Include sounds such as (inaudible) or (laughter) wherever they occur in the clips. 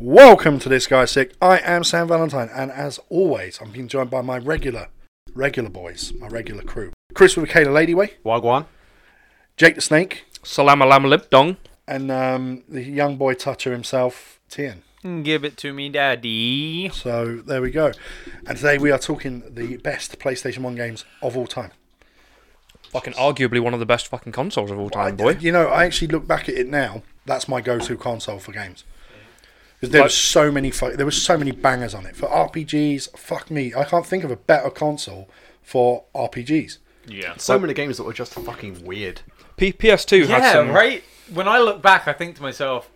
Welcome to this guy's sick. I am Sam Valentine, and as always, I'm being joined by my regular, regular boys, my regular crew. Chris with Michaela Ladyway, Wagwan. Jake the Snake, Salam alam limp dong. and um, the young boy toucher himself, Tian. Give it to me, daddy. So there we go. And today we are talking the best PlayStation One games of all time. Fucking arguably one of the best fucking consoles of all time, I- boy. You know, I actually look back at it now. That's my go-to console for games. Because there were so many, fu- there were so many bangers on it for RPGs. Fuck me, I can't think of a better console for RPGs. Yeah. So many games that were just fucking weird. P- PS2 had Yeah, some. right. When I look back, I think to myself,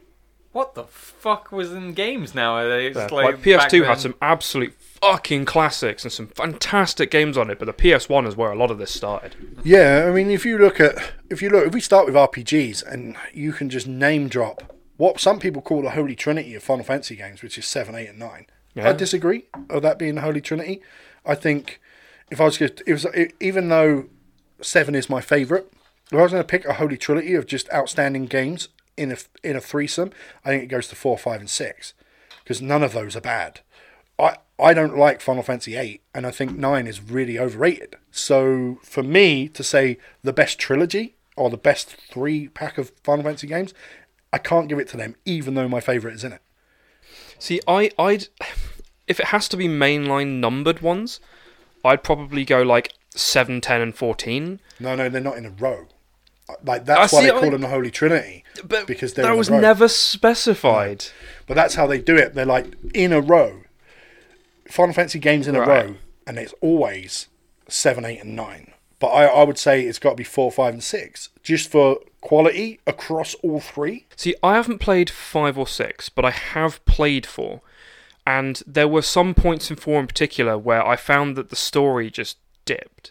what the fuck was in games nowadays? Like, like, back PS2 then- had some absolute fucking classics and some fantastic games on it, but the PS1 is where a lot of this started. Yeah, I mean, if you look at, if you look, if we start with RPGs, and you can just name drop what some people call the holy trinity of Final Fantasy games, which is seven, eight, and nine. I Yeah. disagree of that being the holy trinity. I think if I was going, it was it, even though seven is my favorite, if I was going to pick a holy trinity of just outstanding games in a in a threesome, I think it goes to four, five, and six because none of those are bad. I I don't like Final Fantasy eight, and I think nine is really overrated. So for me to say the best trilogy or the best three pack of Final Fantasy games, I can't give it to them, even though my favorite is in it. See, I, I'd. If it has to be mainline numbered ones, I'd probably go like 7, 10, and 14. No, no, they're not in a row. Like that's I why see, they I- call them the Holy Trinity, But because they're that in was a row. never specified. But that's how they do it. They're like in a row. Final Fantasy games in Right. a row, and it's always seven, eight, and nine. But I, I would say it's got to be four, five, and six, just for quality across all three. See, I haven't played five or six, but I have played four. And there were some points in four in particular where I found that the story just dipped.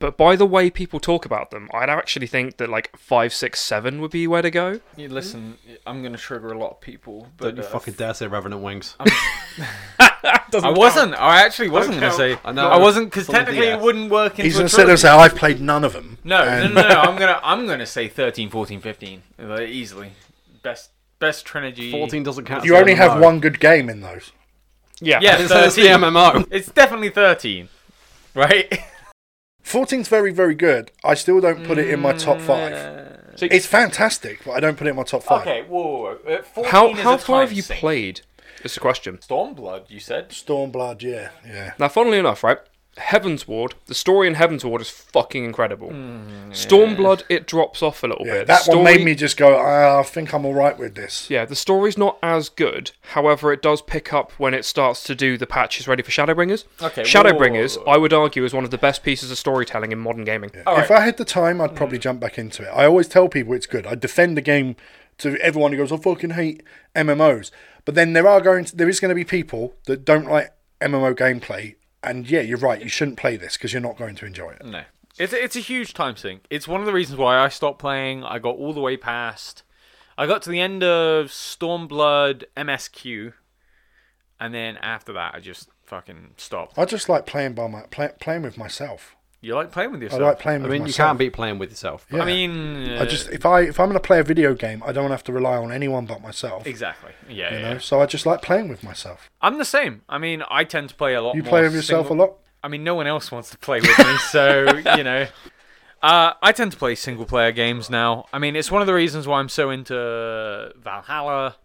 But by the way people talk about them, I'd actually think that like five, six, seven would be where to go. You listen, I'm going to trigger a lot of people, Don't but you uh, fucking dare say Revenant Wings. I wasn't. I actually wasn't going to say. I I know. know. I wasn't because It's on the technically it DS. wouldn't work into He's a going to sit there and trilogy. say, I've played none of them. (laughs) No, no, And- no, no. I'm gonna, I'm gonna say 13, 14, 15, like, easily. Best, best trilogy. 14 (laughs) doesn't count. as You the (laughs) only have MMO. one good game in those. Yeah. Yeah, It says the 13. (laughs) MMO. It's definitely 13, right? 14's very, very good. I still don't put it in my Mm. top five. So- It's fantastic, but I don't put it in my top five. okay, whoa, whoa, whoa. Uh, 14 How is how a far time have you sink. played? It's the question. Stormblood? You said. Stormblood, yeah, yeah. Now, funnily enough, right? Heaven's Ward, the story in Heaven's Ward is fucking incredible. Stormblood, it drops off a little yeah. bit. That one Story- made me just go, "Ah, I think I'm all right with this. Yeah, the story's not as good. However, it does pick up when it starts to do the patches ready for Shadowbringers. Okay, Shadowbringers, whoa, whoa, I would argue, is one of the best pieces of storytelling in modern gaming. All if I had the time, I'd probably jump back into it. I always tell people it's good. I defend the game to everyone who goes, "I fucking hate MMOs." But then there are going, to, there is going to be people that don't like MMO gameplay, and yeah, you're right. You shouldn't play this because you're not going to enjoy it. No. It's it's a huge time sink. It's one of the reasons why I stopped playing. I got all the way past. I got to the end of Stormblood MSQ, and then after that, I just fucking stopped. I just like playing by my play, playing with myself. You like playing with I yourself? like playing I with mean, you myself. can't beat playing with yourself. but- Yeah. I mean, I just if I if I'm going to play a video game, I don't want to have to rely on anyone but myself. exactly. Yeah, You yeah. know, so I just like playing with myself. I'm the same. I mean, I tend to play a lot. You more play with yourself single- a lot. I mean, no one else wants to play with me, (laughs) so you know. Uh, I tend to play single player games now. I mean, it's one of the reasons why I'm so into Valhalla.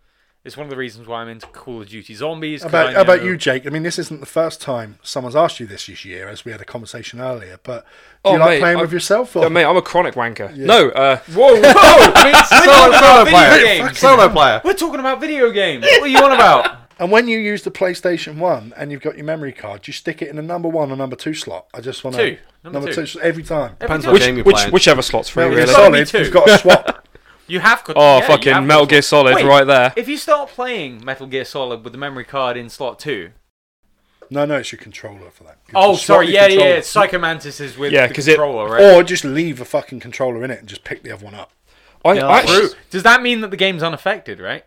It's one of the reasons why I'm into Call of Duty Zombies. 'cause I about about know- (laughs) you, Jake. I mean, this isn't the first time someone's asked you this this year, as we had a conversation earlier. But do Oh, you like mate, playing I- with yourself? Or? No, mate, I'm a chronic wanker. No, uh, Whoa, whoa! (laughs) I mean, (laughs) Solo, solo video player. games. Solo player. We're talking about video games. What are you on (laughs) about? And when you use the PlayStation One and you've got your memory card, you stick it in the number one or number two slot. I just want Two. to Number two. every time. Depends what which, game you're which, playing. whichever slot's free, Metal Gear really. Solid. Solid, Me too. you've got (laughs) to swap. You have. Got, Oh, yeah, you fucking have Metal got- Gear Solid Wait, right there. If you start playing Metal Gear Solid with the memory card in slot two, no, no, it's your controller for that. You oh, just swap sorry, your yeah, yeah, controller. yeah, Psychomantis is with Yeah, the 'cause it- controller, right? Or just leave a fucking controller in it and just pick the other one up. I, Yeah, I that's actually, Does that mean that the game's unaffected, right?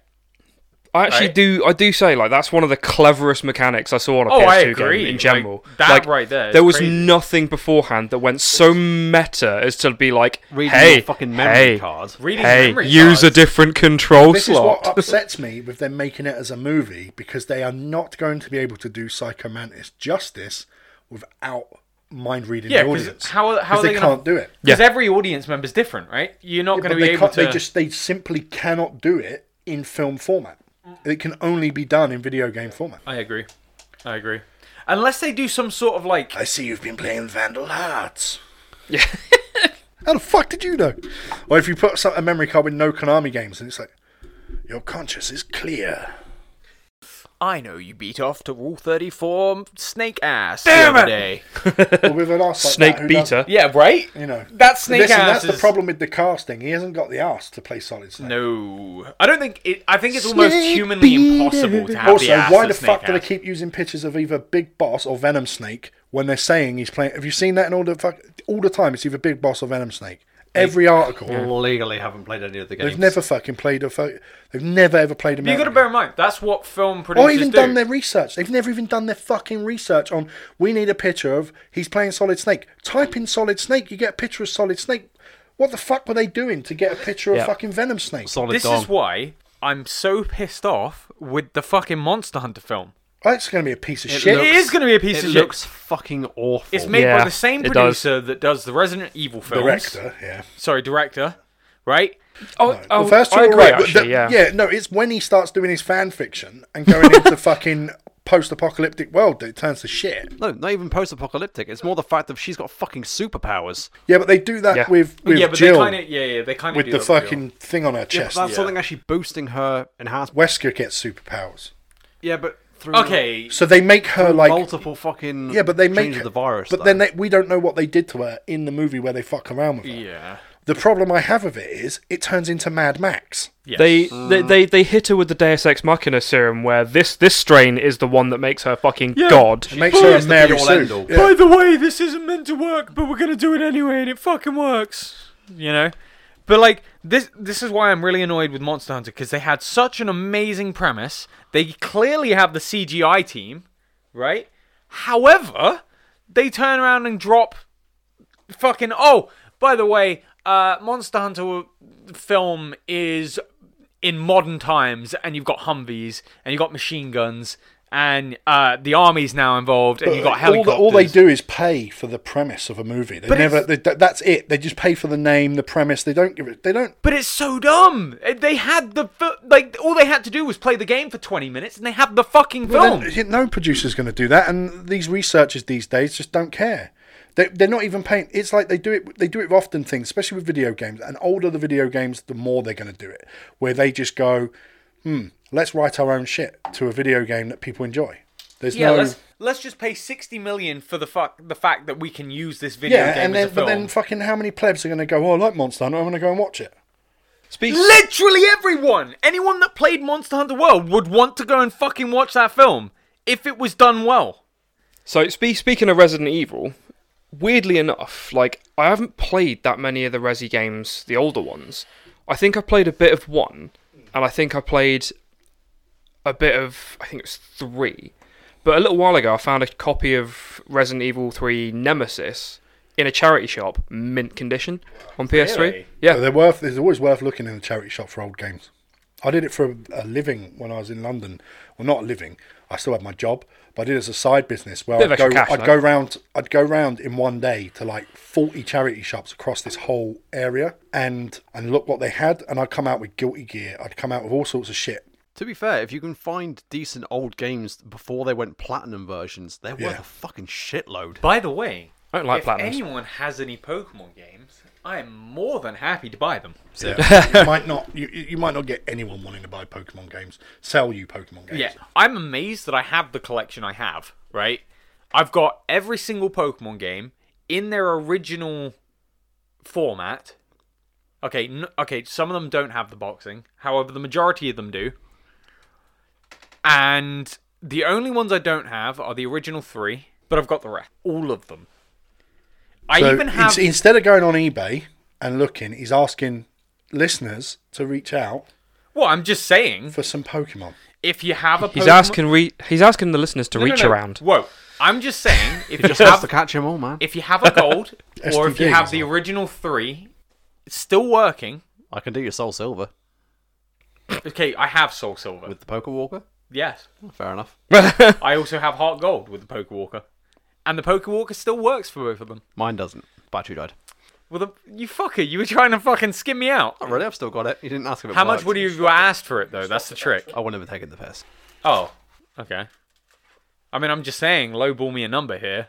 I actually Right. do. I do say like that's one of the cleverest mechanics I saw on a Oh, PS2 I game agree. in general. Like, that right there is There was crazy. nothing beforehand that went so meta as to be like, Reading hey, your fucking memory hey, cards. Reading hey, memory use a cards. different control This is slot. what upsets me with them making it as a movie because they are not going to be able to do Psycho Mantis justice without mind reading Yeah, the 'cause audience. how- how 'Cause are they, they gonna- can't do it. Because Yeah. every audience member's different, right? You're not But going to be they able can't. to. They just they simply cannot do it in film format. It can only be done in video game format. I agree. I agree. Unless they do some sort of like I see you've been playing Vandal Hearts. Yeah. (laughs) How the fuck did you know? Or if you put some- a memory card with no Konami games, and it's like, your conscience is clear. I know you beat off to Rule 34 Snake Ass Damn the other it! day. Or with an (laughs) arse like Snake that, who beater. doesn't- yeah, right? You know That Snake Listen, Ass That's the is- problem with the casting. He hasn't got the arse to play Solid Snake. No. I don't think it. I think it's almost Snake humanly beater. impossible to have the Also, ass why of the Snake fuck do they Ass. keep using pictures of either Big Boss or Venom Snake when they're saying he's playing? Have you seen that in all the fuck all the time? It's either Big Boss or Venom Snake. Every article. Legally haven't played any of the games. They've never fucking played a. Fu- they've never ever played a. You've got to Metal bear in mind, that's what film producers or even do. done their research. They've never even done their fucking research on. We need a picture of he's playing Solid Snake. Type in Solid Snake, you get a picture of Solid Snake. What the fuck were they doing to get a picture Yeah. of fucking Venom Snake? Solid this Dawn. is why I'm so pissed off with the fucking Monster Hunter film. Oh, it's going to be a piece of It shit. it is going to be a piece of It looks shit. fucking awful. It's made by Yeah, the same it does. producer that does the Resident Evil films. Director, yeah. Sorry, director. Right? Oh, oh, the first two I are agree, right, but actually, the- yeah. no, it's when he starts doing his fan fiction and going into fucking post-apocalyptic world that it turns to shit. No, not even post-apocalyptic. It's more the fact that she's got fucking superpowers. Yeah, but they do that Yeah. with with yeah, but Jill they kind of yeah, yeah, they kind of with the fucking thing on her Yeah, but chest. that's something actually boosting her enhanced. Wesker gets superpowers, Yeah, but through Okay, so they make her like multiple fucking Yeah, but they make changes of the virus. But though. then they, we don't know what they did to her in the movie where they fuck around with her. yeah. The problem I have of it is it turns into Mad Max. Yes. They, they they they hit her with the Deus Ex Machina serum, where this this strain is the one that makes her fucking god. It makes her a has to be Mary all Sue. end all. Yeah. By the way, this isn't meant to work, but we're gonna do it anyway, and it fucking works. You know, but like this, this is why I'm really annoyed with Monster Hunter because they had such an amazing premise. They clearly have the CGI team, right? However, they turn around and drop fucking. Oh, by the way, uh, Monster Hunter film is in modern times, and you've got Humvees, and you've got machine guns. And uh, the army's now involved, and you've got all, the- helicopters. all they do is pay for the premise of a movie. They But never. it's- They, that- that's it. They just pay for the name, the premise. They don't give it. They don't. But it's so dumb. Uh, They had the fi- like all they had to do was play the game for 20 minutes, and they have the fucking film. Then, no producer's going to do that. And these researchers these days just don't care. They, they're not even paying. It's like they do it. They do it with often things, especially with video games. And older the video games, the more they're going to do it. Where they just go, hmm, let's write our own shit to a video game that people enjoy. There's yeah, no. let's let's just pay 60 million for the fuck the fact that we can use this video yeah, game and as then but a film. then fucking how many plebs are going to go? Oh, I like Monster Hunter. I'm going to go and watch it. Speaks. Literally everyone, anyone that played Monster Hunter World would want to go and fucking watch that film if it was done well. So spe- speaking of Resident Evil, weirdly enough, like I haven't played that many of the Resi games, the older ones. I think I played a bit of one, and I think I played a bit of I think it was three. But a little while ago, I found a copy of Resident Evil Three Nemesis in a charity shop, mint condition, on PS3. Really? Yeah, But they're worth. It's always worth looking in the charity shop for old games. I did it for a, a living when I was in London. Well, not a living. I still had my job, but I did it as a side business where Bit of I'd go. extra cash, I'd though. go round. I'd go round in one day to like forty charity shops across this whole area, and and look what they had. And I'd come out with Guilty Gear. I'd come out with all sorts of shit. to be fair, if you can find decent old games before they went platinum versions, they're worth Yeah. a fucking shitload. By the way, I don't like if platinums. anyone has any Pokemon games, I am more than happy to buy them. Yeah. you might not. You, you might not get anyone wanting to buy Pokemon games. Sell you Pokemon games. Yeah, I'm amazed that I have the collection I have. Right, I've got every single Pokemon game in their original format. Okay, n- okay, some of them don't have the boxing. However, the majority of them do. And the only ones I don't have are the original three, but I've got the rest, all of them. I So even have ins- instead of going on eBay and looking, he's asking listeners to reach out well. I'm just saying. for some Pokemon. if you have a He's Pokemon- asking re- he's asking the listeners to No, no, reach no. around. (laughs) Whoa, I'm just saying if you Just has have to catch him all, man. if you have a (laughs) gold or if you STD, have isn't the it? original three, it's still working. I can do your soul silver Okay, I have Soul Silver. with the poker walker. Oh, yes, Fair enough. I also have Heart Gold with the Poker Walker, and the Poker Walker still works for both of them. Mine doesn't. Battery died. Well, the, you fucker, you were trying to fucking skim me out. Not Oh, really. I've still got it. You didn't ask if it How much worked. would you have asked for it though? That's the trick. I wouldn't have taken the piss. Oh, okay. I mean, I'm just saying, lowball me a number here.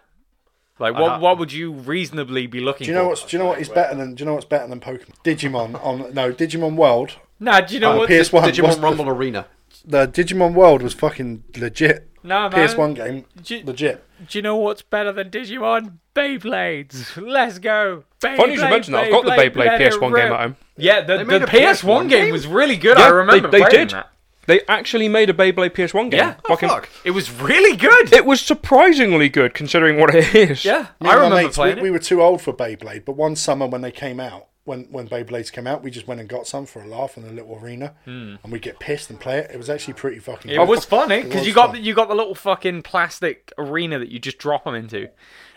Like, Uh, what what would you reasonably be looking? Do you know for? what's Do you know what is better than Do you know what's better than Pokemon? Digimon on no Digimon World. Nah, do you know Uh, what? PS1 was Digimon Rumble Arena. The Digimon World was fucking legit. No, man. PS1 game, G- legit. Do you know what's better than Digimon? Beyblades. Let's go. Beyblade, Funny you should mention that. I've got the Beyblade let it PS1 game rip. at home. Yeah, the, made the a PS1 PS1 game game? was really good. I Yeah, they- remember they playing did. that. They actually made a Beyblade PS1 game. Yeah. Oh, Fucking- Fuck. It was really good. It was surprisingly good considering what it is. yeah, Me I and my remember mates, we, playing we it. were too old for Beyblade, but one summer when they came out, when when Beyblades came out, we just went and got some for a laugh in a little arena, and we'd get pissed and play it. It was actually pretty fucking. Hmm. It good. (laughs) was funny It because was you got fun. the, you got the little fucking plastic arena that you just drop them into,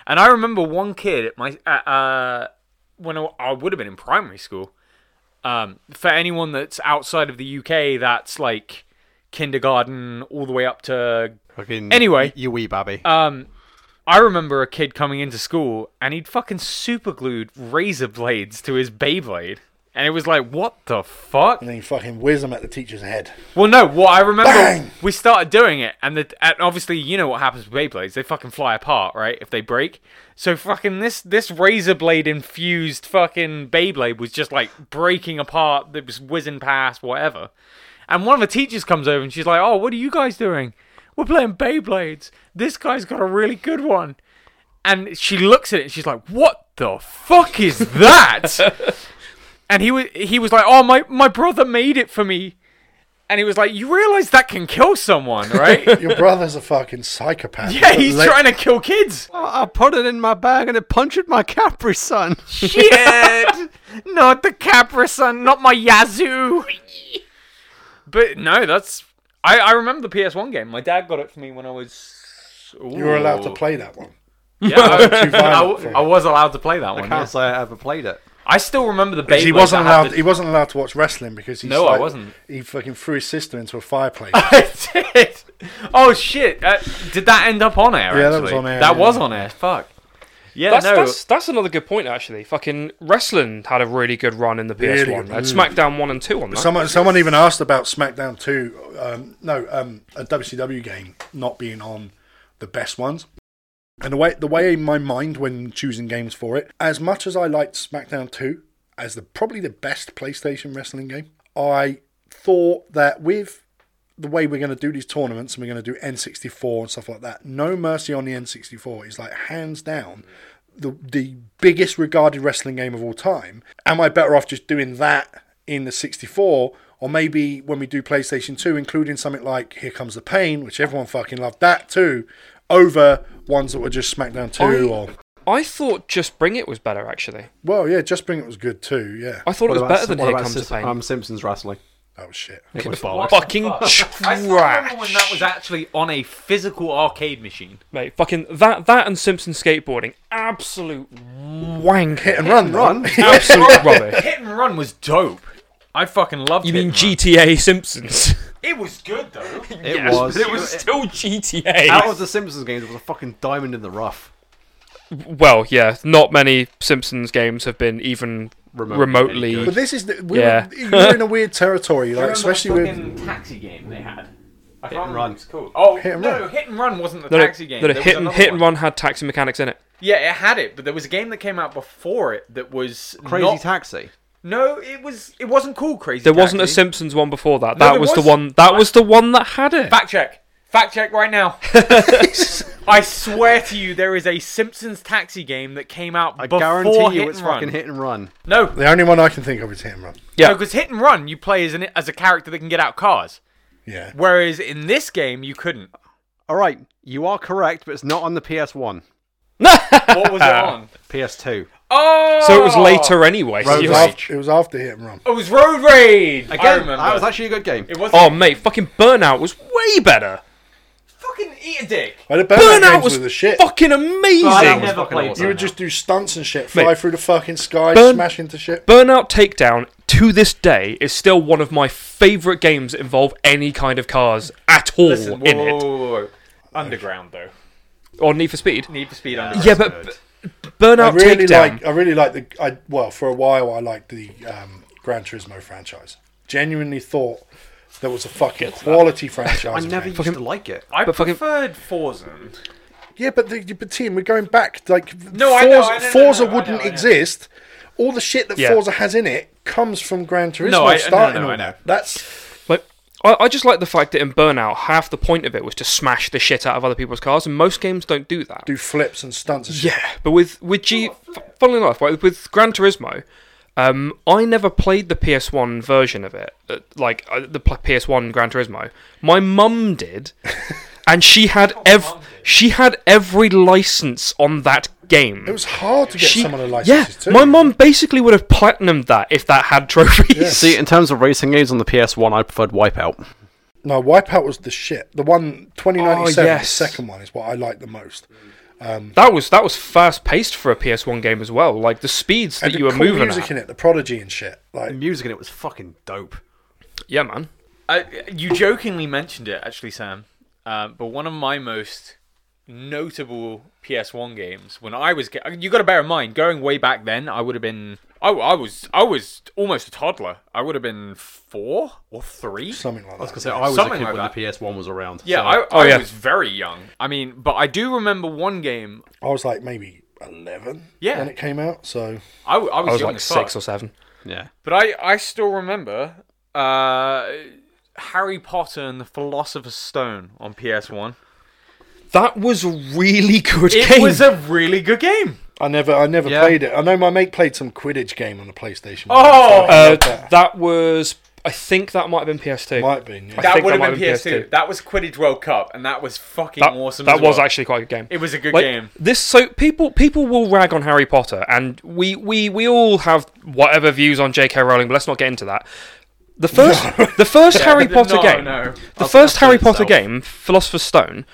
and I remember one kid at my at, uh when I, I would have been in primary school. Um, for anyone that's outside of the UK, that's like kindergarten all the way up to Fucking Anyway. you wee babby. Uh, Um, I remember a kid coming into school and he'd fucking super glued razor blades to his Beyblade. And it was like, what the fuck? and then you fucking whiz them at the teacher's head. Well, no, what I remember, Bang! we started doing it, and, the, and obviously, you know what happens with Beyblades. They fucking fly apart, right? If they break. So fucking this, this razor blade infused fucking Beyblade was just like breaking apart, it was whizzing past, whatever. And one of the teachers comes over and she's like, oh, what are you guys doing? We're playing Beyblades. This guy's got a really good one and she looks at it and she's like, "What the fuck is that?" and he was he was like, "Oh, my my brother made it for me." And he was like, "You realize that can kill (laughs) someone, right?" Your brother's a fucking psychopath. yeah, he's Le- trying to kill kids. I put it in my bag and it punctured my (laughs) Capri Sun. (laughs) Shit! not the Capra Sun, not my Yazoo. (laughs) but no, that's I I remember the PS1 game. My dad got it for me when I was You were allowed to Ooh. play that one. Yeah, (laughs) I, Too violent for I, I was allowed to play that one. Can't yeah. say I ever played it. I still remember the. Because he Beyblade wasn't that had allowed. (laughs) the- He wasn't allowed to watch wrestling because he. No, I wasn't. He fucking threw his sister into a fireplace. I did. Oh shit! Uh, did that end up on air? Yeah, that actually? was on air, That yeah. was on air. Fuck. Yeah, (laughs) That's, no. that's that's another good point actually. Fucking wrestling had a really good run in the PS1. Really good. They had SmackDown one and two on that. someone, someone even asked about SmackDown Two. Um, no, um, a WCW game not being on the best ones. And the way the way in my mind when choosing games for it, as much as I liked SmackDown Two as the probably the best PlayStation wrestling game, I thought that with the way we're going to do these tournaments and we're going to do N64 and stuff like that, No Mercy on the N64 is like hands down the the biggest regarded wrestling game of all time. Am I better off just doing that in the 64 or maybe when we do PlayStation 2 including something like Here Comes the Pain, which everyone fucking loved that too, over ones that were just SmackDown 2 or I thought Just Bring It was better actually. well, yeah, Just Bring It was good too, yeah. I thought it was better than what Here about Comes the Sis- Pain. um, Simpsons wrestling. Oh shit. fucking I still remember when that trash. was actually on a physical arcade machine. Mate, fucking that that and Simpson skateboarding, (laughs) absolute wank. Hit and run, though. Run. (laughs) Absolute rubbish. Hit and Run was dope. I fucking loved. You Hit mean and Run. GTA Simpsons? (laughs) It was good though. It was. But (laughs) it was still GTA. Out of the Simpsons games, it was a fucking diamond in the rough. well, yeah, not many Simpsons games have been even Remotely remotely. any But this is the, we Yeah. were, you're in a weird territory, like especially with taxi game they had. I hit and Run. It's cool. Oh Hit and no, Run. Hit and Run wasn't the No, no, taxi game. no, no, There was hit and another hit and one. run had taxi mechanics in it. Yeah, it had it, but there was a game that came out before it that was Crazy not- Taxi. No, it was. It wasn't called Crazy. There wasn't a Taxi. Simpsons one before that. No, that there was the was. one. That was the one that had (laughs) it. Fact check. Fact check right now. I swear to you, there is a Simpsons taxi game that came out I before guarantee Hit you, it's and Run. fucking hit and run. No, the only one I can think of is Hit and Run. Yeah. because Hit and Run, you play as an as a character that can get out cars, Yeah. whereas in this game you couldn't. All right, you are correct, but it's not on the PS1, What was it on? PS2. (laughs) Oh, So it was later anyway. so It you- was, after, it was after Hit and Run. It was Road Rage. I Again, remember. that was actually a good game. it was oh mate, fucking Burnout was way better. fucking eat a dick. Like, the Burnout, Burnout games was were the shit. fucking amazing. Well, I was never fucking played awesome. You would Burnout. just do stunts and shit, fly Mate. through the fucking sky, Burn- smash into shit. Burnout Takedown to this day is still one of my favorite games that involve any kind of cars at all Listen, whoa, in whoa, it whoa, whoa, whoa. Underground though. or Need for Speed. Need for Speed Yeah, Underground. but good. b- I Burnout really Takedown. like. I really like the. I well, for a while, I liked the um, Gran Turismo franchise. Genuinely thought there was a fucking (laughs) quality I franchise. never used Fucking- to like it. I but fucking- preferred Forza. Yeah, but the, but team, we're going back. Like No, I Forza, know, I know, no, Forza no, I know, wouldn't I know. exist. All the shit that Yeah. Forza has in it comes from Gran Turismo. No, I- no, starting no, all I know. that. That's Like, I, I just like the fact that in Burnout, half the point of it was to smash the shit out of other people's cars, and most games don't do that. do flips and stunts. And shit. Yeah, but with with G, f- funnily enough, right, with Gran Turismo, um, I never played the PS1 version of it, uh, like uh, the pl- PS1 Gran Turismo. My mum did, (laughs) and she had ev- she had every license on that game. It was hard to get She- someone a license. yeah, too. my mum basically would have platinumed that if that had trophies. (laughs) See, in terms of racing games on the PS1, I preferred Wipeout. No, Wipeout was the shit. The one 2097, Oh, yes. the second one, is what I like the most. That was that was fast paced for a PS1 game as well. Like the speeds that the you were cool moving music at. in it, the Prodigy and shit. Like, The music in it was fucking dope. Yeah, man. I, you jokingly mentioned it actually, Sam. Um, but one of my most notable PS1 games when I was ge- you got to bear in mind going way back then I would have been I, I was I was almost a toddler I would have been four or three something like that. Because I was Something a kid like when that. the PS1 was around. yeah so- I, Oh, I yeah. was very young I mean but I do remember one game I was like maybe 11 Yeah. when it came out. So, I, w- I was, I was young like as six fuck. or seven. yeah. But I, I still remember uh, Harry Potter and the Philosopher's Stone on PS1. That was a really (laughs) good It game. was a really good game. I never I never Yeah. played it. I know my mate played some Quidditch game on the PlayStation. Oh! So I uh, loved that. that was I think that might have been PS2. might have been. Yeah. I That think would have that been might have PS2. been PS2. That was Quidditch World Cup, and that was fucking that, awesome. that as was well. actually quite a good game. It was a good Like, game. This so people people will rag on Harry Potter, and we we we all have whatever views on J.K. Rowling, but let's not get into that. (laughs) The first the first Harry Potter no, game, no. the first Harry itself. Potter game, Philosopher's Stone,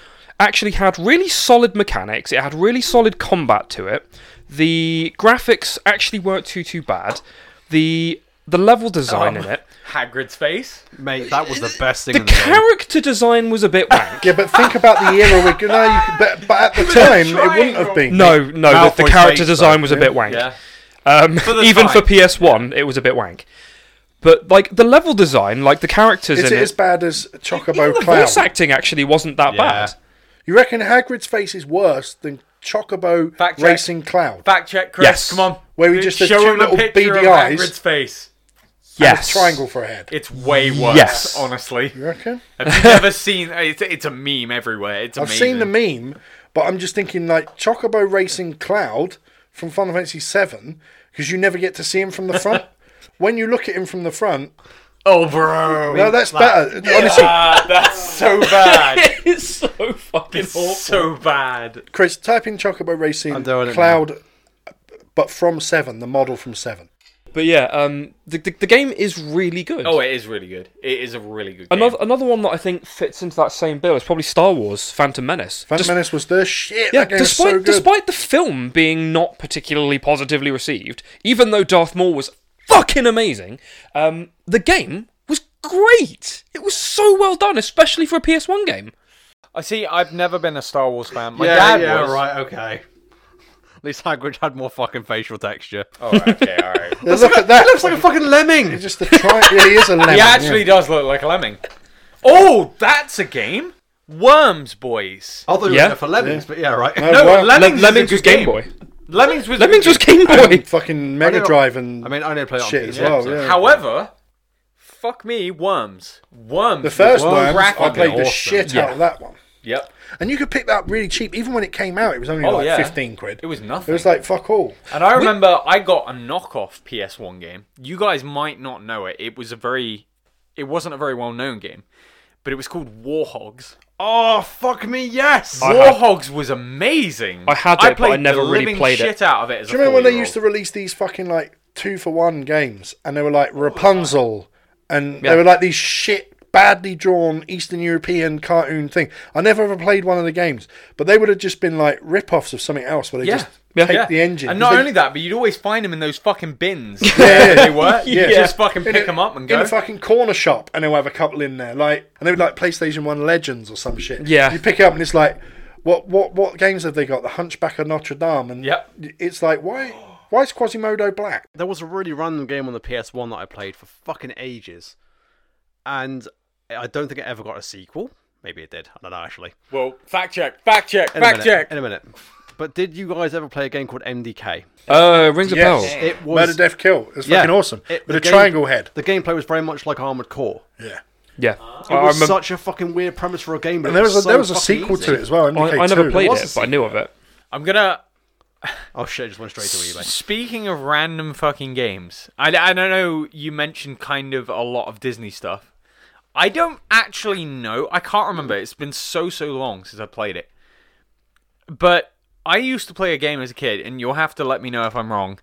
actually had really solid mechanics. It had really solid combat to it. The graphics actually weren't too too bad. The the level design Oh. in (laughs) it. Hagrid's face. Mate, that was the best thing The in the game. character design was a (laughs) bit wank. Yeah, but think about the era. We're, no, you could, but, but at the time, it wouldn't have been. No, no, the, the Malfoy's character face, design though, was a bit wank. Yeah. Um, the even for time. PS1, it was a bit wank. But like the level design, like the characters Is in it it, as bad as Chocobo the Clown? voice acting actually wasn't that Yeah. bad. You reckon Hagrid's face is worse than Chocobo Fact check. Racing Cloud? Fact check, Chris. Yes. Come on. Where we just had show two him a little picture of beady eyes. Hagrid's face. Yes, Triangle (laughs) for a head. It's way worse. Yes. Honestly. You reckon? Have you never seen? It's, it's a meme everywhere. It's I've amazing. seen the meme, but I'm just thinking like Chocobo racing Cloud from Final Fantasy Seven because you never get to see him from the (laughs) front. when you look at him from the front, Oh, bro. no, that's better. Honestly, Ah, that's (laughs) so bad. it's so fucking it's so bad. Chris, type in Chocobo racing doing it Cloud, but from Seven, the model from Seven. But yeah, um, the, the the game is really good. Oh, it is really good. It is a really good game. another another one that I think fits into that same bill is probably Star Wars: Phantom Menace. Phantom Des- Menace was the shit. yeah, that game was despite so good. despite the film being not particularly positively received, even though Darth Maul was fucking amazing, um, the game was great. It was so well done, especially for a PS1 game. I see. I've never been a Star Wars fan. My yeah, dad yeah, was. right, okay. (laughs) At least Hagrid had more fucking facial texture. All right, (laughs) okay, all right. Yeah, look at that. He looks like a fucking lemming! just the tri- yeah, he (laughs) is a lemon. He yeah. actually does look like a lemming. Oh, that's a game. Worms, boys. Although Yeah. yeah. for lemmings, but yeah, right. (laughs) No, well, Lemmings, Lem- is Oh, Lemmings a was good Game Boy. Lemmings was. a Lemmings good was Game Boy. (laughs) fucking Mega know- Drive and I mean, I only played it on shit PS. as Yeah, well. so- Oh, Yeah. However, fuck me, worms. Worms. the first was one, I cracking. played the awesome. shit out Yeah. of that one. Yep. And you could pick that up really cheap. Even when it came out, it was only Oh, like yeah. 15 quid. It was It nothing. was like, fuck all. And I remember I got a knockoff PS1 game. You guys might not know it. It was a very, it wasn't a very well known game, but it was called Warhogs. Oh fuck me, yes. I had- Warhogs was amazing. I had it, but I played never the really living played it. shit out of it. As Do you remember when they used to release these fucking like two for one games and they were like Rapunzel and Yeah. they were like these shit badly drawn Eastern European cartoon thing. I never ever played one of the games, but they would have just been like rip-offs of something else where they Yeah. just Yeah. take Yeah. the engine. And not They- only that, but you'd always find them in those fucking bins. (laughs) Yeah. they were. (laughs) (laughs) Yeah. You'd just fucking in pick a- them up and in go. a fucking corner shop, and they'll have a couple in there, like and they would like PlayStation One Legends or some shit. Yeah. you pick it up and it's like, what what what games have they got? The Hunchback of Notre Dame, and Yep. it's like why why is Quasimodo black? There was a really random game on the PS1 that I played for fucking ages. And I don't think it ever got a sequel. Maybe it did. I don't know actually. well, fact check, fact check, In a fact minute, check. In a minute. But did you guys ever play a game called MDK? (laughs) Uh, rings a Yes. bell. It Murder, Death, Kill. It's fucking awesome. It- With the a game- triangle head. The gameplay was very much like Armored Core. Yeah. Yeah, It I, was remember, such a fucking weird premise for a game. But And there it was a, so there was a fucking sequel easy. to it as well. I, MDK I never 2. played was it, a but I knew of it. I'm gonna. Oh shit! It just went straight to eBay. Speaking of random fucking games, I, I don't know. You mentioned kind of a lot of Disney stuff. I don't actually know. I can't remember. It's been so so long since I played it. But I used to play a game as a kid, and you'll have to let me know if I'm wrong.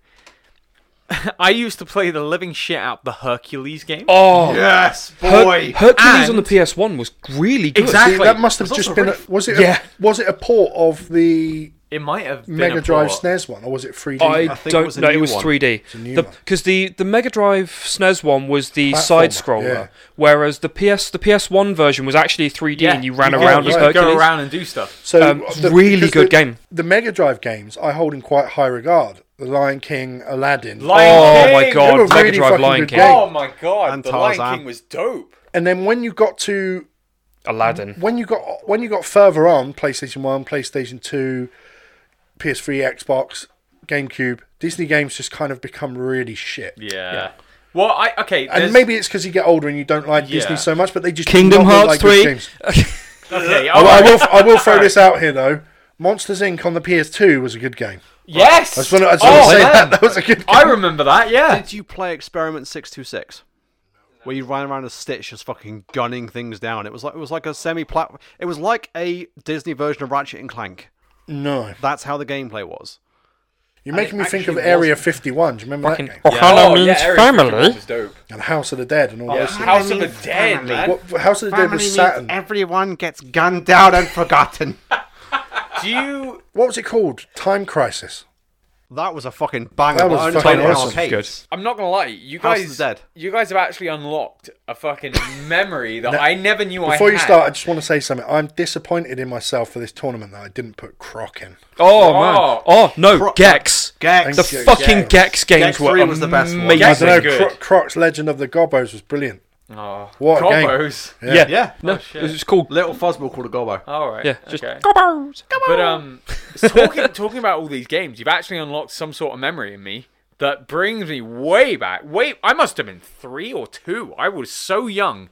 (laughs) I used to play the living shit out the Hercules game. Oh, Yes, Her- Hercules And- on the PS1 was really good. Exactly. See, that must have It's just also been. A, really- was it? Yeah. A, was it a port of the It might have been Mega a Drive port. SNES one, or was it 3D? I, think it don't was a know. It new was one. 3D. new one. Because the, the Mega Drive SNES one was the Platformer, side scroller, yeah. whereas the PS the PS1 version was actually 3D and you ran could- around you as could Hercules. go around and do stuff. so um, really because good the- game. The Mega Drive games I hold in quite high regard. The Lion King, Aladdin, Lion Oh my They King! were god, Mega really Drive fucking Lion good King, games. Oh my god! And the Lion Tarzan. King was dope. and then when you got to (laughs) Aladdin. when you got when you got further on PlayStation One, PlayStation Two, PS3, Xbox, GameCube, Disney games just kind of become really shit. Yeah. Well, I okay. And there's- maybe it's because you get older and you don't like Yeah. Disney so much, but they just do Kingdom not look Hearts like good 3. games. okay, I, all I right. will. I will throw this out here though. Monsters Inc. on the PS2 was a good game. Yes. Oh, I just want to, I just want to say that that was a good. game. I remember that. Yeah. Did you play Experiment Six Two Six? Where you ran around as Stitch, just fucking gunning things down. It was like it was like a semi-plat. It was like a Disney version of Ratchet and Clank. No, That's how the gameplay was. you're making it me think of actually Area 51. Do you remember that game? Ohana Oh, yeah, means Area 51 family. was dope. And House of the Dead and all those. things. House of the Dead, man. What, House of the Dead was Saturn. everyone gets gunned down and forgotten. Do you? What was it called? Time Crisis. (laughs) that was a fucking banger. That was I only fucking played it in awesome. arcades. I'm not gonna lie. You House of guys, the Dead. you guys have actually unlocked (laughs) a fucking memory that I never knew I had. Before you start, I just want to say something. I'm disappointed in myself for this tournament that I didn't put Croc in. Oh, Oh. man. Oh no, Cro- Gex. Gex. The Gex. fucking Gex, games Gex were 3 was the best one. amazing. I Gex don't was know. good. Cro- Croc's Legend of the Gobbos was brilliant. oh, What a game. combos. Yeah, Yeah. No, Oh, shit. it was called. Little Fuzzball called a Gobo. All right. Yeah, just okay. Gobbos. But um, (laughs) talking talking about all these games, you've actually unlocked some sort of memory in me that brings me way back. Wait, I must have been three or two. I was so young,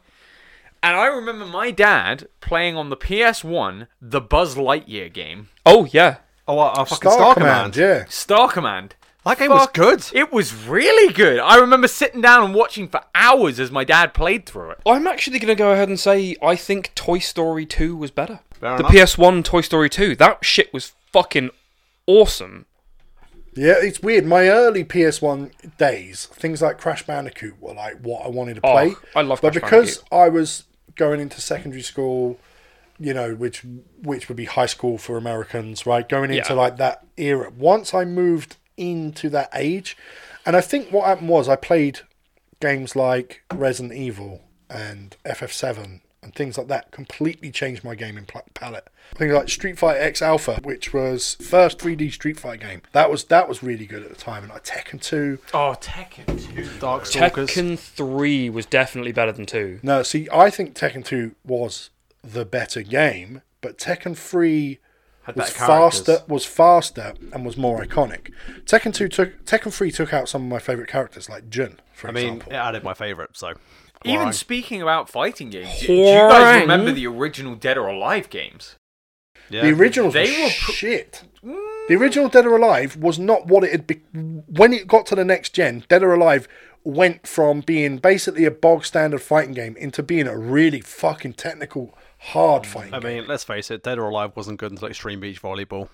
and I remember my dad playing on the PS1 the Buzz Lightyear game, Oh yeah. Oh, uh, uh, fucking Star Command. Yeah. Star Command. That game was Fuck, good. It was really good. I remember sitting down and watching for hours as my dad played through it. I'm actually going to go ahead and say I think Toy Story 2 was better. Fair the enough. PS1 Toy Story 2, that shit was fucking awesome. Yeah, it's weird. My early PS1 days, things like Crash Bandicoot were like what I wanted to play. I love But Crash because I was going into secondary school, you know, which which would be high school for Americans, right? Going into Yeah. like that era. Once I moved into that age, and I think what happened was I played games like Resident Evil and FF7 and things like that completely changed my gaming pl- palette. Things like Street Fighter X Alpha, which was first 3D Street Fighter game. That was that was really good at the time, and like Tekken 2. Oh, Tekken 2. Darkstalkers. Tekken 3 was definitely better than 2. No, see, I think Tekken 2 was the better game, but Tekken 3 was better characters. faster, was faster, and was more iconic. Tekken 2 took Tekken 3 took out some of my favorite characters, like Jun, for I mean, example. it added my favourite, so. Even Why? speaking about fighting games, do do you guys Horang. remember the original Dead or Alive games? Yeah. the originals They were were pr- shit. The original Dead or Alive was not what it had be- when it got to the next gen. Dead or Alive went from being basically a bog standard fighting game into being a really fucking technical, hard fighting Mm, I game. mean, let's face it, Dead or Alive wasn't good until Extreme Beach Volleyball.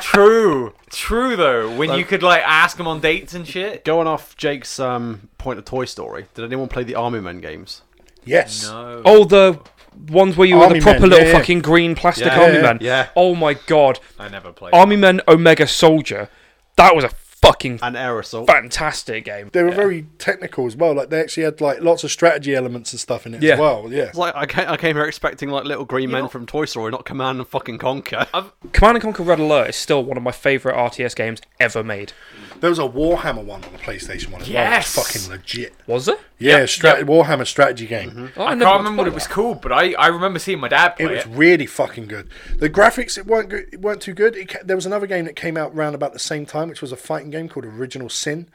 True, true though. When you could like ask them on dates and shit. Going off Jake's um, point of Toy Story, did anyone play the Army Men games? Yes. No. Oh, the ones where you were Army the proper men, little yeah, yeah. fucking green plastic Yeah, army yeah, man. yeah. Oh my god, I never played. Army Men Omega Soldier. That was a fucking And Air Assault. fantastic game. They were very technical as well. Like they actually had like lots of strategy elements and stuff in it Yeah. as well. Yeah. It's like I came, I came here expecting like little green men from Toy Story, not Command and fucking Conquer. Command and Conquer Red Alert is still one of my favorite RTS games ever made. There was a Warhammer one on the PlayStation one as Yes. well. It's fucking legit. Was it? Yeah, strat- Warhammer strategy game. Mm-hmm. Oh, I never can't got to remember what play it was that. called, but I, I remember seeing my dad It Oh, play was it. really fucking good. The graphics it weren't good, it weren't too good. It, ca- there was another game that came out round about the same time, which was a fighting game called Original Sin,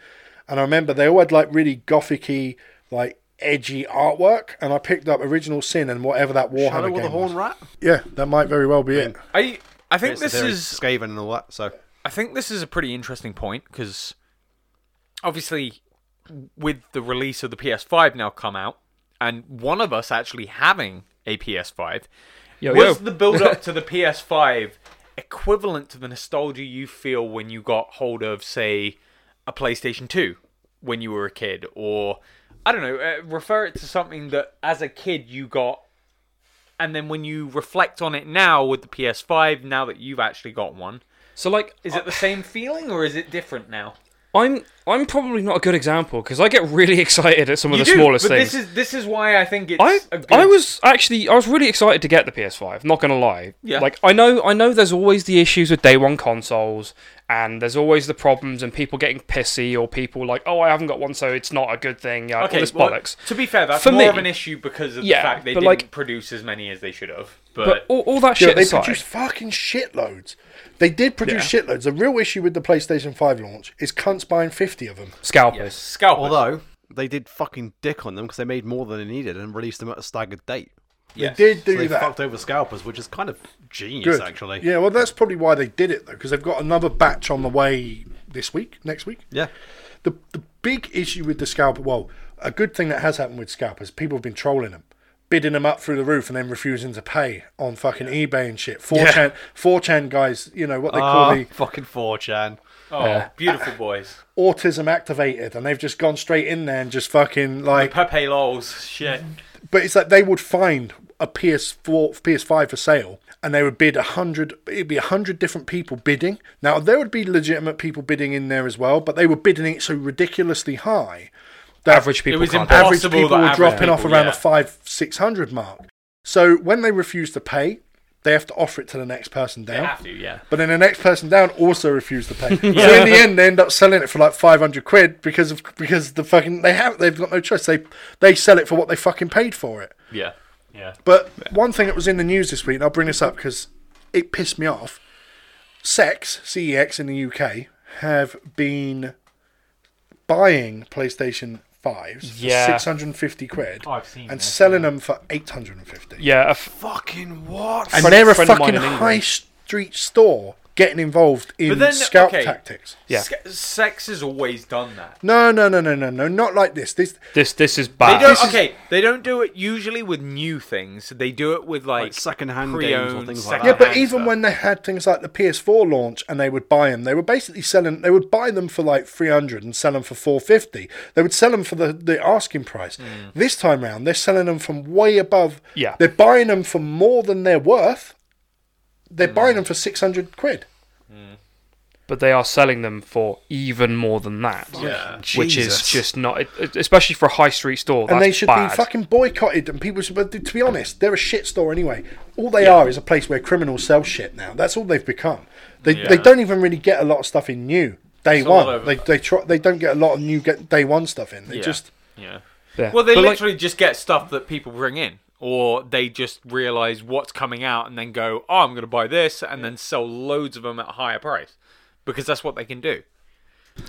and I remember they all had like really gothicy, like edgy artwork, and I picked up Original Sin and whatever that Warhammer Shadow of game the Horn was. Rat. Yeah, that might very well be it. I I think It's the this theory, is Skaven and all that. So I think this is a pretty interesting point because obviously with the release of the PS5 now come out and one of us actually having a PS5 Yo, yo. was the build up to the PS5 equivalent to the nostalgia you feel when you got hold of say a PlayStation 2 when you were a kid or I don't know uh, refer it to something that as a kid you got and then when you reflect on it now with the PS5 now that you've actually got one (laughs) So like, is it the same feeling or is it different now? I'm I'm probably not a good example because I get really (laughs) excited at some of the smallest but things. this is this is why I think it's. I, a good- I was actually I was really excited to get the PS5. Not gonna lie. Yeah. Like I know I know there's always the issues with day one consoles, and there's always the problems and people getting pissy or people like, oh, I haven't got one, so it's not a good thing. Yeah, all this well, bollocks. To be fair, that's For more me- of an issue because of the Yeah, fact they but, didn't like- produce as many as they should have. But But, all, all that Yeah, shit they aside, produced fucking shitloads. They did produce shitloads. The real issue with the PlayStation 5 launch is cunts buying 50 of them. yes, scalpers. scalpers. although they did fucking dick on them because they made more than they needed and released them at a staggered date. yes. They did do So they that. fucked over scalpers, which is kind of genius Good. actually. Yeah, well, that's probably why they did it, though, because they've got another batch on the way this week, next week. Yeah. The, the big issue with the scalper, well, a good thing that has happened with scalpers, people have been trolling them, bidding them up through the roof and then refusing to pay on fucking eBay and shit. 4chan, 4chan guys, you know, what they call Ah, the fucking 4chan. Oh, beautiful boys. autism activated, and they've just gone straight in there and just fucking (laughs) like. Pepe lols. Shit. But it's like they would find a PS4, PS5 for sale, and they would bid a hundred. It'd be a hundred different people bidding. Now there would be legitimate people bidding in there as well, but they were bidding it so ridiculously high that Average people was can't. impossible. average Possible people that were average dropping off people, around yeah. the five six hundred mark. So when they refuse to pay, they have to offer it to the next person down. They have to, yeah. But then the next person down also refused to pay. So in the end, they end up selling it for like five hundred quid because of because the fucking they have they've got no choice. They they sell it for what they fucking paid for it. Yeah. Yeah. But one thing that was in the news this week, and I'll bring this up because it pissed me off. Sex CEX in the UK have been buying PlayStation fives Yeah. for six hundred and fifty quid I've seen and this, selling them for eight hundred and fifty. Yeah, a f- Fucking what? And Friend- they're a friend of mine fucking in England. high street store getting involved in But then, scalp okay. tactics. Yeah. Sc- sex has always done that. No, no, no, no, no, no, not like this. This this this is They bad. don't, okay, they don't do it usually with new things. They do it with like, Like secondhand games or pre-owned, things like that. yeah, secondhand but even stuff. when they had things like the PS4 launch and they would buy them, they were basically selling. They would buy them for like three hundred and sell them for four fifty. They would sell them for the, the asking price. This time round, they're selling them from way above. Hmm. Yeah. they're buying them for more than they're worth. Hmm. They're buying them for six hundred quid. but they are selling them for even more than that. Yeah. Which Jesus. is just not, it- it- especially for a high street store. and that's they should bad. be fucking boycotted. And people should, but to be honest, they're a shit store anyway. All they are is a place where criminals sell shit now. That's all they've become. They, they Yeah. don't even really get a lot of stuff in new day It's a one. lot of- They they try, they don't get a lot of new get day one stuff in. They Yeah. just Yeah. Yeah. Well, they But, like- literally just get stuff that people bring in, or they just realize what's coming out and then go, "Oh, I'm going to buy this," and then sell loads of them at a higher price because that's what they can do.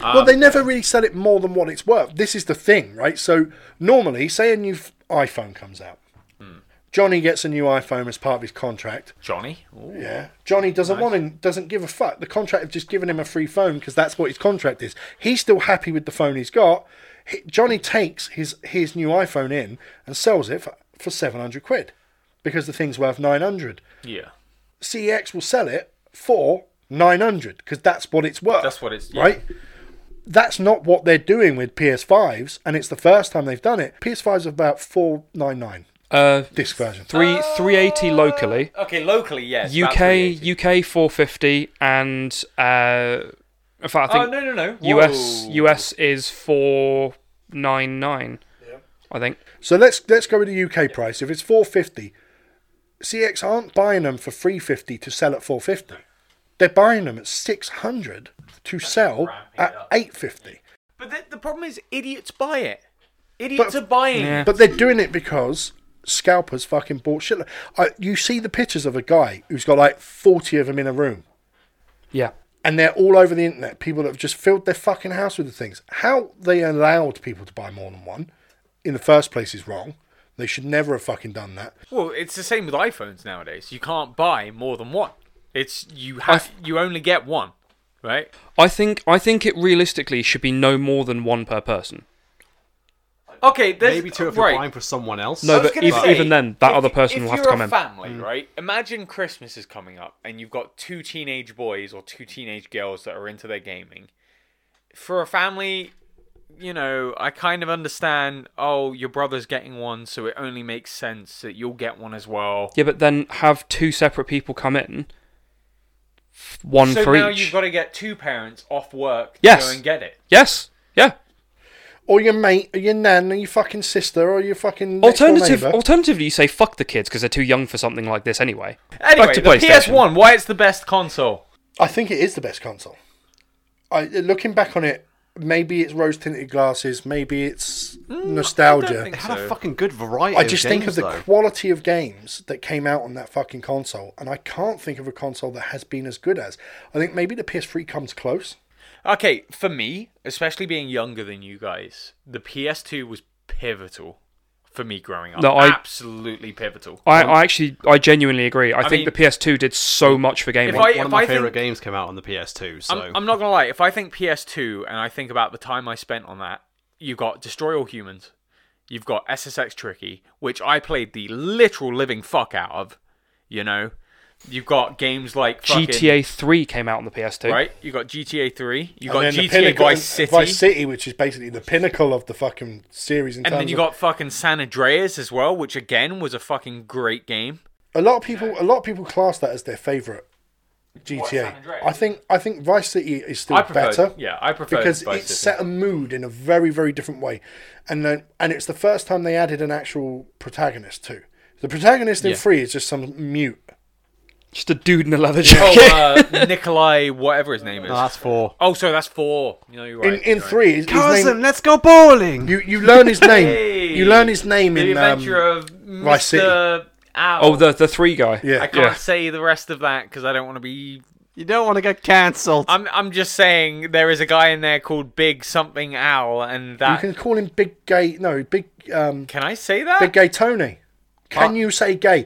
well, Um, they never really sell it more than what it's worth. This is the thing, right? So normally, say a new f- iPhone comes out. Hmm. Johnny gets a new iPhone as part of his contract. Johnny, Ooh. Yeah, Johnny doesn't want and doesn't give a fuck. The contract have just given him a free phone because that's what his contract is. He's still happy with the phone he's got. He- Johnny takes his his new iPhone in and sells it for, for seven hundred quid because the thing's worth nine hundred. Yeah. CEX will sell it for 900 because that's what it's worth. That's what it's- yeah. right. That's not what they're doing with PS5s, and it's the first time they've done it. PS5s are about 499 Uh, disc version. three three eighty locally. Okay, locally, yes. about UK 380. UK four fifty and uh, in fact I Oh think no no no. US Whoa. US is four nine nine. I think. So let's let's go with the UK price. If it's 450, CX aren't buying them for 350 to sell at 450. They're buying them at 600 to sell ramping it at up. 850. But the, the problem is, idiots buy it. Idiots But- are buying. Yeah. But they're doing it because scalpers fucking bought shit. I, you see the pictures of a guy who's got like 40 of them in a room. Yeah. and they're all over the internet. People that have just filled their fucking house with the things. How they allowed people to buy more than one in the first place is wrong. They should never have fucking done that. Well, it's the same with iPhones nowadays. You can't buy more than one. It's you have you only get one, right? I think I think it realistically should be no more than one per person. Okay, there's, Maybe two if you're right. buying for someone else. No, I was but gonna even- say, even then, that if- other person if will have to you're come a in. Family, right? Imagine Christmas is coming up, and you've got two teenage boys or two teenage girls that are into their gaming. For a family, you know, I kind of understand. Oh, your brother's getting one, so it only makes sense that you'll get one as well. Yeah, but then have two separate people come in. f- One so for now each. you've got to get two parents off work to Yes. go and get it. yes. Yeah. Or your mate, or your nan, or your fucking sister, or your fucking next door Alternative neighbour. alternatively you say fuck the kids because they're too young for something like this anyway. Anyway, Back to the PlayStation. PS1, why it's the best console. I think it is the best console. I looking back on it, maybe it's rose tinted glasses, maybe it's Mm, nostalgia. think It had So- a fucking good variety. I just think of games, the though. quality of games that came out on that fucking console, and I can't think of a console that has been as good as. I think maybe the PS3 comes close. Okay, for me, especially being younger than you guys, the PS2 was pivotal for me growing up. No, I- absolutely pivotal. I, I actually I genuinely agree. I, think Um, mean- the PS2 did so much for gaming. If I- one if of my I favorite think- games came out on the PS2. So I'm, I'm not gonna lie. If I think PS2 and I think about the time I spent on that, you've got Destroy All Humans, you've got SSX Tricky, which I played the literal living fuck out of. You know, you've got games like fucking, GTA 3 came out on the PS2. Right, you got GTA 3, And you got then the GTA Vice and- City, Vice City, which is basically the pinnacle of the fucking series in and terms then you of got fucking San Andreas as well, which again was a fucking great game. a lot of people. A lot of people class that as their favorite San GTA. Andreas? I think I think Vice City is still I prefer, better. yeah, I prefer because Vice it City. set a mood in a very very different way, and then, and it's the first time they added an actual protagonist too. The protagonist in three is just some mute. Just a dude in a leather jacket. Oh, (laughs) uh, Nikolai, whatever his name is. No, Ah, that's four. oh, so that's four. You know, you're right. In in you're right. three, his, his name, let's go bowling. you you learn his name. Hey! you learn his name the in um, adventure of Vice City. Mr. Owl. (laughs) Oh, the the three guy. yeah. I can't yeah. say the rest of that because I don't want to be. You don't want to get cancelled. I'm I'm just saying there is a guy in there called Big Something Owl, and You that. Can... can call him Big Gay. No, Big um, I say that? Big gay Tony. Uh, Can you say gay?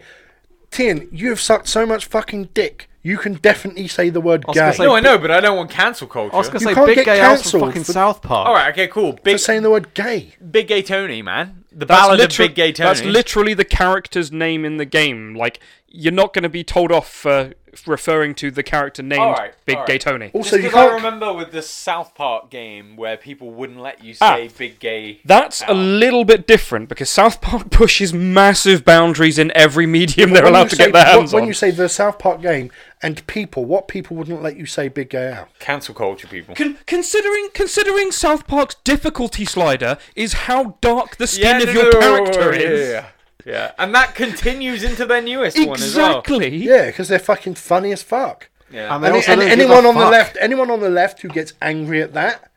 Tin, you have sucked so much fucking dick. You can definitely say the word was gay. gonna say- No, I know, but I don't want cancel culture. I was gonna You say can't big get gay house from cancelled fucking for- South Park. All right, okay, cool. Big For saying the word gay. Big Gay Tony, man. The That's Ballad literal- of Big Gay Tony. That's literally the character's name in the game. Like you're not going to be told off for referring to the character named Alright, Big alright. Gay Tony. Also, you Just 'cause I can't. remember with the South Park game where people wouldn't let you Ah. say big gay. That's a little bit different because South Park (laughs) pushes massive boundaries in every medium they're when you allowed to say- get their what- hands When on. you say the South Park game and people, what people wouldn't let you say big gay out? cancel culture people. Con- considering considering South Park's difficulty slider is how dark the skin of no, your no, character yeah, is. Yeah, yeah. Yeah, and that continues into their newest one as well. Exactly. Yeah, because they're fucking funny as fuck. Yeah. And they And, also and don't give a anyone on the fuck. left, anyone on the left who gets angry at that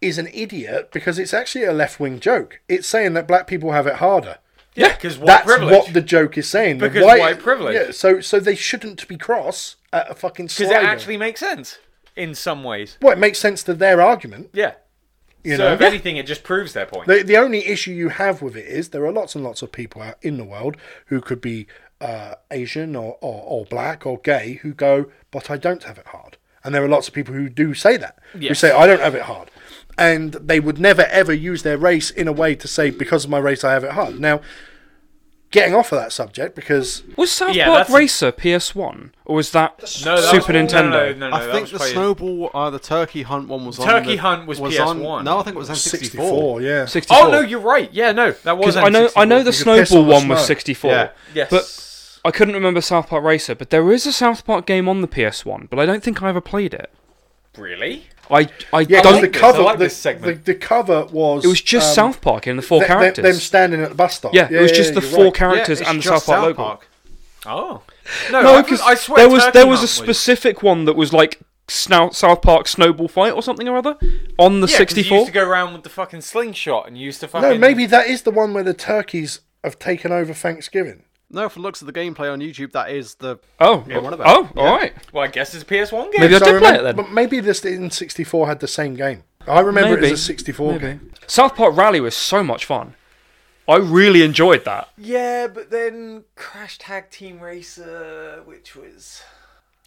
is an idiot because it's actually a left wing joke. It's saying that black people have it harder. Yeah, because white That's privilege. what the joke is saying. The Because white privilege. Yeah, so so they shouldn't be cross at a fucking Because slider. it actually makes sense in some ways. well, it makes sense to their argument. Yeah. You so know, if anything, it just proves their point. the the only issue you have with it is there are lots and lots of people out in the world who could be uh, Asian or, or or black or gay who go, but I don't have it hard, and there are lots of people who do say that. Who Yes. say I don't have it hard, and they would never ever use their race in a way to say because of my race I have it hard. Now, getting off of that subject because Was South Yeah, Park that's a- Racer PS1? Or was that No, that Super was- Nintendo? No, no, no, no, I that think was the played- Snowball, uh, the Turkey Hunt one was on. Turkey the- Hunt was on- PS1. no, I think it was N64. 64, yeah. 64. Oh no, you're right. Yeah, no, that was. Because I know, I know the You could piss Snowball on the one was snow. 64. Yeah. Yes. But I couldn't remember South Park Racer, but there is a South Park game on the PS1, but I don't think I ever played it. really? I, I yeah, 'cause don't. the this. I cover like the, this segment. The, the cover was it was just um, South Park in the four th- th- characters. them standing at the bus stop. yeah, it was just the you're four right. characters yeah, it's and the just South Park logo. Oh. No, No, I, because was- I swear there was Turkey there was a Hunt specific one that was like Snow- South Park Snowball Fight or something or other on the Yeah, 'cause You 64. used to go around with the fucking slingshot and you used to fucking. No, maybe that is the one where the turkeys have taken over Thanksgiving. No, from the looks of the gameplay on YouTube, that is the. Oh, Yeah, one of them. oh, all right. Well, I guess it's a PS1 game. Maybe I So did play remem- it then. But maybe this in '64 had the same game. I remember it Maybe. as a '64 game. South Park Rally was so much fun. I really enjoyed that. Yeah, but then Crash Tag Team Racer, which was.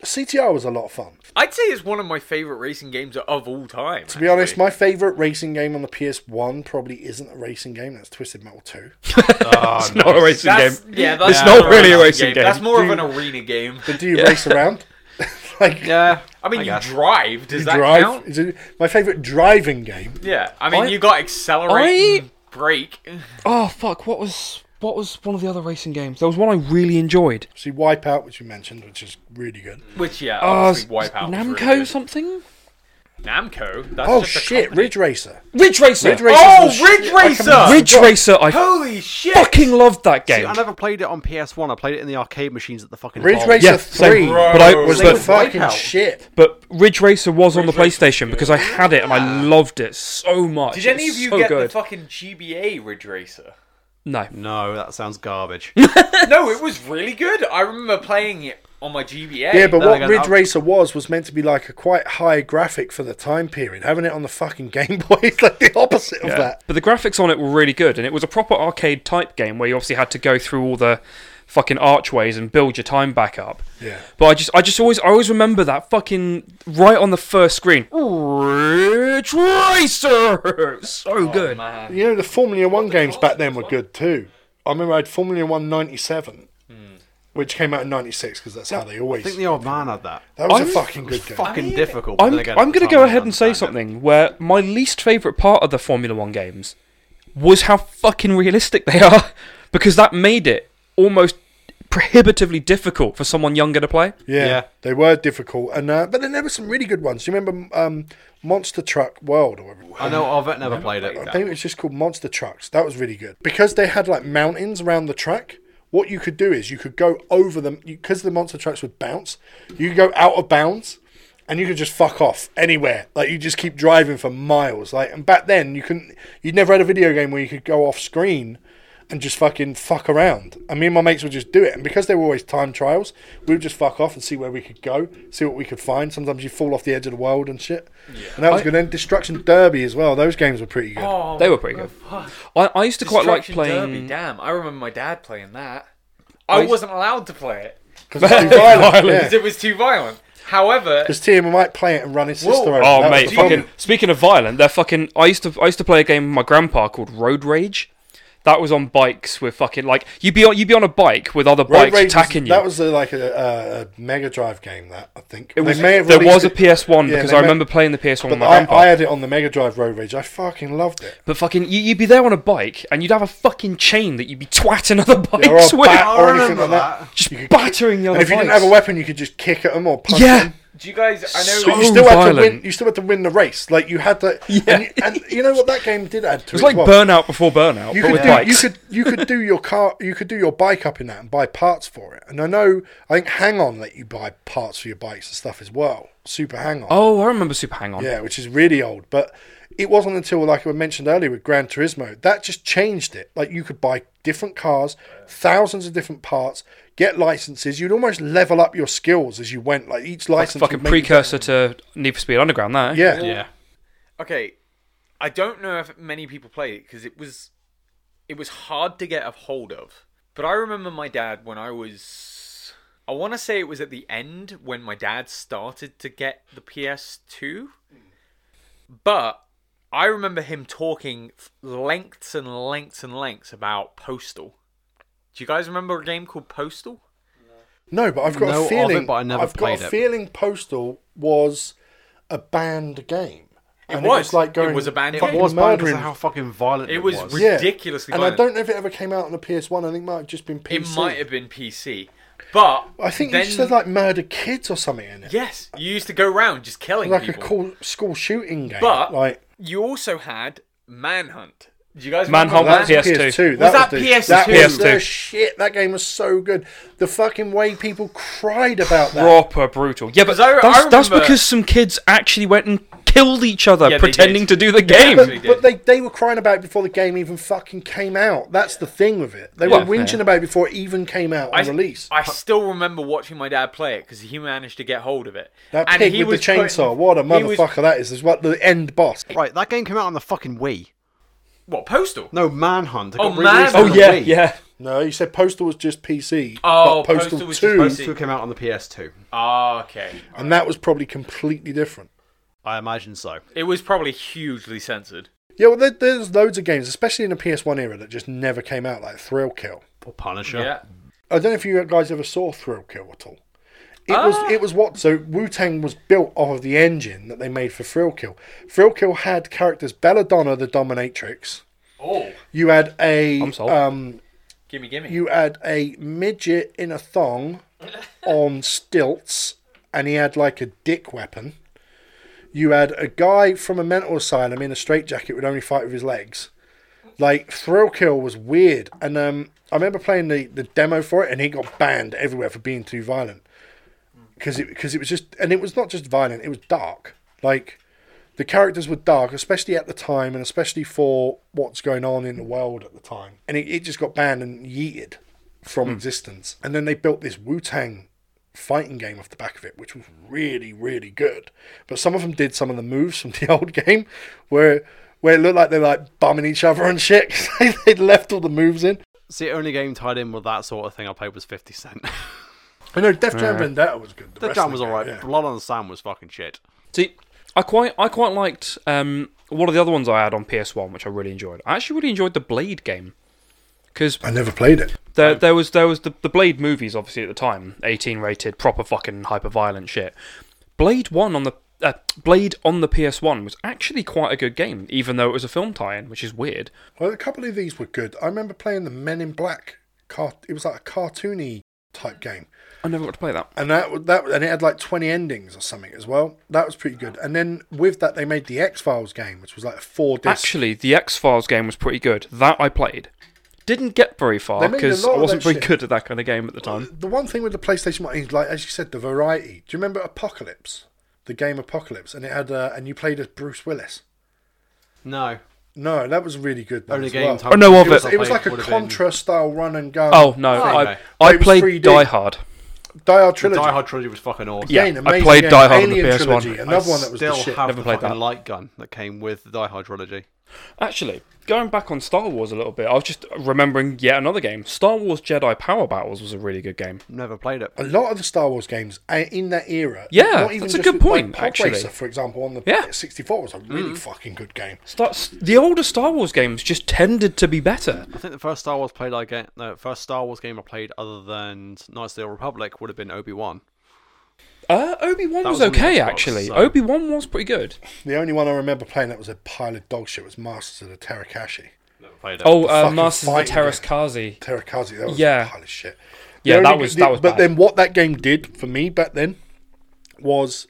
CTR was a lot of fun. I'd say it's one of my favorite racing games of all time. To be honest, my favourite racing game on the PS1 probably isn't a racing game. That's Twisted Metal 2. (laughs) Ah, it's not a racing that's, game. yeah, that's It's not really a an arena racing game. That's more of an arena game. But do you race around? (laughs) like, Yeah. I mean, you guess. drive. Does you that drive? count? Is it- my favourite driving game. Yeah, I mean, I- you got accelerate, and brake. (laughs) Oh fuck! What was what was one of the other racing games? There was one I really enjoyed. See, Wipeout, which you mentioned, which is really good. Which yeah, Uh, obviously Wipeout. was Namco really good. something. Namco. That's Oh, just a shit. company. Ridge Racer. Ridge Racer. Ridge Racer. Oh, was- Ridge Oh, I Racer! can- Ridge Racer. I Holy shit! fucking loved that game. I never played it on PS1. I played it in the arcade machines at the fucking. Ridge bar. Racer Yeah, same. 3 But I Bro. was was the Same but, with fucking Wipeout. shit. but Ridge Racer was on the Ridge Racer was PlayStation because I had it and I loved it so much. Did any It's of you so get good. the fucking GBA Ridge Racer? no. No, that sounds garbage. (laughs) no, it was really good. I remember playing it on my GBA. Yeah, but No, what no, no, Ridge I'll- Racer was was meant to be like a quite high graphic for the time period. Having it on the fucking (laughs) Game Boy is like the opposite of that. But the graphics on it were really good, and it was a proper arcade type game where you obviously had to go through all the fucking archways and build your time back up. Yeah. But I just, I just always, I always remember that fucking right on the first screen. Ridge Racer, (laughs) so good. Oh, man. You know, the Formula One games back then were good too. I remember I had Formula One 97, which came out in 96 because that's how they always. Hmm. I think the old man had that. that was I'm- a fucking good game. Fucking difficult. but I'm, then again, I'm at the gonna time, go I ahead and say understand it. something where my least favorite part of the Formula One games was how fucking realistic they are, (laughs) because that made it almost prohibitively difficult for someone younger to play. Yeah, Yeah. they were difficult, and uh, but then there were some really good ones. Do you remember um, Monster Truck World or whatever? I know of it. Never played it. I think it was just called Monster Trucks. That was really good because they had like mountains around the track. What you could do is you could go over them because the monster trucks would bounce. You could go out of bounds, and you could just fuck off anywhere. Like you just keep driving for miles. Like and back then you couldn't. You'd never had a video game where you could go off screen and just fucking fuck around. And me and my mates would just do it. And because they were always time trials, we would just fuck off and see where we could go, see what we could find. Sometimes you fall off the edge of the world and shit. And that was good. And Destruction Derby as well. Those games were pretty good. Oh, They were pretty good. fuck. I, I used to quite like Destruction playing. Derby, damn, I remember my dad playing that. I used- wasn't allowed to play it Because it's too violent. yeah. because it was too violent. However, 'Cause Tim might play it and run his sister Whoa. over. Oh That was mate, the fun. fucking. Speaking of violent, they're fucking. I used to I used to play a game with my grandpa called Road Rage. That was on bikes with fucking like you'd be on you'd be on a bike with other Road bikes Rage was- attacking you. That was a, like a, a, a Mega Drive game. That I think They it was may have there released was a it- PS1 yeah, because they I may- remember playing the PS1 with But my I, grandpa. I had it on the Mega Drive Road Rage. I fucking loved it. but fucking you, you'd be there on a bike and you'd have a fucking chain that you'd be (laughs) twatting other Or bikes a with, bat or I anything like remember that. just you could- battering the other And if you bikes. didn't have a weapon, you could just kick at them or punch yeah, them. do you guys? I know. So But you Oh, still had to win. violent. You still had to win the race. Like you had to. Yeah. And you, and you know what that game did add to it was like well? burnout before burnout, You but could, with do, bikes. you could you could do your car you could do your bike up in that and buy parts for it. And I know I think Hang On let you buy parts for your bikes and stuff as well. Super Hang On. oh, I remember Super Hang On. Yeah, which is really old. But it wasn't until, like I mentioned earlier, with Gran Turismo, that just changed it. Like you could buy different cars, thousands of different parts, get licenses. You'd almost level up your skills as you went. Like each license, would Fucking make you- precursor eh? to Need for Speed Underground, there. Yeah. Yeah. Okay, I don't know if many people play it because it was, it was hard to get a hold of. But I remember my dad when I was, I want to say it was at the end when my dad started to get the PS2, but I remember him talking f- lengths and lengths and lengths about Postal. Do you guys remember a game called Postal? No, but I've got Know of a it, feeling. but I never have got played a it. feeling Postal was a banned game. It and was. It was like going. It was a banned It game. fucking was bad because murdering. of how fucking violent it, It was Yeah. ridiculously And violent. I don't know if it ever came out on the PS1. I think it might have just been PC. It might have been PC, but I think then, you said like murder kids or something in it. yes, you used to go round just killing like a people. cool school shooting game. But- like You also had Manhunt. Do you guys Manhunt remember Well, that's that? PS2. PS2. Was that the- PS2? That was PS2. the shit. That game was so good. The fucking way people cried about that. Proper brutal. Yeah, but Because I- I that's, that's remember- because some kids actually went and killed each other Yeah, they pretending did. to do the They game. (laughs) actually did. But they, they were crying about it before the game even fucking came out. That's the thing with it. They were whinging about it before it even came out on I, release. I still remember watching my dad play it because he managed to get hold of it. that and pig he with the was putting- chainsaw. what a he was- motherfucker that is. This is what the end boss. Right, that game came out on the fucking Wii. what Postal? No, Manhunt. It Oh, got released Manhunt. on Oh, the yeah, Wii. No, you said Postal was just PC. Oh, but Postal, Postal was just 2, PC. Two came out on the PS2. Ah, okay. and that was probably completely different. I imagine so. It was probably hugely censored. Yeah, well, there, there's loads of games, especially in the PS1 era, that just never came out, like Thrill Kill. Or Punisher. Yeah. I don't know if you guys ever saw Thrill Kill at all. It was it was what so Wu Tang was built off of the engine that they made for Thrill Kill. Thrill Kill had characters Belladonna the Dominatrix. Oh, You had a I'm sold. um gimme, gimme. you had a midget in a thong on stilts, and he had like a dick weapon. You had a guy from a mental asylum in a straitjacket would only fight with his legs. Like Thrill Kill was weird, and um, I remember playing the, the demo for it, and he got banned everywhere for being too violent because it because it was just and it was not just violent, it was dark. Like the characters were dark, especially at the time, and especially for what's going on in the world at the time. And it, it just got banned and yeeted from Hmm. existence. And then they built this Wu Tang fighting game off the back of it, which was really, really good. But some of them did some of the moves from (laughs) the old game where where it looked like they're like bumming each other and shit (laughs) 'cause they'd left all the moves in. It's the only game tied in with that sort of thing I played was 50 Cent. (laughs) I know Def Jam Vendetta was good. The That rest of jam was the game, alright. yeah. Blood on the Sand was fucking shit. See, I quite I quite liked um, one of the other ones I had on PS1, which I really enjoyed. I actually really enjoyed the Blade game because I never played it. there, there was there was the, the Blade movies obviously at the time, eighteen rated, proper fucking hyper violent shit. Blade One on the uh, Blade on the PS1 was actually quite a good game, even though it was a film tie-in, which is weird. Well, a couple of these were good. I remember playing the Men in Black. Cart- it was like a cartoony type game, I never got to play that. and that wa- that and it had like twenty endings or something as well. That was pretty good. And then with that, they made the X Files game, which was like a four disc. Actually, the X Files game was pretty good. That I played. Didn't get very They far made a because lot I of wasn't that very shit. Uh, good at that kind of game at the time. the one thing with the PlayStation One is like, as you said, the variety. Do you remember Apocalypse, the game Apocalypse, and it had uh, and you played as Bruce Willis. No. No, that was really good. though Only as game well. tied Oh, no, It of was, I it was like a would've been Contra style run and gun. Oh no, okay. I, I uh, It was played 3D. Die Hard. Die Hard The trilogy. Die Hard trilogy was fucking awesome. Yeah, Again, I amazing played game. Die Hard on the Alien PS1. trilogy, Another one that was still the shit. have Never the played fucking that. light gun that came with the Die Hard trilogy. Actually, going back on Star Wars a little bit, I was just remembering yet another game. Star Wars Jedi Power Battles was a really good game. Never played it. a lot of the Star Wars games uh, in that era. Yeah, not even that's a just good with, like, point, Pod actually. Racer, for example, on the Yeah. Mm-hmm. 64 was a really fucking good game. Star- the older Star Wars games just tended to be better. I think the first Star Wars played I get the first Star Wars game I played other than Knights of the Old Republic would have been Obi Wan. Uh, Obi Wan That was, was on the okay, Xbox, actually. so- Obi Wan was pretty good. The only one I remember playing that was a pile of dog shit was Masters of the Terakashi. Never played it. Oh, uh, fucking Masters of the fighting Terrace game. Kazi. Terakazi, that was Yeah. a pile of shit. Yeah, The that only- was the- that was. But bad. then what that game did for me back then was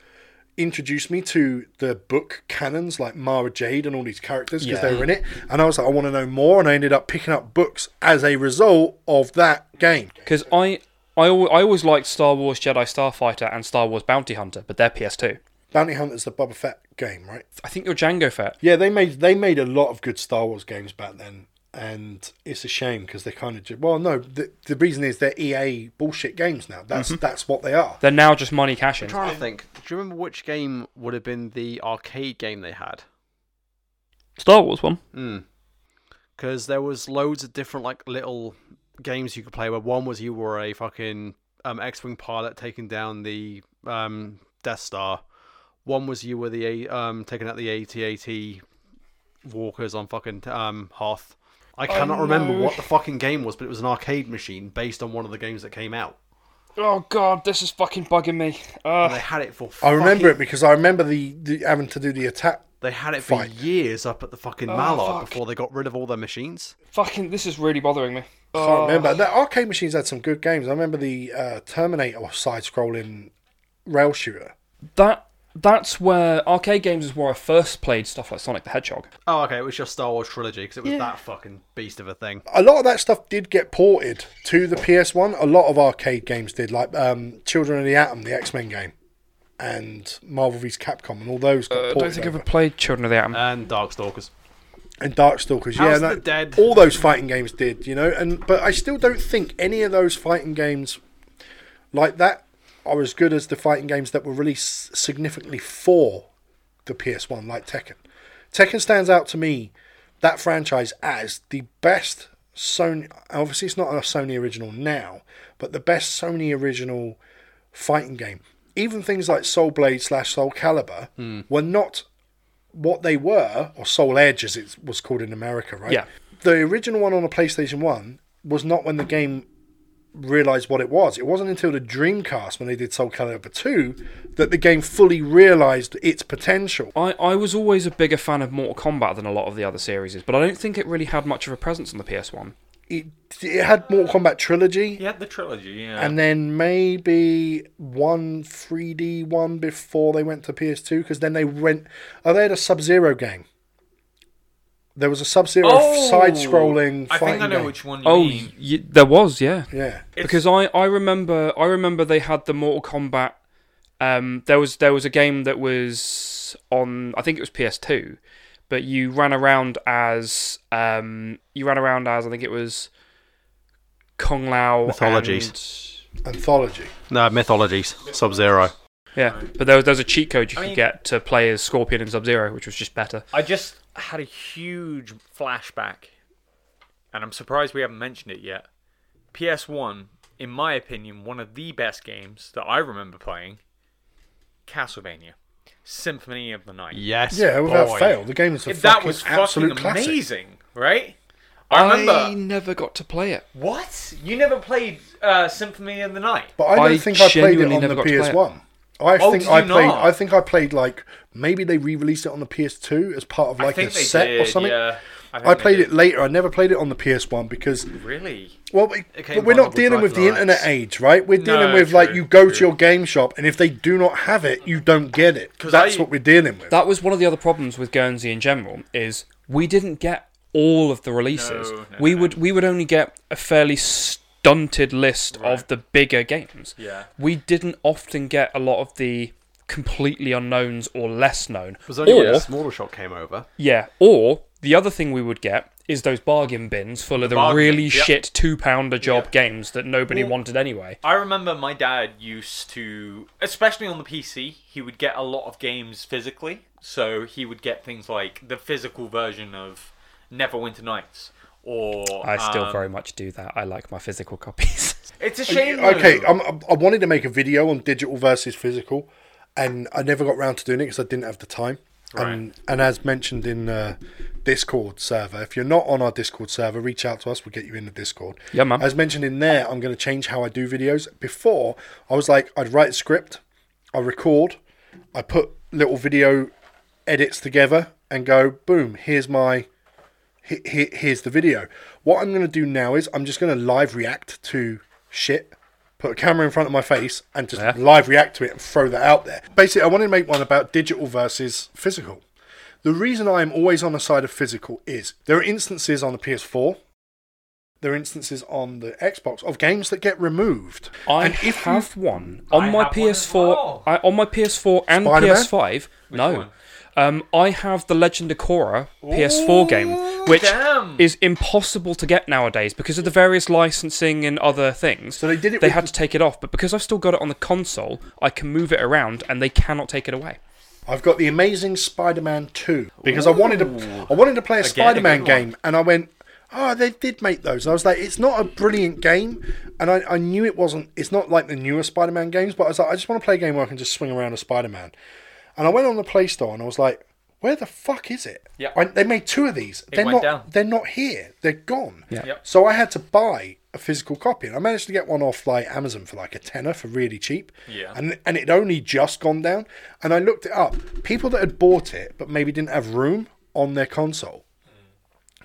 introduce me to the book canons like Mara Jade and all these characters because they Yeah. were in it, and I was like, I want to know more, and I ended up picking up books as a result of that game. Because I, I, al- I always liked Star Wars Jedi Starfighter and Star Wars Bounty Hunter, but they're PS2. Bounty Hunter's the Boba Fett game, right? I think you're Django Fett. Yeah, they made they made a lot of good Star Wars games back then, and it's a shame because they kind of just, well, no, the, the reason is they're EA bullshit games now. That's that's what they are. Mm-hmm. They're now just money cashing. I'm trying to think. Do you remember which game would have been the arcade game they had? Star Wars one. Because there was loads of different like little games you could play. Where one was you were a fucking um, X-wing pilot taking down the um, Death Star. One was you were the A- um, taking out the AT-AT walkers on fucking um, Hoth. I Oh, cannot remember what the fucking game was, but it was an arcade machine based on one of the games that came out. Oh god, this is fucking bugging me. And Uh, they had it for. I remember fucking- it because I remember the, the having to do the attack. They had it for Fine. years up at the fucking Oh, Mallard fuck. before they got rid of all their machines. fucking, this is really bothering me. Uh, I can't remember. The arcade machines had some good games. I remember the uh, Terminator side-scrolling rail shooter. That that's where arcade games is where I first played stuff like Sonic the Hedgehog. Oh, okay, it was just Star Wars trilogy because it was that fucking beast of a thing. A lot of that stuff did get ported to the PS1. A lot of arcade games did, like um, Children of the Atom, the X-Men game, and Marvel vs. Capcom, and all those got I ported. Uh, don't think I've over. ever played Children of the Atom. And Darkstalkers. and Darkstalkers. House yeah, of no, the Dead. all those fighting games did, you know. And but I still don't think any of those fighting games like that are as good as the fighting games that were released significantly for the PS1, like Tekken. Tekken stands out to me that franchise as the best Sony. Obviously, it's not a Sony original now, but the best Sony original fighting game. Even things like Soul Blade slash Soul Calibur Hmm. were not what they were, or Soul Edge as it was called in America, right? Yeah. The original one on a PlayStation 1 was not when the game realized what it was. It wasn't until the Dreamcast, when they did Soul Calibur 2, that the game fully realized its potential. I, I was always a bigger fan of Mortal Kombat than a lot of the other series, but I don't think it really had much of a presence on the PS1. It, it had Mortal Kombat Trilogy, He had the trilogy, yeah. and then maybe one 3D one before they went to PS2, because then they went. Oh, they had a Sub Zero game. There was a Sub Zero side scrolling Oh, I fighting think I know game. which one you Oh, mean. y- there was, yeah. Yeah. It's- because I, I remember I remember they had the Mortal Kombat. Um, there was there was a game that was on I think it was PS2, but you ran around as um, you ran around as I think it was Kong Lao Mythologies. Anthology. No, Mythologies. Sub Zero. and- yeah, but there was there's a cheat code you I could mean- get to play as Scorpion and Sub Zero, which was just better. I just had a huge flashback, and I'm surprised we haven't mentioned it yet. PS1, in my opinion, one of the best games that I remember playing Castlevania Symphony of the Night. Yes. Yeah, without boy. fail, the game is a If that fucking was fucking absolute classic. amazing, right? I remember. I never got to play it. What? You never played uh, Symphony of the Night? But I don't I think I played it genuinely on never the got to play it. PS1. I Oh, think did I you played. not? I think I played like maybe they re-released it on the PS2 as part of I like think a they set did, or something. Yeah. think I they played did. it later. I never played it on the PS1 because Really? well, we, It came but we're not bundled with dealing with the Lifelines. internet age, right? We're dealing with like true, you go to true. your game shop and if they do not have it, you don't get it. 'Cause That's I- what we're dealing with. That was one of the other problems with Guernsey in general is we didn't get all of the releases. No, no, we no. would we would only get a fairly stunted list of the bigger games. Yeah. We didn't often get a lot of the completely unknowns or less known. It was only when or, the smaller shot came over. yeah, or the other thing we would get is those bargain bins full of the, bargain really bins, yep. shit two pounder job games that nobody wanted anyway. I remember my dad used to, especially on the PC, he would get a lot of games physically. So he would get things like the physical version of Neverwinter Nights, or I still um, very much do that. I like my physical copies. (laughs) It's a shame. okay, though. I'm, I wanted to make a video on digital versus physical, and I never got round to doing it because I didn't have the time. And, and as mentioned in the Discord server, if you're not on our Discord server, reach out to us. We'll get you in the Discord. Yeah, man. As mentioned in there, I'm going to change how I do videos. Before, I was like, I'd write a script, I record, I put little video edits together, and go, boom, here's my he- he- here's the video. What I'm going to do now is I'm just going to live react to shit, put a camera in front of my face, and just live react to it and throw that out there. Basically, I want to make one about digital versus physical. The reason I'm always on the side of physical is there are instances on the PS4. There are instances on the Xbox of games that get removed. I and if you have one on I my have one as PS4, well. I, on my PS4 and Spider-Man? PS5. no, one? um, I have the Legend of Korra PS4 game, uh, which damn. is impossible to get nowadays because of the various licensing and other things. So they did it They with had the- to take it off, but because I've still got it on the console, I can move it around, and they cannot take it away. I've got the Amazing Spider-Man 2 because I wanted to I wanted to play a Again, a Spider-Man good one. game and I went oh they did make those and I was like it's not a brilliant game and I, I knew it wasn't it's not like the newer Spider-Man games but I was like I just want to play a game where I can just swing around a Spider-Man and I went on the Play Store and I was like where the fuck is it? Yeah. I, they made two of these. they're not. went down. They're not here. They're gone. Yeah. Yep. So I had to buy a physical copy, and I managed to get one off like Amazon for like a tenner for really cheap. Yeah. And and it only just gone down. And I looked it up. People that had bought it but maybe didn't have room on their console,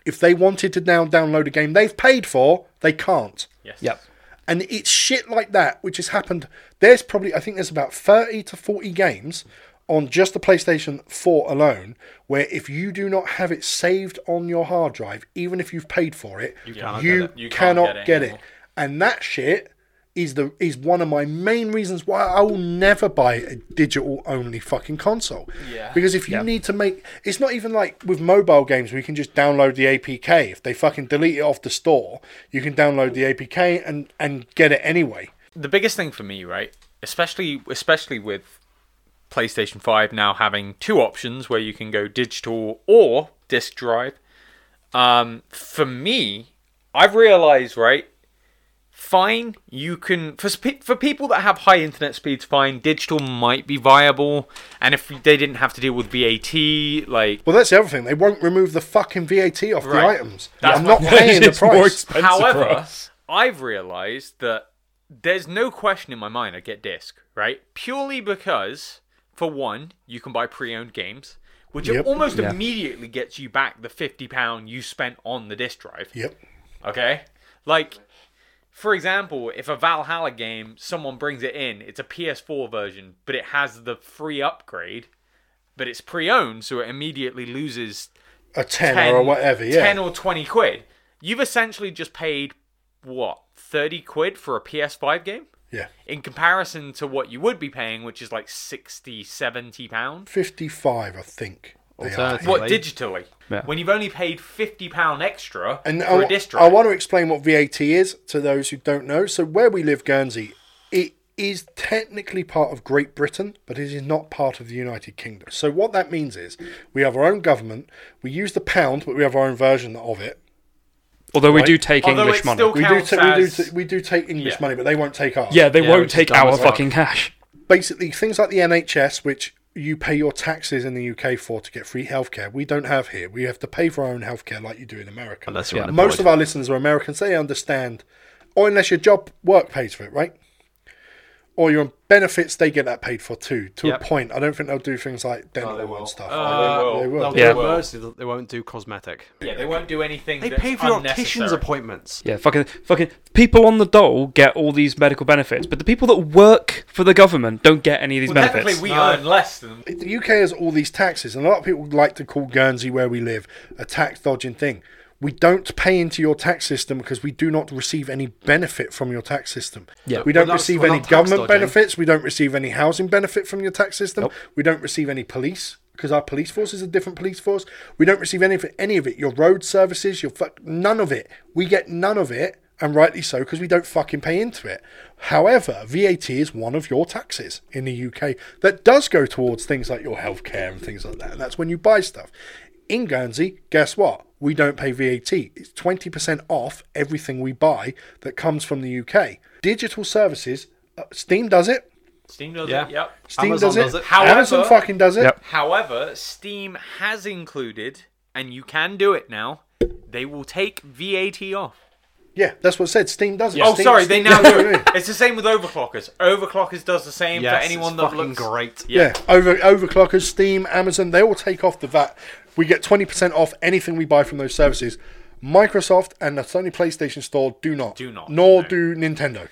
if they wanted to now download a game they've paid for, they can't. Yes. (laughs) Yep. And it's shit like that which has happened. There's probably I think there's about thirty to forty games on just the PlayStation 4 alone, where if you do not have it saved on your hard drive, even if you've paid for it, you cannot get it. You can't cannot get it get it. anymore. And that shit is the is one of my main reasons why I will never buy a digital only fucking console. Yeah. Because if you need to make it's not even like with mobile games where you can just download the APK. If they fucking delete it off the store, you can download the APK and and get it anyway. the biggest thing for me, right, especially especially with PlayStation 5 now having two options where you can go digital or disk drive. Um, for me, I've realized, right, fine, you can for sp- for people that have high internet speeds, fine, digital might be viable, and if they didn't have to deal with VAT, like Well, that's the other thing. They won't remove the fucking VAT off the Right. items. That's I'm my not paying (laughs) the It's more price. expensive However, for us. I've realized that there's no question in my mind I get disc, right? Purely because, for one, you can buy pre owned games, which Yep. almost immediately gets you back the £50 you spent on the disc drive. Yep. Okay? Like, for example, if a Valhalla game, someone brings it in, it's a PS4 version, but it has the free upgrade, but it's pre owned, so it immediately loses A tenner or whatever. Yeah. 10 or 20 quid. You've essentially just paid, what, 30 quid for a PS5 game? yeah. In comparison to what you would be paying, which is like 60, 70 pounds. 55, I think. They are. Alternative. What, Really? digitally? When you've only paid 50 pound extra And for I, a disc drive. I want to explain what VAT is to those who don't know. So, where we live, Guernsey, it is technically part of Great Britain, but it is not part of the United Kingdom. So, what that means is we have our own government, we use the pound, but we have our own version of it. Although we Right. do take Although English it's money. still- We do, Counts ta- we, do as- ta- we do take English Yeah. money, but they won't take ours. yeah, they Yeah, won't which is take dumb our as well. fucking cash. basically things like the NHS, which you pay your taxes in the UK for to get free healthcare, we don't have here. We have to pay for our own healthcare like you do in America. Unless you're unemployed. Most of our listeners are Americans, they understand, or unless your job work pays for it, right? Or your benefits, they get that paid for too, to Yep. a point. I don't think they'll do things like dental they will. and stuff. Uh, they will. They'll Yeah. do emergency, they won't do cosmetic. yeah, they won't do anything. They that's pay for your opticians unnecessary. appointments. Yeah, fucking, fucking people on the dole get all these medical benefits, but the people that work for the government don't get any of these Well, benefits. technically, we No. earn less than. the UK has all these taxes, and a lot of people like to call Guernsey, where we live, a tax dodging thing. We don't pay into your tax system because we do not receive any benefit from your tax system. Yeah. We don't We're not- receive we're any not tax government dodging. benefits. We don't receive any housing benefit from your tax system. We don't receive any police because our police force is a different police force. We don't receive any of it, any of it. Your road services, your fuck, none of it. We get none of it, and rightly so because we don't fucking pay into it. However, VAT is one of your taxes in the UK that does go towards things like your healthcare and things like that. And that's when you buy stuff. In Guernsey, guess what? We don't pay VAT. It's 20% off everything we buy that comes from the UK. Digital services, uh, Steam does it. Steam does Yeah. it. Yep. Steam Amazon does it. does it. However- Amazon fucking does it. Yep. However, Steam has included, and you can do it now. They will take VAT off. Yeah, that's what it said. Steam does it. Oh, Steam- sorry, they Steam- now do. (laughs) it. It's the same with overclockers. Overclockers does the same Yes, for anyone it's that fucking looks great. (laughs) Yeah, over overclockers, Steam, Amazon, they all take off the VAT. We get 20% off anything we buy from those services. Microsoft and the Sony PlayStation Store do not. Do not, Nor no. do Nintendo.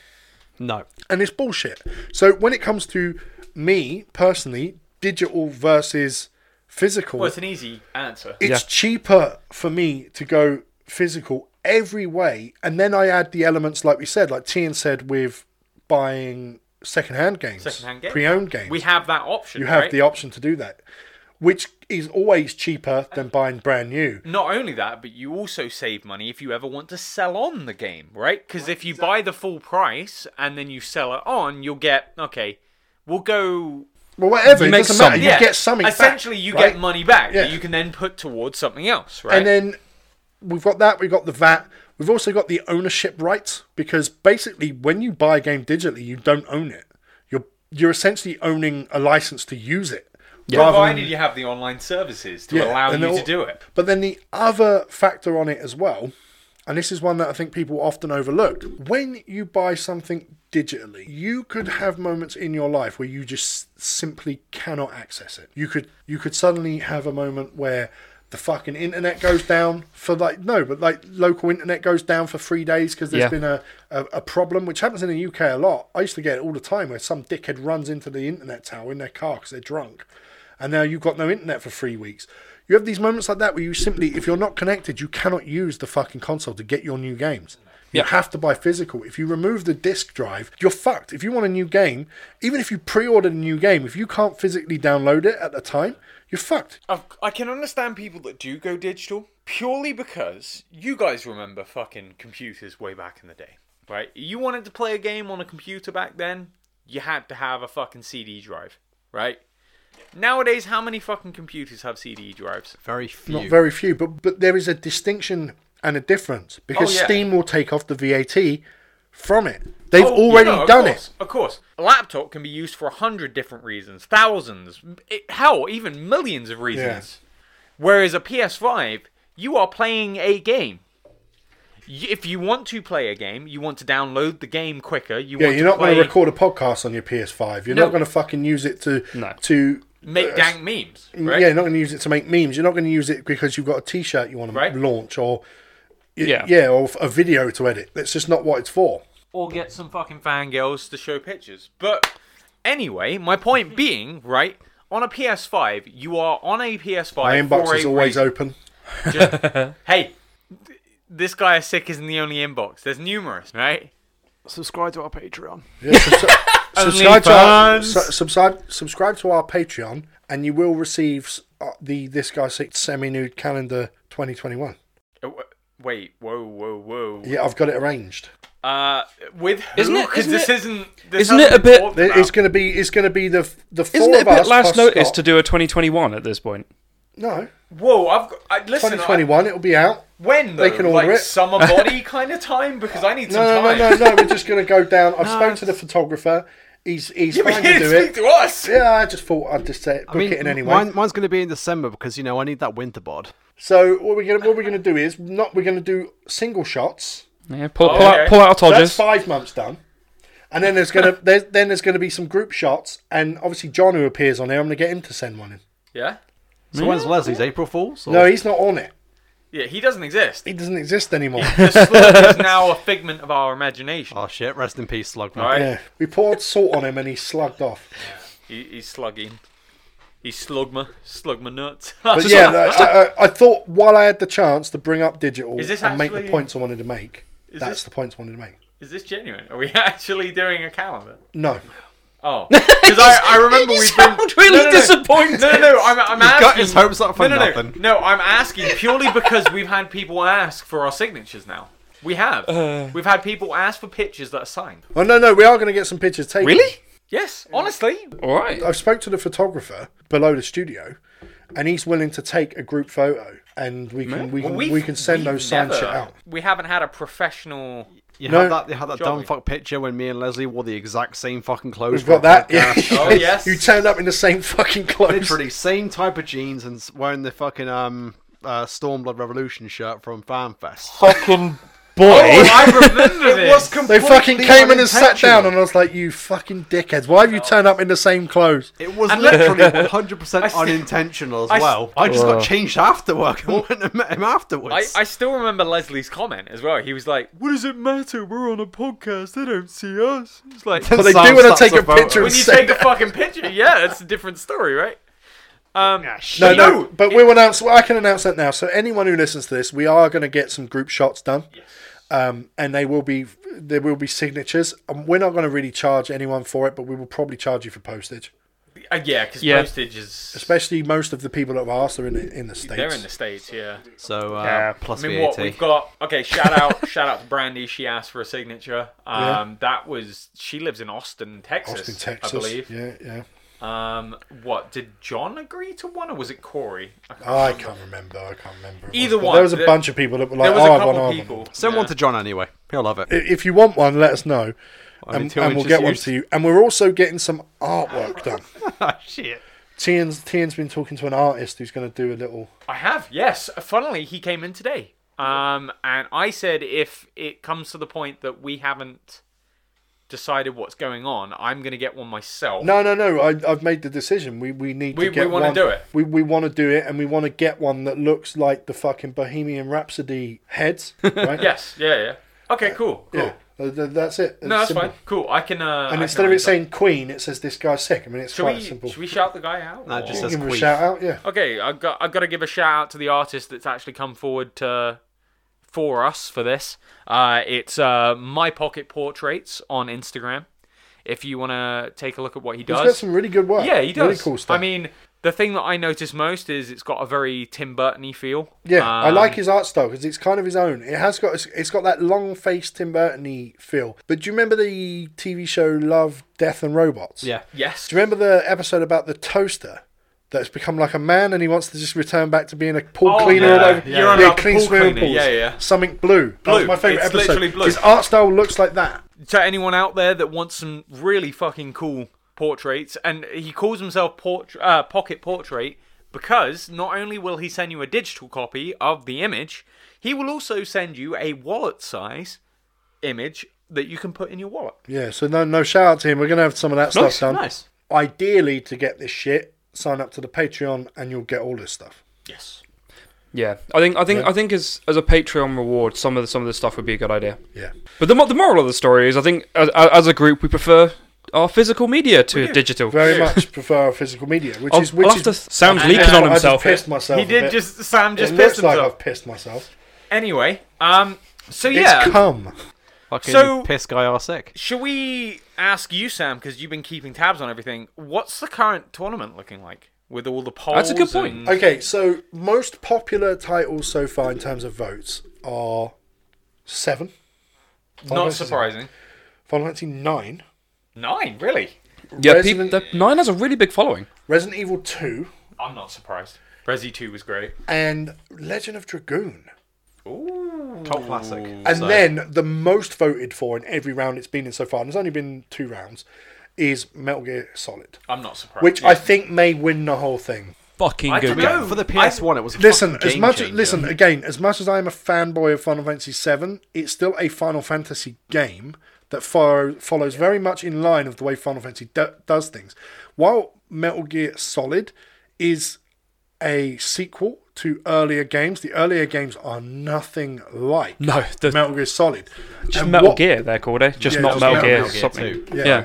No. and it's bullshit. So when it comes to me personally, digital versus physical, Well, Oh, it's an easy answer. it's cheaper for me to go physical every way, and then I add the elements like we said, like Tian said, with buying secondhand games, Secondhand game. pre-owned games. We have that option. you have right? the option to do that, which is always cheaper than buying brand new. Not only that, but you also save money if you ever want to sell on the game, right? Because if you buy the full price and then you sell it on, you'll get okay. We'll go. Well, whatever, You it make doesn't some. matter. yeah, You get something. back, Essentially, you right? get money back Yeah. that you can then put towards something else, right? And then we've got that, we've got the VAT, we've also got the ownership rights because basically when you buy a game digitally, you don't own it. You're you're essentially owning a license to use it. Yeah. Rather Why than- did you have the online services to Yeah, allow and you all- to do it? But then the other factor on it as well, and this is one that I think people often overlooked, when you buy something digitally, you could have moments in your life where you just simply cannot access it. You could you could suddenly have a moment where the fucking internet goes down for like no, but like local internet goes down for three days because there's Yeah. been a, a, a problem, which happens in the UK a lot. I used to get it all the time where some dickhead runs into the internet tower in their car because they're drunk and now you've got no internet for three weeks. You have these moments like that where you simply, if you're not connected, you cannot use the fucking console to get your new games. You have to buy physical. If you remove the disk drive, you're fucked. If you want a new game, even if you pre ordered a new game, if you can't physically download it at the time, you're fucked. I've, I can understand people that do go digital purely because you guys remember fucking computers way back in the day, right? You wanted to play a game on a computer back then, you had to have a fucking CD drive, right? Nowadays, how many fucking computers have CD drives? Very few. Not very few, but, but there is a distinction and a difference because Oh, yeah. Steam will take off the VAT from it. They've Oh, already no, of done course, it. Of course. A laptop can be used for a hundred different reasons, thousands, it- hell, even millions of reasons. Whereas a PS5, you are playing a game. Y- If you want to play a game, you want to download the game quicker. You Yeah, want you're to not play, going to record a podcast on your PS5. You're No. not going to fucking use it to No. to make dang memes, right? Mm, Yeah, you're not going to use it to make memes. You're not going to use it because you've got a T-shirt you want to Right. launch or yeah, Yeah. yeah, or a video to edit. That's just not what it's for. or get some fucking fangirls to show pictures. But anyway, my point being, right, on a PS5, you are on a PS5. My for inbox a is always reason. open. (laughs) Just- hey, th- this guy is sick isn't the only inbox. There's numerous, right? Subscribe to our Patreon. Yeah, subs- (laughs) subscribe, to our, OnlyFans. su- subscribe, subscribe to our Patreon, and you will receive s- uh, the this guy six semi-nude calendar 2021. Uh, w- Wait, whoa, whoa, whoa. Yeah, I've got it arranged. Uh, with who? Isn't it- 'Cause isn't this it- isn't. This isn't it hasn't a been bit- talked There- about. It's going to be it's going to be the f- the 4 Isn't it a of bit us last plus notice Scott. to do a 2021 at this point? No, Whoa, I've got. I, listen, I, 2021. It'll be out. when though? They can order like it. (laughs) summer body kind of time because I need some No, no, time. (laughs) no, no, no. We're just going to go down. I've spoken to the photographer. He's he's Yeah, but fine you to didn't do speak it. to us. Yeah, I just thought I'd just say, book it in anyway. mine, mine's going to be in December because you know I need that winter bod. So what we're gonna what we're gonna do is not we're gonna do single shots. Yeah, pull, Oh, pull, out, okay. pull out our That's Todgers. five months done. And then there's gonna there's, then there's gonna be some group shots, and obviously John who appears on there, I'm gonna get him to send one in. Yeah. So when's Leslie's? April Fool's? Or? No, he's not on it. Yeah, he doesn't exist. He doesn't exist anymore. The slug is now a figment of our imagination. Oh shit! Rest in peace, Slugman. All right, yeah, we poured salt on him and he slugged off. he, he's slugging. He's slugma, slugma nuts. (laughs) But yeah, I, I, I thought while I had the chance to bring up digital Is this and make the actually- points I wanted to make, Is that's this- the points I wanted to make. Is this genuine? Are we (laughs) actually doing a calendar? No, (laughs) Oh, because I, I remember You we've sound been really no, no, no. disappointed. No, no, no. I'm, I'm He's asking. got his hopes up for no, no, nothing. No, no, I'm asking purely because we've had people ask for our signatures now. We have. We've had people ask for pictures that are signed. oh no, no, we are gonna get some pictures taken. Really? Yes, honestly. All right. I've spoke to the photographer below the studio, and he's willing to take a group photo, and we can we can We've- we can send we've those signed never- shit out. We haven't had a professional. You No. had that. You had that dumb Jolly. fuck picture when me and Leslie wore the exact same fucking clothes. We've got that. Yeah. (laughs) Oh, yes. You turned up in the same fucking clothes. Literally same type of jeans and s- wearing the fucking um uh, Stormblood Revolution shirt from FanFest. Fucking boy. Oh, I (laughs) remember this. They fucking came in and sat down, and I was like, "You fucking dickheads! Why have Oh. you turned up in the same clothes?" It was And literally (laughs) 100% I still- unintentional as I s- well. I just Ugh. got changed after work and went and met him I, afterwards. I still remember Leslie's comment as well. He was like, "What does it matter? We're on a podcast. They don't see us." It's like But (laughs) they do Sam want to snaps take a a picture. photo. and when you send take a it. fucking picture, yeah, it's a different story, right? Um, No, But no, no, but it- we'll announce. Well, I can announce that now. So anyone who listens to this, we are going to get some group shots done, um, and they will be there will be signatures. And we're not going to really charge anyone for it, but we will probably charge you for postage, uh, yeah, because Yeah. postage is especially most of the people that have asked are in the, in the states. they're in the states, yeah. So, uh, Yeah. plus I mean, VAT. what eh? we've got? Okay, shout (laughs) out, shout out to Brandy. She asked for a signature. Um, that was she lives in Austin, Texas, Austin, Texas. I believe. Yeah, yeah. Um, what did John agree to one, or was it Corey? I can't I can't remember. I can't remember. Either But one. There was a There- bunch of people that were like, There "Oh, was I a want, couple I want." people. Send yeah. one to John anyway. He'll love it. I- If you want one, let us know, Only and, two and we'll inches get one (laughs) used. to you. And we're also getting some artwork done. Ah, shit. Tian's Tian's been talking to an artist who's going to do a little. I have, yes. Funnily, he came in today. Um, and I said if it comes to the point that we haven't decided what's going on, I'm going to get one myself. No, no, no. I, I've made the decision. We we need We- to we get wanna one- do it. We we want to do it, and we want to get one that looks like the fucking Bohemian Rhapsody (laughs) heads, right? Yes, yeah, yeah. Okay, cool, cool. Yeah. Th- th- That's it. No, It's that's simple. fine. Cool. I can. Uh, And I instead can of it arrange that. saying Queen, it says this guy's sick. I mean, it's should quite we simple. should we Oh, shout the guy out? No, or- just You says give him a queef. shout out, yeah. Okay, I've got I've got to give a shout out to the artist that's actually come forward to for us for this. Uh, it's uh, my pocket portraits on Instagram. If you want to take a look at what he He's got does, some really good work. yeah, he does. Really cool stuff. I mean, the thing that I notice most is it's got a very Tim Burton-y feel. yeah, I Um, like his art style because it's kind of his own. It has got it's got that long faced Tim Burton-y feel. But do you remember the TV show Love, Death and Robots? Yeah. Yes. Do you remember the episode about the toaster that's become like a man and he wants to just return back to being a pool Oh, cleaner? yeah, all over- yeah. You're on about pool cleaner, yeah, yeah. Something blue. That was Blue. my favorite It's episode. literally blue. His art style looks like that. to anyone out there that wants some really fucking cool portraits, and he calls himself portrait, uh, Pocket Portrait because not only will he send you a digital copy of the image, he will also send you a wallet size image that you can put in your wallet. Yeah. So no, no shout out to him. We're gonna have some of that Nice, stuff done. nice. Ideally, to get this shit, sign up to the Patreon and you'll get all this stuff. Yes. (laughs) Yeah, I think I think I think as as a Patreon reward, some of the, some of this stuff would be a good idea. Yeah. But the mo- the moral of the story is, I think as, as a group, we prefer our physical media to digital. Very much prefer physical media, which I'll, is which I'll have is. to Sam's I- leaking I- on I just himself. here. pissed myself. He a did bit. just Sam It just looks pissed like himself. I've pissed myself. Anyway, um so It's yeah, cum. Fucking So- piss guy are sick. should we ask you Sam because you've been keeping tabs on everything. What's the current tournament looking like with all the polls? That's a good point. and- Okay, so most popular titles so far in terms of votes are seven. Not surprising. Final Fantasy nine, Nine, really? Yeah, Resident- peop the, Nine has a really big following. Resident Evil two, I'm not surprised. Resi 2 was great. and Legend of Dragoon. Ooh. Cult classic. And then the most voted for in every round it's been in so far, and there's only been two rounds, is Metal Gear Solid, I'm not surprised. which I think may win the whole thing. Fucking I good. don't game. know. For the PS1, it was a Listen, fucking as game much changer. listen again, as much as I am a fanboy of Final Fantasy VII, it's still a Final Fantasy game that follow, follows very much in line of the way Final Fantasy do, does things. While Metal Gear Solid is a sequel to earlier games, the earlier games are nothing like No, the, Metal Gear Solid. just And Metal what- Gear. They're called eh? just Yeah, not just Metal, Metal Gear, Gear something. Yeah. Yeah.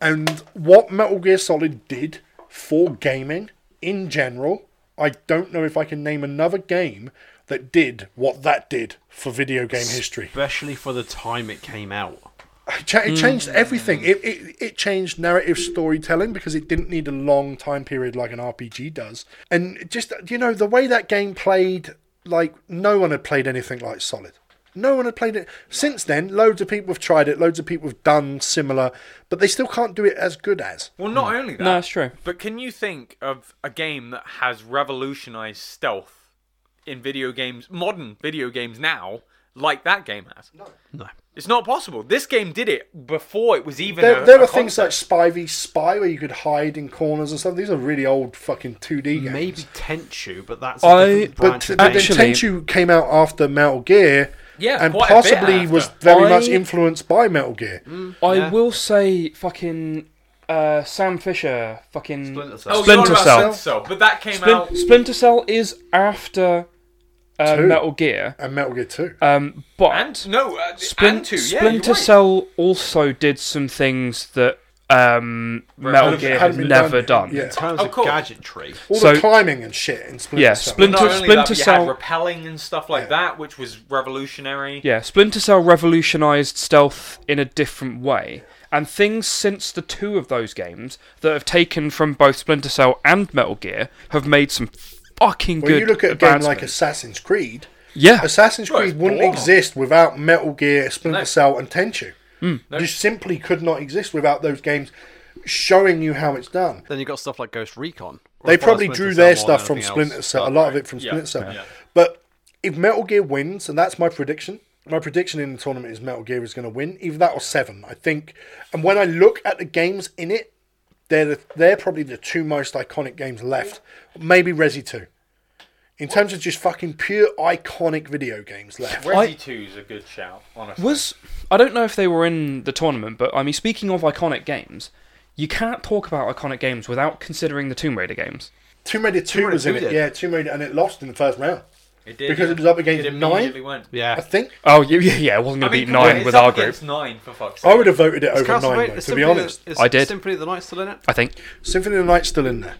And what Metal Gear Solid did for gaming in general, I don't know if I can name another game that did what that did for video game history. Especially for the time it came out. It cha- it changed everything. It, it it changed narrative storytelling because it didn't need a long time period like an RPG does. And just you know the way that game played, like no one had played anything like Solid. No one had played it since then. Loads of people have tried it. Loads of people have done similar, but they still can't do it as good as. Well, not only that. No, that's true. But can you think of a game that has revolutionized stealth in video games, modern video games now, like that game has? No. No. It's not possible. This game did it before it was even. There, a, there a were things like concept. Spy v Spy where you could hide in corners and stuff. These are really old fucking two D games. Maybe Tenchu, but that's I- a different But, branch of but game. actually- then Tenchu came out after Metal Gear, Yeah, and quite a bit possibly after. was very I- much influenced by Metal Gear. I Yeah. will say, fucking uh, Sam Fisher, fucking Splinter Cell. Oh, Oh, you're on Splinter about Cell. Cell, but that came Splin- out. Splinter Cell is after uh, Two. Metal Gear, And Metal Gear Two. um, but And no, uh, Splin- and two. Yeah, you're Splinter right. Cell also did some things that um, Metal hadn't- Gear has hadn't been never done. done. Yeah. In terms Oh, of cool. gadgetry, All the so- climbing and shit in Splinter Yeah, Cell. Splinter- Not only that, but Splinter you Cell- had repelling and stuff like that, which was revolutionary. Yeah, Splinter Cell revolutionized stealth in a different way. And things since the two of those games that have taken from both Splinter Cell and Metal Gear have made some fucking When good you look at a game advancements. like Assassin's (sighs) Creed, yeah, Assassin's Well, it's Creed wouldn't born on- exist without Metal Gear, Splinter No. Cell, and Tenchu. Hmm. Just simply could not exist without those games showing you how it's done. then you got stuff like Ghost Recon. They Or probably Splinter drew Cell their more stuff than from anything Splinter else. Cell, a lot of it from Splinter Cell. But if Metal Gear wins, and that's my prediction, my prediction in the tournament is Metal Gear is going to win, either that or seven, I think. And when I look at the games in it, They're the, they're probably the two most iconic games left. Maybe Resi Two. In terms of just fucking pure iconic video games left. Resi 2's a good shout, honestly. Was I don't know if they were in the tournament, but I mean, speaking of iconic games, you can't talk about iconic games without considering the Tomb Raider games. Tomb Raider Two Raider was in 2 it. did. Yeah, Tomb Raider, and it lost in the first round. It did, Because yeah. it was up against It nine? immediately went. I Yeah. think Oh yeah, (laughs) yeah, yeah. I wasn't gonna beat come on, nine it's with up our group. against Nine for fuck's sake. I would have voted it over nine. Castlevania- Though, is to be Symphony- honest, is I did. Symphony of the Night still in it? I think. Symphony of the Night's still in there.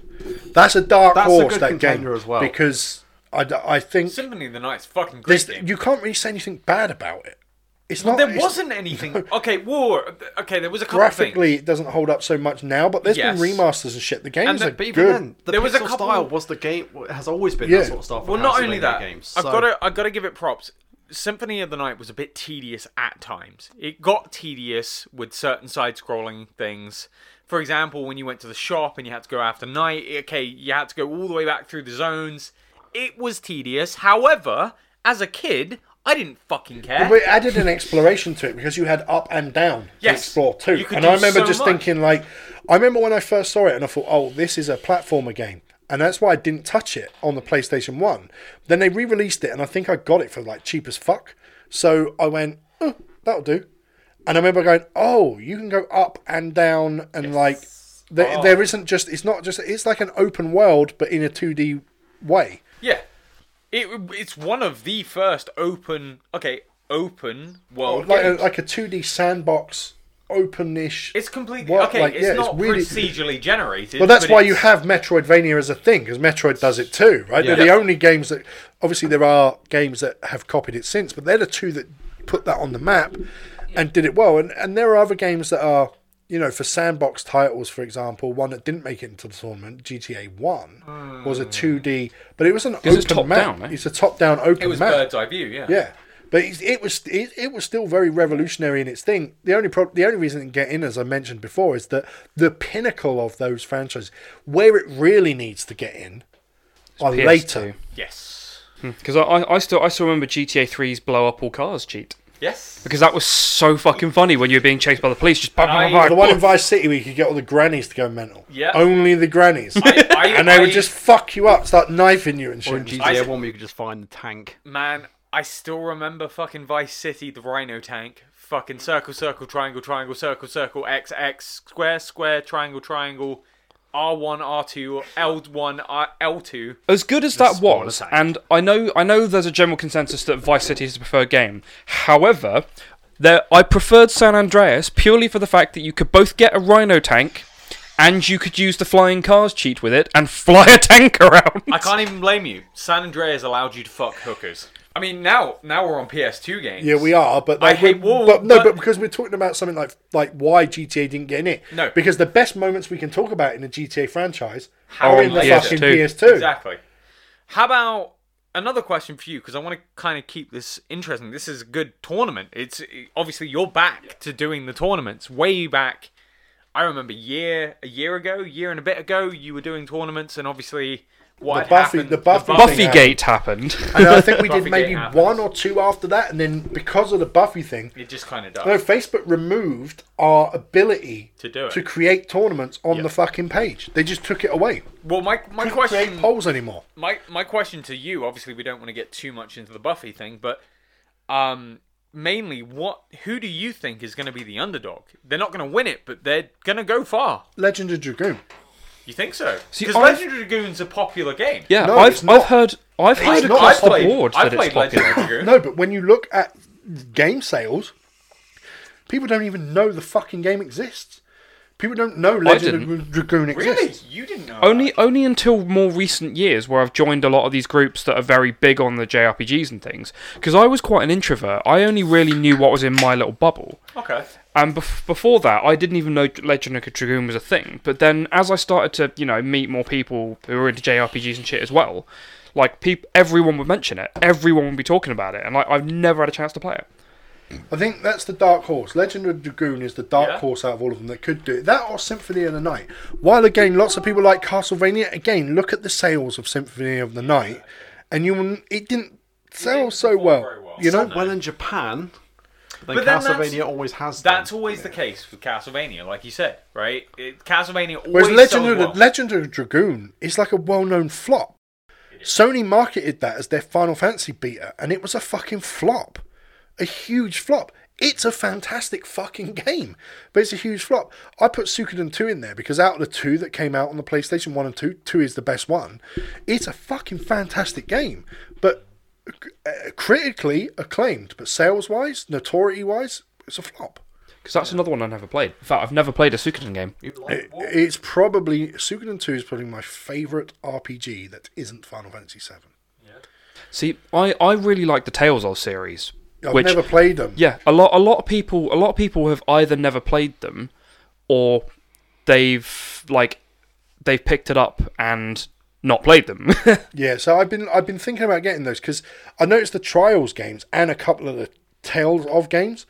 That's a dark That's a horse. good that game contender as well. because I, d- I think Symphony of the Night's a fucking great there's, game. you can't really say anything bad about it. It's not there it's- wasn't anything. Okay, war. Okay, there was a couple graphically things. it doesn't hold up so much now, but there's Yes. been remasters and shit. The And games the, are but good. even then, the There pixel was a couple- style was the game has always been Yeah. that sort of stuff. Well, for not only Castlevania that, games, I've so- got to, I've got to give it props. Symphony of the Night was a bit tedious at times. It got tedious with certain side-scrolling things. For example, when you went to the shop and you had to go after night, okay, you had to go all the way back through the zones. It was tedious. However, as a kid, I didn't fucking care. We added an exploration to it because you had up and down Yes. to explore too. You could And do I remember so just much. thinking like I remember when I first saw it and I thought, oh, this is a platformer game. And that's why I didn't touch it on the PlayStation 1. Then they re released it and I think I got it for like cheap as fuck. So I went, oh, that'll do. And I remember going, oh, you can go up and down and like Oh. there, there isn't just it's not just it's like an open world but in a 2D way. Yeah, it, it's one of the first open. Okay, open world. Oh, like a, games. like a 2D sandbox, openish. It's completely world. okay. Like, it's yeah, not really- (laughs) procedurally generated. Well, that's but why it's- you have Metroidvania as a thing, because Metroid does it too, right? They're the Yeah. only games that, obviously, there are games that have copied it since, but they're the two that put that on the map and did it well. And and there are other games that are, you know, for sandbox titles, for example, one that didn't make it into the tournament, GTA One, was a 2D, but it was an open it's top map. down, eh? It's a top-down open Hmm. It was map. bird's eye view. Yeah. Yeah, but it, it was it, it was still very revolutionary in its thing. The only pro- the only reason it can get in, as I mentioned before, is that the pinnacle of those franchises, where it really needs to get in, are later. Yes. Because I, I, I still I still remember GTA 3's blow up all cars cheat Yes. because that was so fucking funny when you were being chased by the police. Just bang, bang, I- bang, The one in Vice City where you could get all the grannies to go mental. Yeah. Only the grannies. (laughs) I, I, (laughs) and they I, would just fuck you up, start knifing you and shit. Or in and stuff. GTA One, where you could just find the tank. man. I still remember fucking Vice City, the Rhino tank. Fucking circle, circle, triangle, triangle, circle, circle, X, X, square, square, triangle, triangle, R one, R two, L one, L two. As good as that smaller was, size. and I know I know there's a general consensus that Vice City is the preferred game. However, there I preferred San Andreas purely for the fact that you could both get a Rhino tank and you could use the flying cars cheat with it and (laughs) fly a tank around. I can't even blame you. San Andreas allowed you to fuck hookers. I mean, now now we're on PS2 games. Yeah, we are, but I like, we- hate war, But no, but- but, because we're talking about something like like why GTA didn't get in it. No. because the best moments we can talk about in the GTA franchise How are in the fucking amazing. PS2. PS2. Exactly. How about another question for you? Because I want to kind of keep this interesting. This is a good tournament. It's obviously you're back to doing the tournaments. Way back, I remember year a year ago, year and a bit ago, you were doing tournaments, and obviously what had Buffy- happened- the Buffy Buffy Buffy Gate happened. And I think we did Buffy maybe Gate happens. one or two after that, and then because of the Buffy thing, it just kind of no, died. Facebook removed our ability To do it. to create tournaments on the fucking page. They just took it away. Well, my my Couldn't question create polls anymore. my my question to you obviously we don't want to get too much into the buffy thing but um mainly what who do you think is going to be the underdog they're not going to win it but they're going to go far Legend of Dragoon. you think so because I've- legend of dragoon's a popular game (laughs) Yeah, No, it's I've, not. I've heard I've heard not. across I've the played- board I that it's played popular. Legend of Dragoon. No, but when you look at game sales, people don't even know the fucking game exists. People don't know Legend of Dragoon exists. really you didn't know Only only until more recent years where I've joined a lot of these groups that are very big on the JRPGs and things. Because I was quite an introvert. I only really knew what was in my little bubble. that? okay And bef- before that, I didn't even know Legend of Dragoon was a thing. But then, as I started to, you know, meet more people who were into JRPGs and shit as well, like peop- everyone would mention it. Everyone would be talking about it, and like I've never had a chance to play it. I think that's the dark horse. Legend of Dragoon is the dark Yeah. horse out of all of them that could do it. That or Symphony of the Night. While again, lots of people like Castlevania. Again, look at the sales of Symphony of the Night, and you will- it didn't sell so perform well. very well. You know, Well, in Japan, But then But then that's- Castlevania always has. That's done. always the case with Castlevania, like you said, right? It, Castlevania always Whereas Legend sells of, well. Legend of Dragoon is like a well known flop. Sony marketed that as their Final Fantasy beta, and it was a fucking flop. A huge flop. It's a fantastic fucking game, but it's a huge flop. I put Suikoden 2 in there because out of the two that came out on the PlayStation 1 and 2, 2 is the best one. It's a fucking fantastic game, but uh, critically acclaimed, but sales wise, notoriety wise, it's a flop. Because that's another one I never played. In fact, I've never played a Suikoden game. It- it's probably Suikoden 2 is probably my favorite RPG that isn't Final Fantasy 7. See, I, I really like the Tales of series, I've which never played them. yeah, a lot a lot of people a lot of people have either never played them, or they've like they've picked it up and not played them. (laughs) Yeah, so I've been I've been thinking about getting those because I noticed the Trials games and a couple of the Tales of games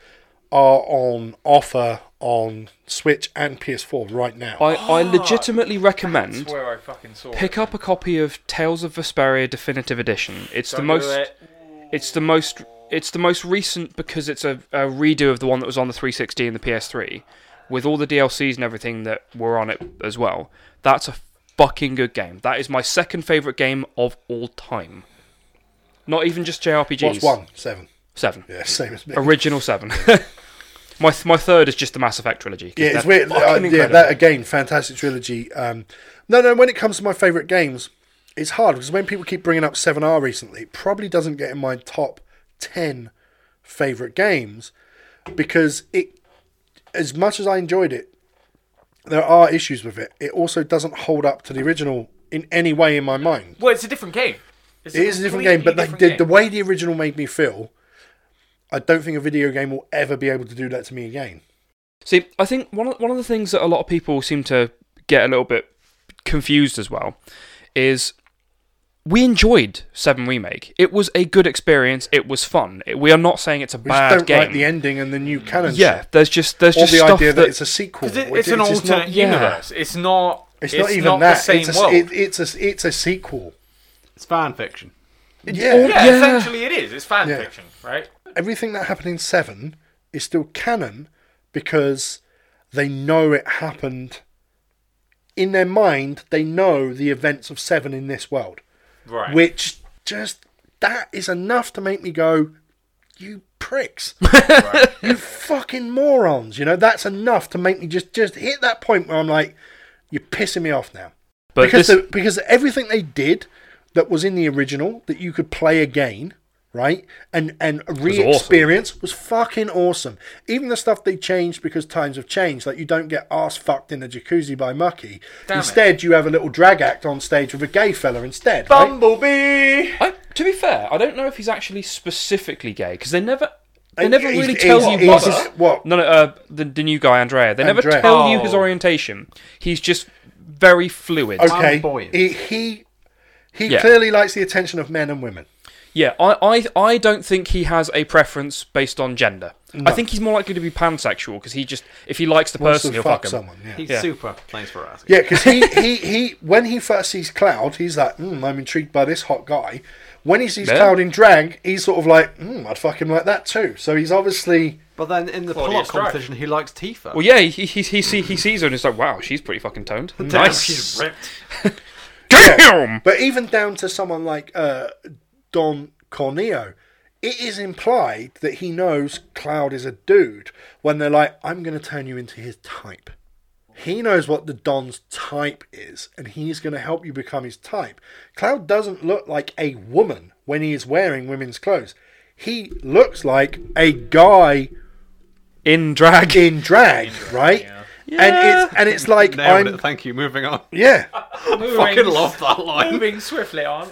are on offer on Switch and PS4 right now. I, I legitimately recommend Ah, That's where I fucking saw. pick it. up a copy of Tales of Vesperia Definitive Edition. It's the Don't most do it. it's the most it's the most recent because it's a, a redo of the one that was on the 360 and the PS3 with all the DLCs and everything that were on it as well. That's a fucking good game. That is my second favorite game of all time. Not even just JRPGs. What's one seven? 7. Yeah, (laughs) same as me. Original 7. (laughs) my th- my third is just the Mass Effect trilogy. 'cause Yeah, it's they're weird. fucking Uh, yeah, incredible. that again, fantastic trilogy. Um, no, no. When it comes to my favorite games, it's hard because when people keep bringing up Seven R recently, it probably doesn't get in my top ten favorite games because it, as much as I enjoyed it, there are issues with it. It also doesn't hold up to the original in any way in my mind. Well, it's a different game. It's It is a different game, but completely like the, different the game. way the original made me feel, I don't think a video game will ever be able to do that to me again. See, I think one of, one of the things that a lot of people seem to get a little bit confused as well is we enjoyed Seven Remake. It was a good experience. It was fun. It- we are not saying it's a We bad just don't game. like the ending and the new canon. shit. yeah, there's just there's or just the stuff idea that, that it's a sequel. 'Cause it- It- it's an just not- alternate yeah. universe. It's not. It's not even not that. The same it's, a, world. it- it's a it's a sequel. It's fan fiction. Yeah. yeah, Yeah. essentially it is. It's fan Yeah. fiction, right? everything that happened in Seven is still canon because they know it happened. In their mind, they know the events of Seven in this world, Right. which just that is enough to make me go, "You (laughs) pricks, you fucking morons!" You know that's enough to make me just just hit that point where I'm like, "You're pissing me off now." but because this, the, because everything they did that was in the original that you could play again, right? And and re-experience was, fucking awesome. Even the stuff they changed because times have changed, like you don't get ass fucked in a jacuzzi by Mucky. Damn it. instead, you have a little drag act on stage with a gay fella instead. right? Bumblebee. I, to be fair, I don't know if he's actually specifically gay because they never they Uh, never he's- really he's- tell you he's- what. what? No, no, uh, the, the new guy Andrea. They never Andrea. tell you his Oh. orientation. He's just very fluid. Okay, Flamboyant. he he, he Yeah. clearly likes the attention of men and women. Yeah, I, I, I don't think he has a preference based on gender. I think he's more likely to be pansexual because he just if he likes the Wants person, to he'll fuck fuck, him. someone. Yeah. He's Yeah. super. Thanks for asking. (laughs) Yeah, because he, he, he, when he first sees Cloud, he's like, mm, I'm intrigued by this hot guy. When he sees Yeah. Cloud in drag, he's sort of like, mm, I'd fuck him like that too. So he's obviously. But then in the Claudia pull-up Strike. competition, he likes Tifa. Well, yeah, he he, he, see, he sees her and he's like, wow, she's pretty fucking toned. Damn, Nice. she's ripped. Damn. But even down to someone like uh, Don Corneo, it is implied that he knows Cloud is a dude when they're like, I'm going to turn you into his type. He knows what the Don's type is, and he's going to help you become his type. Cloud doesn't look like a woman when he is wearing women's clothes. He looks like a guy In drag. in drag, right? And it's and it's like Nailed I'm it. Thank you. Moving on. yeah, (laughs) Moving, Fucking love that line. Moving swiftly on.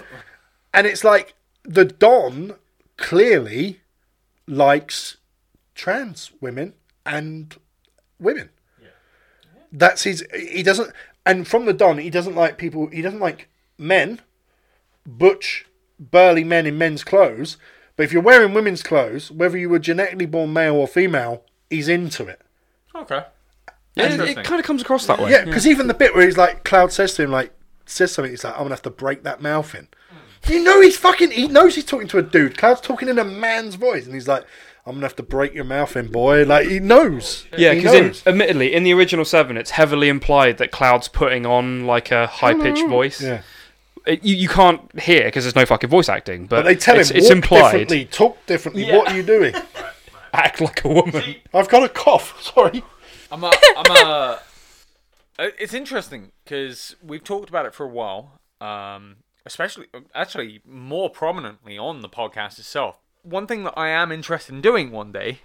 and it's like the Don clearly likes trans women and women. That's his. He doesn't. And from the Don, he doesn't like people. He doesn't like men, butch, burly men in men's clothes. But if you're wearing women's clothes, whether you were genetically born male or female, he's into it. Okay. Yeah, it Interesting. kind of comes across that way. Yeah, because even the bit where he's like, Cloud says to him, like, says something, he's like, I'm gonna have to break that Mm. mouth in. You know he's fucking. He knows he's talking to a dude. Cloud's talking in a man's voice, and he's like, I'm gonna have to break your mouth in, boy. Like he knows. Yeah, He because knows. admittedly, in the original Seven, it's heavily implied that Cloud's putting on like a high pitched voice. yeah. It- you, you can't hear because there's no fucking voice acting, but, But they tell it's, him it's walk implied. differently, talk differently. Yeah. What are you (laughs) doing? Act like a woman. I've got a cough. (laughs) Sorry. I'm a, I'm a. (laughs) Uh, It's interesting because we've talked about it for a while, um, especially, actually, more prominently on the podcast itself. One thing that I am interested in doing one day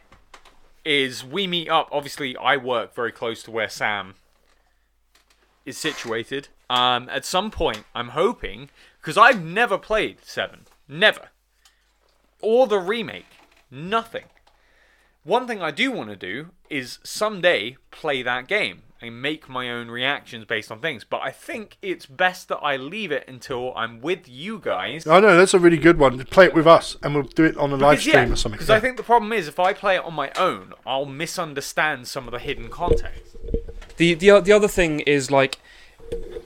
is we meet up. Obviously, I work very close to where Sam is situated. Um, at some point, I'm hoping because I've never played Seven, never, or the remake, nothing. One thing I do want to do is someday play that game and make my own reactions based on things. But I think it's best that I leave it until I'm with you guys. I know that's a really good one. Play it with us, and we'll do it on a live Because, yeah, stream or something. Because I think the problem is if I play it on my own, I'll misunderstand some of the hidden context. The the the other thing is like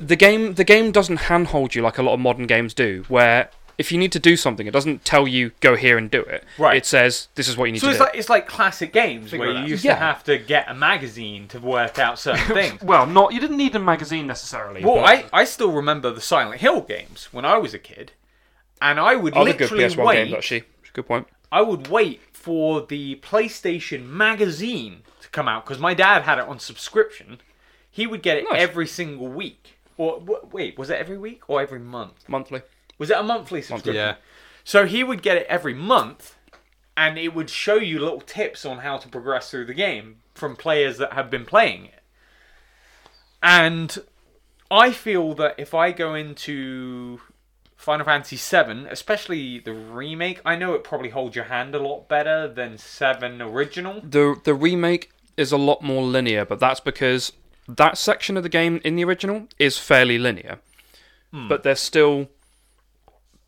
the game the game doesn't handhold you like a lot of modern games do, where if you need to do something, it doesn't tell you go here and do it. Right. It says this is what you need So to it's do. like it's like classic games where it you out. used Yeah. to have to get a magazine to work out certain things. well, not you didn't need a magazine necessarily. Well, but- I, I still remember the Silent Hill games when I was a kid, and I would other good literally PS1 wait. games actually. Good point. I would wait for the PlayStation magazine to come out because my dad had it on subscription. He would get it Nice. every single week. Or w- wait, was it every week or every month? Monthly. Was it a monthly subscription? (laughs) Yeah. So he would get it every month, and it would show you little tips on how to progress through the game from players that have been playing it. And I feel that if I go into Final Fantasy VII, especially the remake, I know it probably holds your hand a lot better than Seven original. the the remake is a lot more linear, but that's because that section of the game in the original is fairly linear. But there's still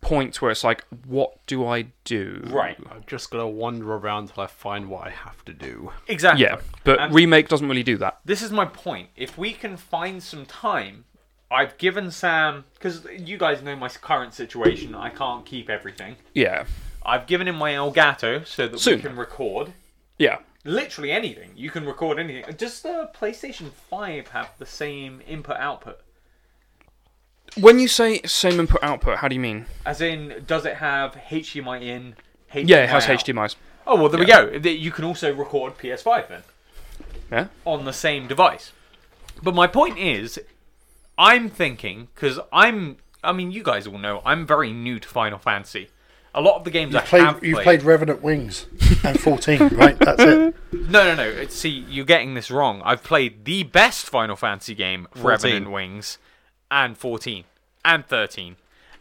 points where it's like, what do I do? Right. I'm just gonna wander around till I find what I have to do. Exactly. Yeah, but And- remake doesn't really do that. this is my point. If we can find some time, I've given Sam because you guys know my current situation. I can't keep everything. Yeah, I've given him my Elgato so that Soon. we can record yeah. literally anything. You can record anything. Does the PlayStation Five have the same input output? When you say same input output, how do you mean? As in, does it have HDMI in? HDMI Yeah, it has out? HDMI's. Oh well, there we go. Th- You can also record PS5 then. Yeah, on the same device. But my point is, I'm thinking because I'm. I mean, you guys all know I'm very new to Final Fantasy. A lot of the games I have Played, played. you've played Revenant Wings and 14, right? That's (laughs) it. No, no, no. it's- See, you're getting this wrong. I've played the best Final Fantasy game, Revenant Wings, and 14, and 13,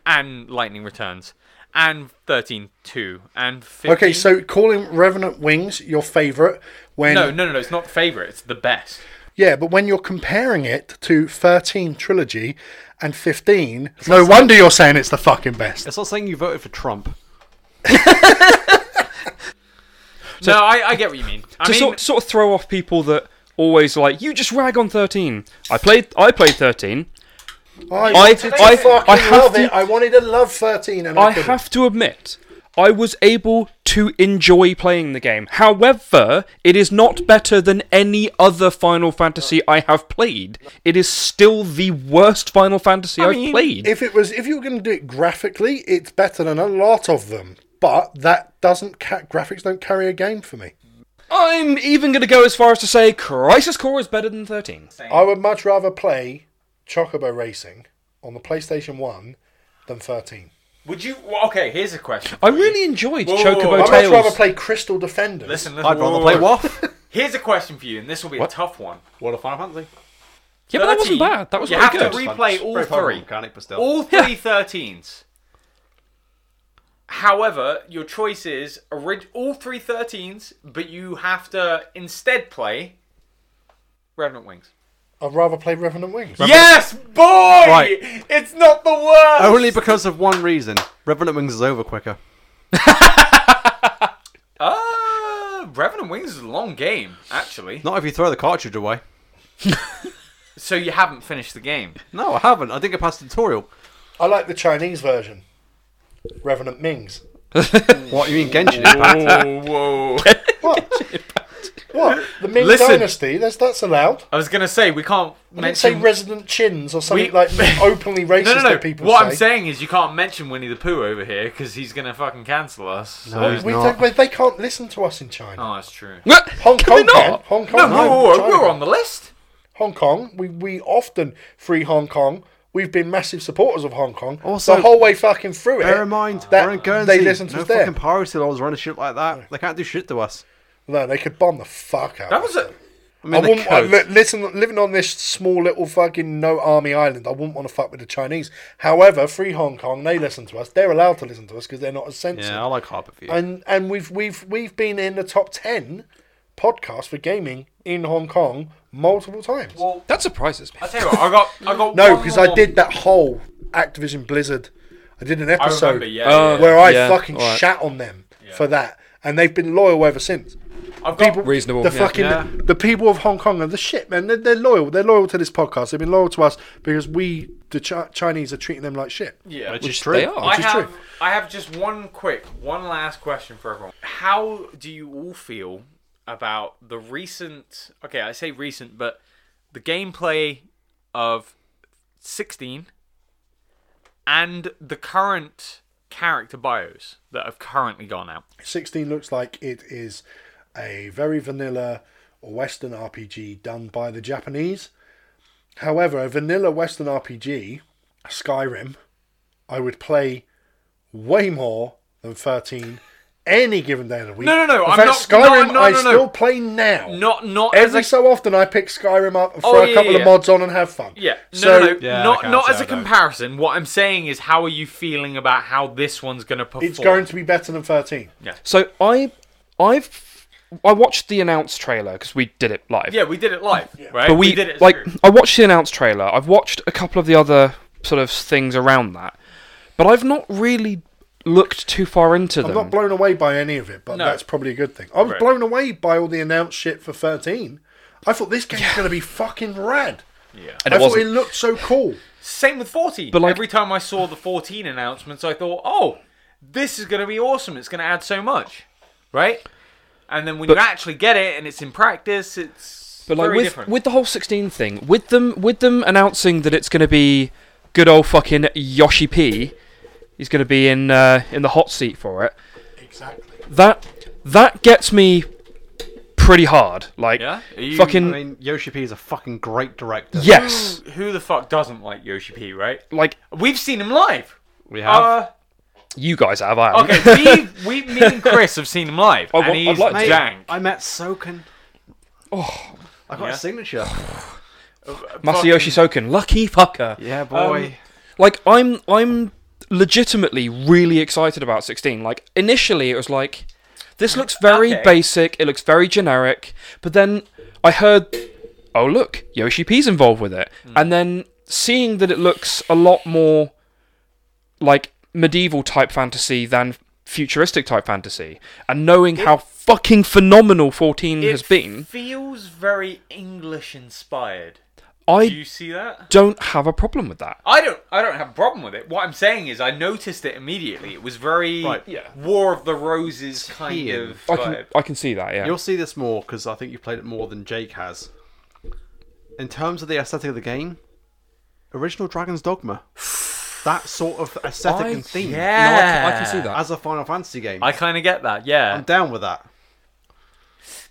and Lightning Returns, and 13 2, and 15. Okay, so calling Revenant Wings your favorite when No, no, no, no. It's not favorite. It's the best. yeah, but when you're comparing it to 13 trilogy and 15, no wonder you're saying it's the fucking best. It's not saying you voted for Trump. no, I, I get what you mean. I to mean, sort, sort of throw off people that always like you just rag on thirteen. I played I played thirteen. I, wanted to I- fucking I have love to- it. I wanted to love 13 and I have to admit, I was able to enjoy playing the game. However, it is not better than any other Final Fantasy I have played. It is still the worst Final Fantasy I have mean, played. If it was if you were going to do it graphically, it's better than a lot of them, but that doesn't ca- graphics don't carry a game for me. I'm even going to go as far as to say Crisis Core is better than 13. I would much rather play Chocobo Racing on the PlayStation 1 than 13. would you? well, Okay, here's a question. I really enjoyed Whoa, whoa, whoa. Chocobo I'd much rather Tales. play Crystal Defenders. Listen, listen. I'd whoa, rather whoa, play whoa. (laughs) Waff. Here's a question for you, and this will be a tough one. World of Final Fantasy. yeah, but that 13, wasn't bad. That was you pretty have good. to replay all Very powerful three. mechanic, but still. All three 13s. However, your choice is orig- all three 13s, but you have to instead play Revenant Wings. I'd rather play Revenant Wings. Yes, boy! Right. It's not the worst! Only because of one reason. Revenant Wings is over quicker. Oh. Uh, Revenant Wings is a long game, actually. Not if you throw the cartridge away. So you haven't finished the game. No, I haven't. I didn't get past the tutorial. I like the Chinese version. Revenant Mings. What you mean Genshin Impact? Oh, whoa. What? what? The Ming Listen. Dynasty? That's that's allowed. I was going to say, we can't I didn't say mention. resident chins or something We- (laughs) like openly racist no, no, no. that people What say. I'm saying is, you can't mention Winnie the Pooh over here because he's going to fucking cancel us. So. No. Oh, we not. don't, well, they can't listen to us in China. Oh, that's true. Hong Can Kong they can. not? Hong No, Kong. whoa, can. whoa, whoa, China we're can. on the list. Hong Kong. We we often free Hong Kong. We've been massive supporters of Hong Kong. Also, the whole way fucking through it. Bear in mind, that we're in Guernsey. they listen to no us there. fucking piracy laws running shit like that. They can't do shit to us. No, they could bomb the fuck out. That of us. was a. I I mean, they wouldn't I, could. li- listen. Living on this small little fucking no army island, I wouldn't want to fuck with the Chinese. However, free Hong Kong, they listen to us. They're allowed to listen to us because they're not as censored. yeah, I like Harperview. And and we've we've we've been in the top ten podcasts for gaming in Hong Kong multiple times. Well, That surprises me. I tell you what, I got, I (laughs) got. No, one because I more- did that whole Activision Blizzard. I did an I episode remember, yeah. Uh, yeah. where I Yeah, fucking alright. shat on them for that, and they've been loyal ever since. I've got. Reasonable. The yeah. fucking Yeah. the people of Hong Kong are the shit, man. They're, they're loyal. They're loyal to this podcast. They've been loyal to us because we, the Chi Chinese, are treating them like shit. yeah. which is true. They are. I is have, true. I have just one quick, one last question for everyone. How do you all feel about the recent? Okay, I say recent, but the gameplay of sixteen and the current character bios that have currently gone out. Sixteen looks like it is a very vanilla Western RPG done by the Japanese. However, a vanilla Western RPG, Skyrim, I would play way more than thirteen any given day of the week. No, no, no, In I'm fact, not- no, Skyrim, no, no, I no. still play now. Not, not as Every a, so often, I pick Skyrim up and Oh, throw yeah, a couple yeah. of mods on and have fun. Yeah, no, So no, no. Yeah, I not can't not say as I a don't. comparison. What I'm saying is, how are you feeling about how this one's going to perform? it's going to be better than thirteen. So I, I've, I watched the announce trailer because we did it live. Yeah, we did it live, right? but we, did it as a like group. I watched the announce trailer. I've watched a couple of the other sort of things around that, but I've not really looked too far into I'm them. not blown away by any of it, but No. that's probably a good thing. I was Right. blown away by all the announced shit for 13. I thought this game's going to be fucking rad. Yeah. and I it thought wasn't. it looked so cool. Same with 14. But, like- Every time I saw the 14 announcements, I thought, oh, this is going to be awesome. It's going to add so much, right? And then when you actually get it and it's in practice, it's but like very with different. with the whole 16 thing, with them with them announcing that it's going to be good old fucking Yoshi P, he's going to be in uh, in the hot seat for it. Exactly. That that gets me pretty hard. Like yeah? Are you- fucking I mean, Yoshi P is a fucking great director. yes, Who the fuck doesn't like Yoshi P, right? like We've seen him live. We have. Uh, you guys have. I haven't. okay, we, we, me and Chris have seen him live. I and want- I'd he's like to. jank. I met Soken. Oh, I got a signature. Masayoshi Soken, lucky fucker. Yeah, boy. like i'm i'm legitimately really excited about 16 like initially it was like this looks very Okay. basic it looks very generic but then i heard oh look yoshi p's involved with it and then seeing that it looks a lot more like medieval type fantasy than futuristic type fantasy and knowing how fucking phenomenal 14 It has been feels very English inspired. i Do you see that? don't have a problem with that I don't I don't have a problem with it. What I'm saying is I noticed it immediately. It was very Right, yeah. War of the Roses kind Team. of i can vibe. i can see that yeah You'll see this more because I think you played it more than Jake has. In terms of the aesthetic of the game, original Dragon's Dogma, that sort of aesthetic I- and theme No, I, can, Yeah. I can see that as a Final Fantasy game. I kind of get that, yeah. I'm down with that.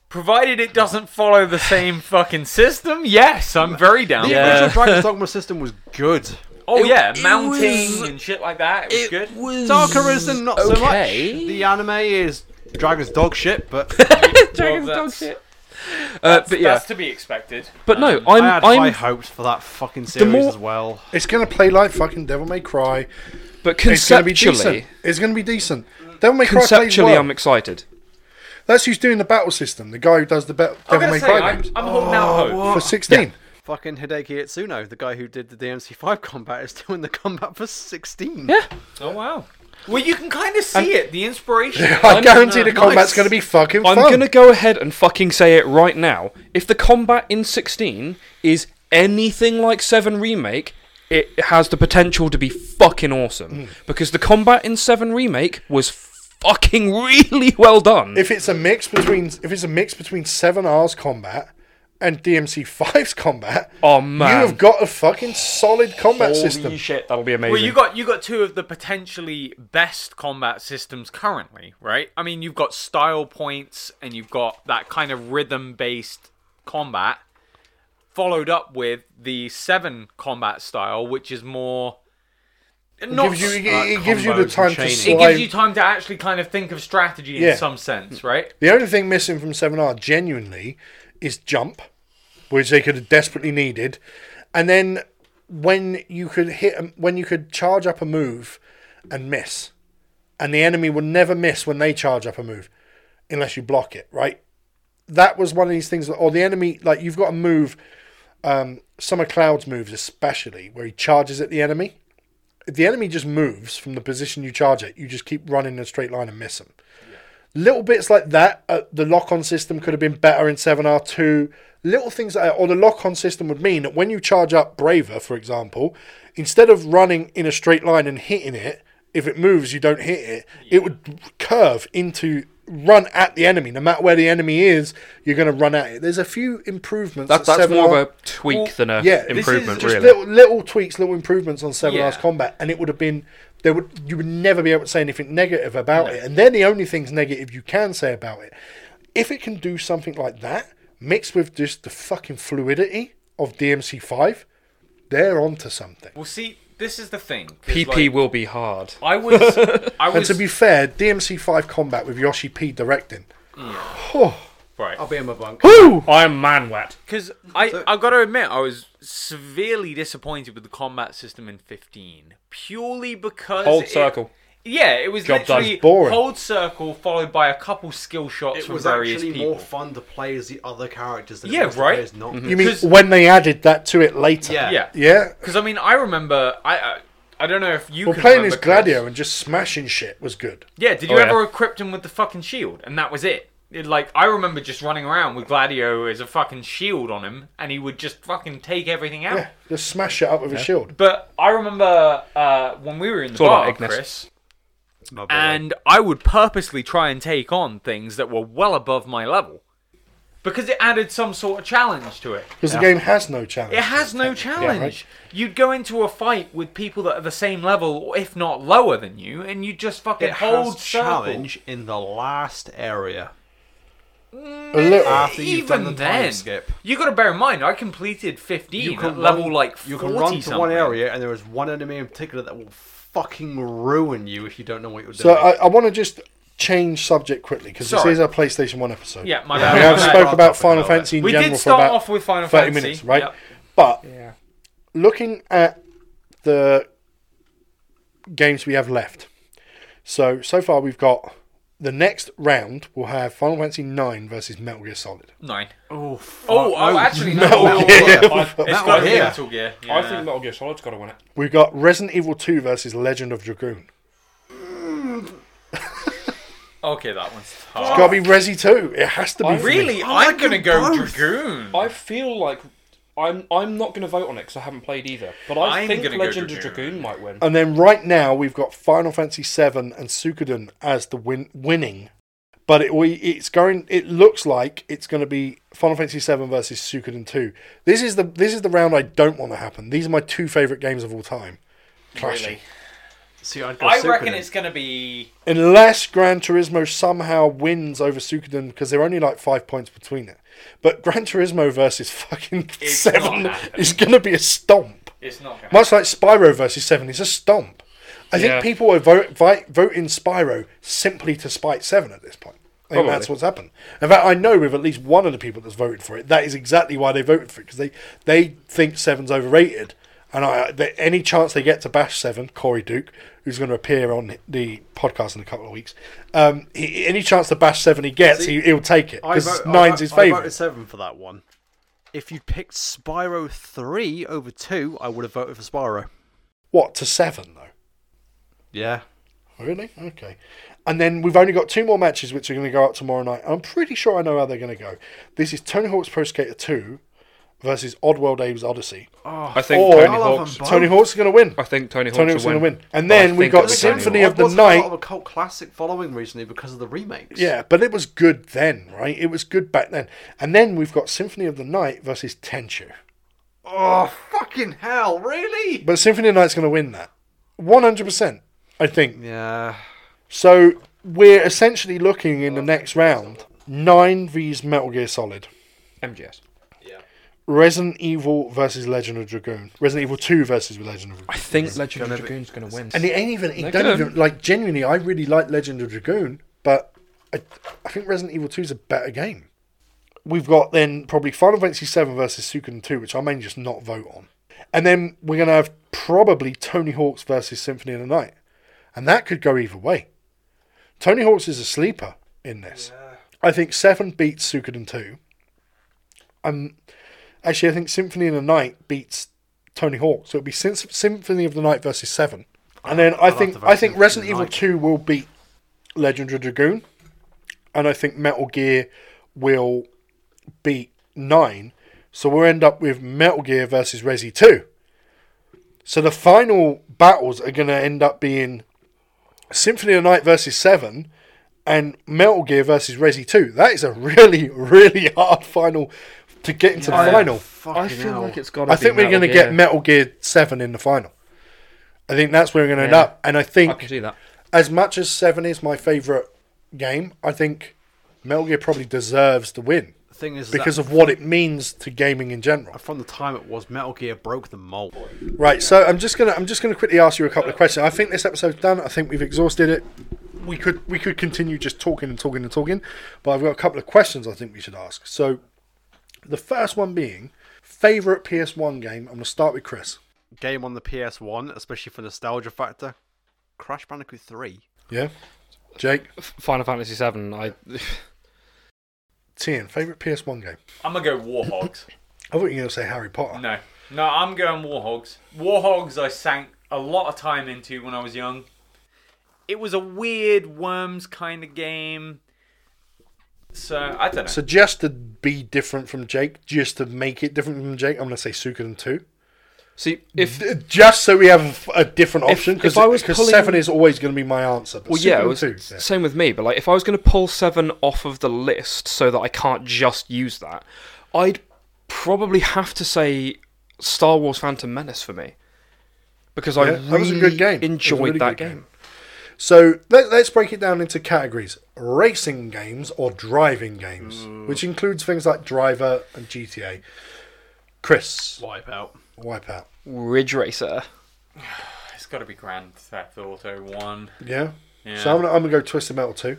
Provided it doesn't follow the same fucking system, yes, I'm very down. The with it. (laughs) original Dragon's Dogma system was good. Oh It- yeah, it mounting was- and shit like that. It was good. was Darker Arisen, not so much. okay. The anime is Dragon's Dog shit, but Dragon's Well, dog that's- shit. Uh, but yeah, That's to be expected. but no, Um, I had I'm, high I'm, hopes for that fucking series more- as well. It's going to play like fucking Devil May Cry. but It's going to be decent. conceptually, It's going to be decent. Devil May Cry plays conceptually, well. I'm excited. That's who's doing the battle system. The guy who does the ba- Devil I'm gonna May say Cry I'm, games. I'm holding out hope. for 16. Fucking Hideki Itsuno, the guy who did the DMC5 (laughs) combat, is doing the combat for 16. Yeah, Oh wow. Well, you can kind of see it. The inspiration. I guarantee the nice. combat's going to be fucking I'm fun. gonna go ahead and fucking say it right now. If the combat in 16 is anything like Seven Remake, it has the potential to be fucking awesome because the combat in Seven Remake was fucking (laughs) really well done. If it's a mix between if it's a mix between Seven R's combat and DMC 5's combat, oh man, you have got a fucking solid combat Holy system. shit, that'll be amazing. Well, you got you got two of the potentially best combat systems currently, right? I mean, you've got style points and you've got that kind of rhythm-based combat, followed up with the seven combat style, which is more. Not gives you, s- it, like it gives you the combos and time to chaining. it slide. gives you time to actually kind of think of strategy in Yeah. some sense, right? the only thing missing from Seven R genuinely is jump, which they could have desperately needed, and then when you could hit a- when you could charge up a move and miss, and the enemy will never miss when they charge up a move, unless you block it, right? That was one of these things that, or the enemy like you've got a move. Um, Summer Clouds moves especially where he charges at the enemy if the enemy just moves from the position you charge it, you just keep running in a straight line and miss them. Little bits like that, uh, the lock on system could have been better in 7R2. Little things like that, or the lock on system would mean that when you charge up Braver, for example, instead of running in a straight line and hitting it, if it moves, you don't hit it, it would curve into run at the enemy. No matter where the enemy is, you're going to run at it. There's a few improvements. that, that that's 7R more of a tweak than a yeah, this is improvement, just really. Little, little tweaks, little improvements on Seven Yeah. Hours Combat, and it would have been there would you would never be able to say anything negative about it. And they're the only things negative you can say about it. If it can do something like that, mixed with just the fucking fluidity of DMC five, they're onto something. Well, see, this is the thing. 'cause, (laughs) PP like, will be hard. I was. I And was. to be fair, DMC five combat with Yoshi P directing. right. I'll be in my bunk. Woo! I'm man wet. (laughs) Because I, I got to admit, I was severely disappointed with the combat system in 15, purely because Hold it- circle. Yeah, it was Job done. literally Boring. hold circle followed by a couple skill shots It from was various actually people. more fun to play as the other characters than Yeah, it was to right? play as not. You mean 'Cause- when they added that to it later? Yeah. yeah, Yeah. Because I mean, I remember I. I I don't know if you Well, can playing as remember, Gladio Chris. and just smashing shit was good. Yeah, did you Oh, yeah. ever equip him with the fucking shield? And that was it. It, Like I remember just running around with Gladio as a fucking shield on him, and he would just fucking take everything out. Yeah, just smash it up with a shield. But I remember uh, when we were in the all about bar, Ignis. Chris, My boy. and I would purposely try and take on things that were well above my level because it added some sort of challenge to it. Because the game has no challenge. It has no challenge. You'd go into a fight with people that are the same level, or if not lower than you, and you just fucking it hold holds circle. challenge in the last area. A little. Ah, After you've Even done the time then, skip. you got to bear in mind, I completed 15 You can at level run, like 40 you can run to something. one area, and there is one enemy in particular that will fucking ruin you if you don't know what you're doing. so I, I want to just change subject quickly because this Sorry. is a PlayStation One episode. Yeah, my Yeah, we bad. have my bad. spoke I'll about talk Final about Fantasy in We general did for about start off with Final thirty Fantasy. minutes, right? Yep. But Yeah. looking at the games we have left, so so far we've got the next round. We'll have Final Fantasy Nine versus Metal Gear Solid. Nine. oh, Oh, oh, actually, no. Metal no, no, Gear. no, no. It's Metal got to be Gear. Metal Gear. Yeah. I think Metal Gear Solid's got to win it. (laughs) We've got Resident Evil Two versus Legend of Dragoon. Okay, that one's It's tough. got to be Resi Two. It has to be. I for me. Really, I I'm like gonna them go both. Dragoon. I feel like I'm I'm not going to vote on it because I haven't played either. But I I'm think gonna Legend go of Dragoon. Dragoon might win. And then right now we've got Final Fantasy VII and Suikoden as the win- winning, but it we it's going. It looks like it's going to be Final Fantasy VII versus Suikoden two. This is the this is the round I don't want to happen. These are my two favorite games of all time. Clashing. See, I'd go I Suikoden. reckon it's gonna be. Unless Gran Turismo somehow wins over Suikoden because they're only like five points between it. But Gran Turismo versus fucking It's not seven happening. is going to be a stomp. It's not gonna. Much like Spyro versus Seven, it's a stomp. I think Yeah. people are vote, vote, voting Spyro simply to spite Seven at this point. I think Probably. that's what's happened. In fact, I know with at least one of the people that's voted for it, that is exactly why they voted for it because they they think Seven's overrated. And I, that any chance they get to bash Seven, Corey Duke, who's going to appear on the podcast in a couple of weeks, um, he, any chance to bash Seven he gets, See, he, he'll take it I because vote- I nine's vote- his I voted favorite. seven for that one. If you picked Spyro three over two, I would have voted for Spyro. What to Seven though? Yeah. Really? Okay. And then we've only got two more matches which are going to go out tomorrow night. I'm pretty sure I know how they're going to go. This is Tony Hawk's Pro Skater 2 versus Oddworld Abe's Odyssey. I think Or- Tony Oh, I love Hawk's. them Tony Hawk's going to win. I think Tony Hawk's Tony will Hawk's going to win. win. And But I then we think got it'll be Tony Symphony Hawk. of the Oddworld's got a lot Night. of a cult classic following recently because of the remakes. Yeah, but it was good then, right? It was good back then. And then we've got Symphony of the Night versus Tenchu. Oh fucking hell! Really? But Symphony of the Night's going to win that. 100%, I think. Yeah. So we're essentially looking in the next round 9 vs Metal Gear Solid. MGS. Resident Evil versus Legend of Dragoon. Resident Evil 2 versus Legend of Dragoon. I think Legend of Dragoon's going to win. And it ain't even, it They're don't gonna- even, like, genuinely, I really like Legend of Dragoon, but I, I think Resident Evil 2 is a better game. We've got then probably Final Fantasy 7 versus Suikoden 2, which I may just not vote on. And then we're going to have probably Tony Hawk's versus Symphony of the Night. And that could go either way. Tony Hawk's is a sleeper in this. I think 7 beats Suikoden 2. Um, actually, I think Symphony of the Night beats Tony Hawk. So it'll be Sym- Symphony of the Night versus Seven, and then I I'd have think to vote I think Symphony Resident of the Evil Night. Two will beat Legend of Dragoon, and I think Metal Gear will beat Nine. So we'll end up with Metal Gear versus Resi Two. So the final battles are going to end up being Symphony of the Night versus Seven and Metal Gear versus Resi Two. That is a (laughs) really, really hard final to get into the final. Fucking I feel hell. like it's got. I think we're going to get Metal Gear 7 in the final. I think that's where we're going to end Yeah. up. And I I can think, see that. as much as 7 is my favourite game, I think Metal Gear probably deserves the win The thing is, because because of what it means to gaming in general. from the time it was, Metal Gear broke the mold. Right, so I'm just gonna I'm just gonna quickly ask you a couple of questions. I think this episode's done. I think we've exhausted it. We could we could continue just talking and talking and talking, but I've got a couple of questions I think we should ask. So, the first one being favorite PS1 game. I'm gonna start with Chris. Game on the PS1, especially for nostalgia factor. Crash Bandicoot 3. Yeah, Jake, F- Final Fantasy Seven. I (laughs) Tian, favorite PS1 game. I'm gonna go Warhogs. I thought you were gonna say Harry Potter. no, no, I'm going Warhogs. Warhogs, I sank a lot of time into when I was young. It was a weird worms kind of game. So I don't know. So just to be different from Jake, just to make it different from Jake, I'm gonna say Suikoden Two. see if Just so we have a different If- option, because if I was pulling- seven is always going to be my answer. But Well, yeah, Suikoden it was, II, yeah. same with me. But like, if I was going to pull seven off of the list so that I can't just use that, I'd probably have to say Star Wars: Phantom Menace for me because I Yeah, really that was a good game. It was a enjoyed really that good game. game. So let, let's break it down into categories: racing games or driving games, which includes things like Driver and GTA. Chris, Wipeout. Wipeout. Ridge Racer. (laughs) It's got to be Grand Theft Auto One. Yeah. Yeah. So I'm gonna, I'm gonna go Twisted Metal two.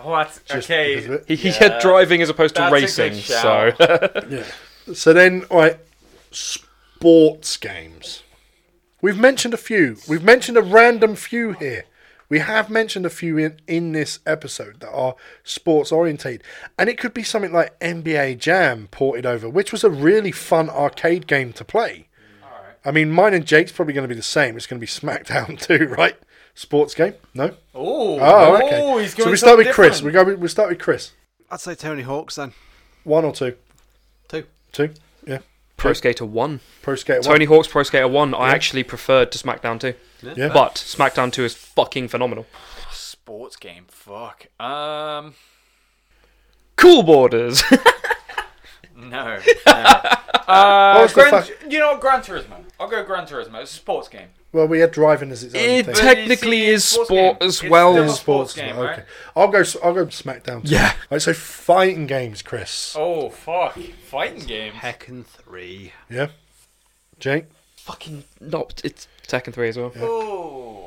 Oh, that's Just because okay. of He, it. he had driving as opposed to That's a good racing, so (laughs) shout. So then, all right, sports games. We've mentioned a few. We've mentioned a random few here. We have mentioned a few in, in this episode that are sports orientated. And it could be something like NBA Jam ported over, which was a really fun arcade game to play. I mean, mine and Jake's probably going to be the same. It's going to be SmackDown (laughs) too, right? Sports game? No? Oh, Oh, okay. he's going so we start with something Chris. We different. go. with- We start with Chris. I'd say Tony Hawk's then. One or two? Two. Two? Yeah. Pro Skater One, Pro Skater one. Tony Hawk's Pro Skater One. I actually preferred to SmackDown Two, Yeah. but SmackDown Two is fucking phenomenal. Sports game. Fuck. Um. Cool Borders. (laughs) No. no. uh, What was the Gran- fuck- You know what? Gran Turismo. I'll go Gran Turismo. It's a sports game. Well, we had driving as its own It thing. But Technically it's- is it's a sport game. as It's well. still a It's sports, game, okay. right? I'll go. I'll go SmackDown. Too. Yeah. Right, so fighting games, Chris. Oh fuck! Fighting game. Tekken 3. Yeah. Jake. fucking not. It's Tekken Three as well. Oh.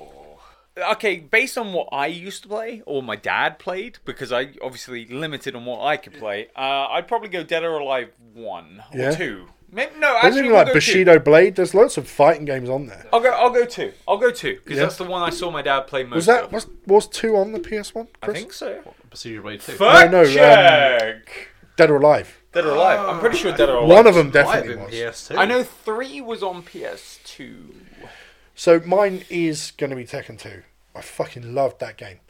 Okay, based on what I used to play or my dad played, because I obviously limited on what I could play, uh, I'd probably go Dead or Alive one or Yeah. two. Maybe no, There's actually even we'll like go Bushido Blade. There's loads of fighting games on there. Two. I'll go. I'll go two. I'll go two because Yeah. that's the one I saw my dad play most. Was that of. was was two on the PS One? I think so. Procedure Blade 2. Fuck no, um, check. Dead or Alive. Dead or Alive. I'm pretty sure Dead or Oh, Alive. One of them Might have definitely been was. PS2. Ah. I know three was on PS2. So mine is going to be Tekken Two. I fucking loved that game.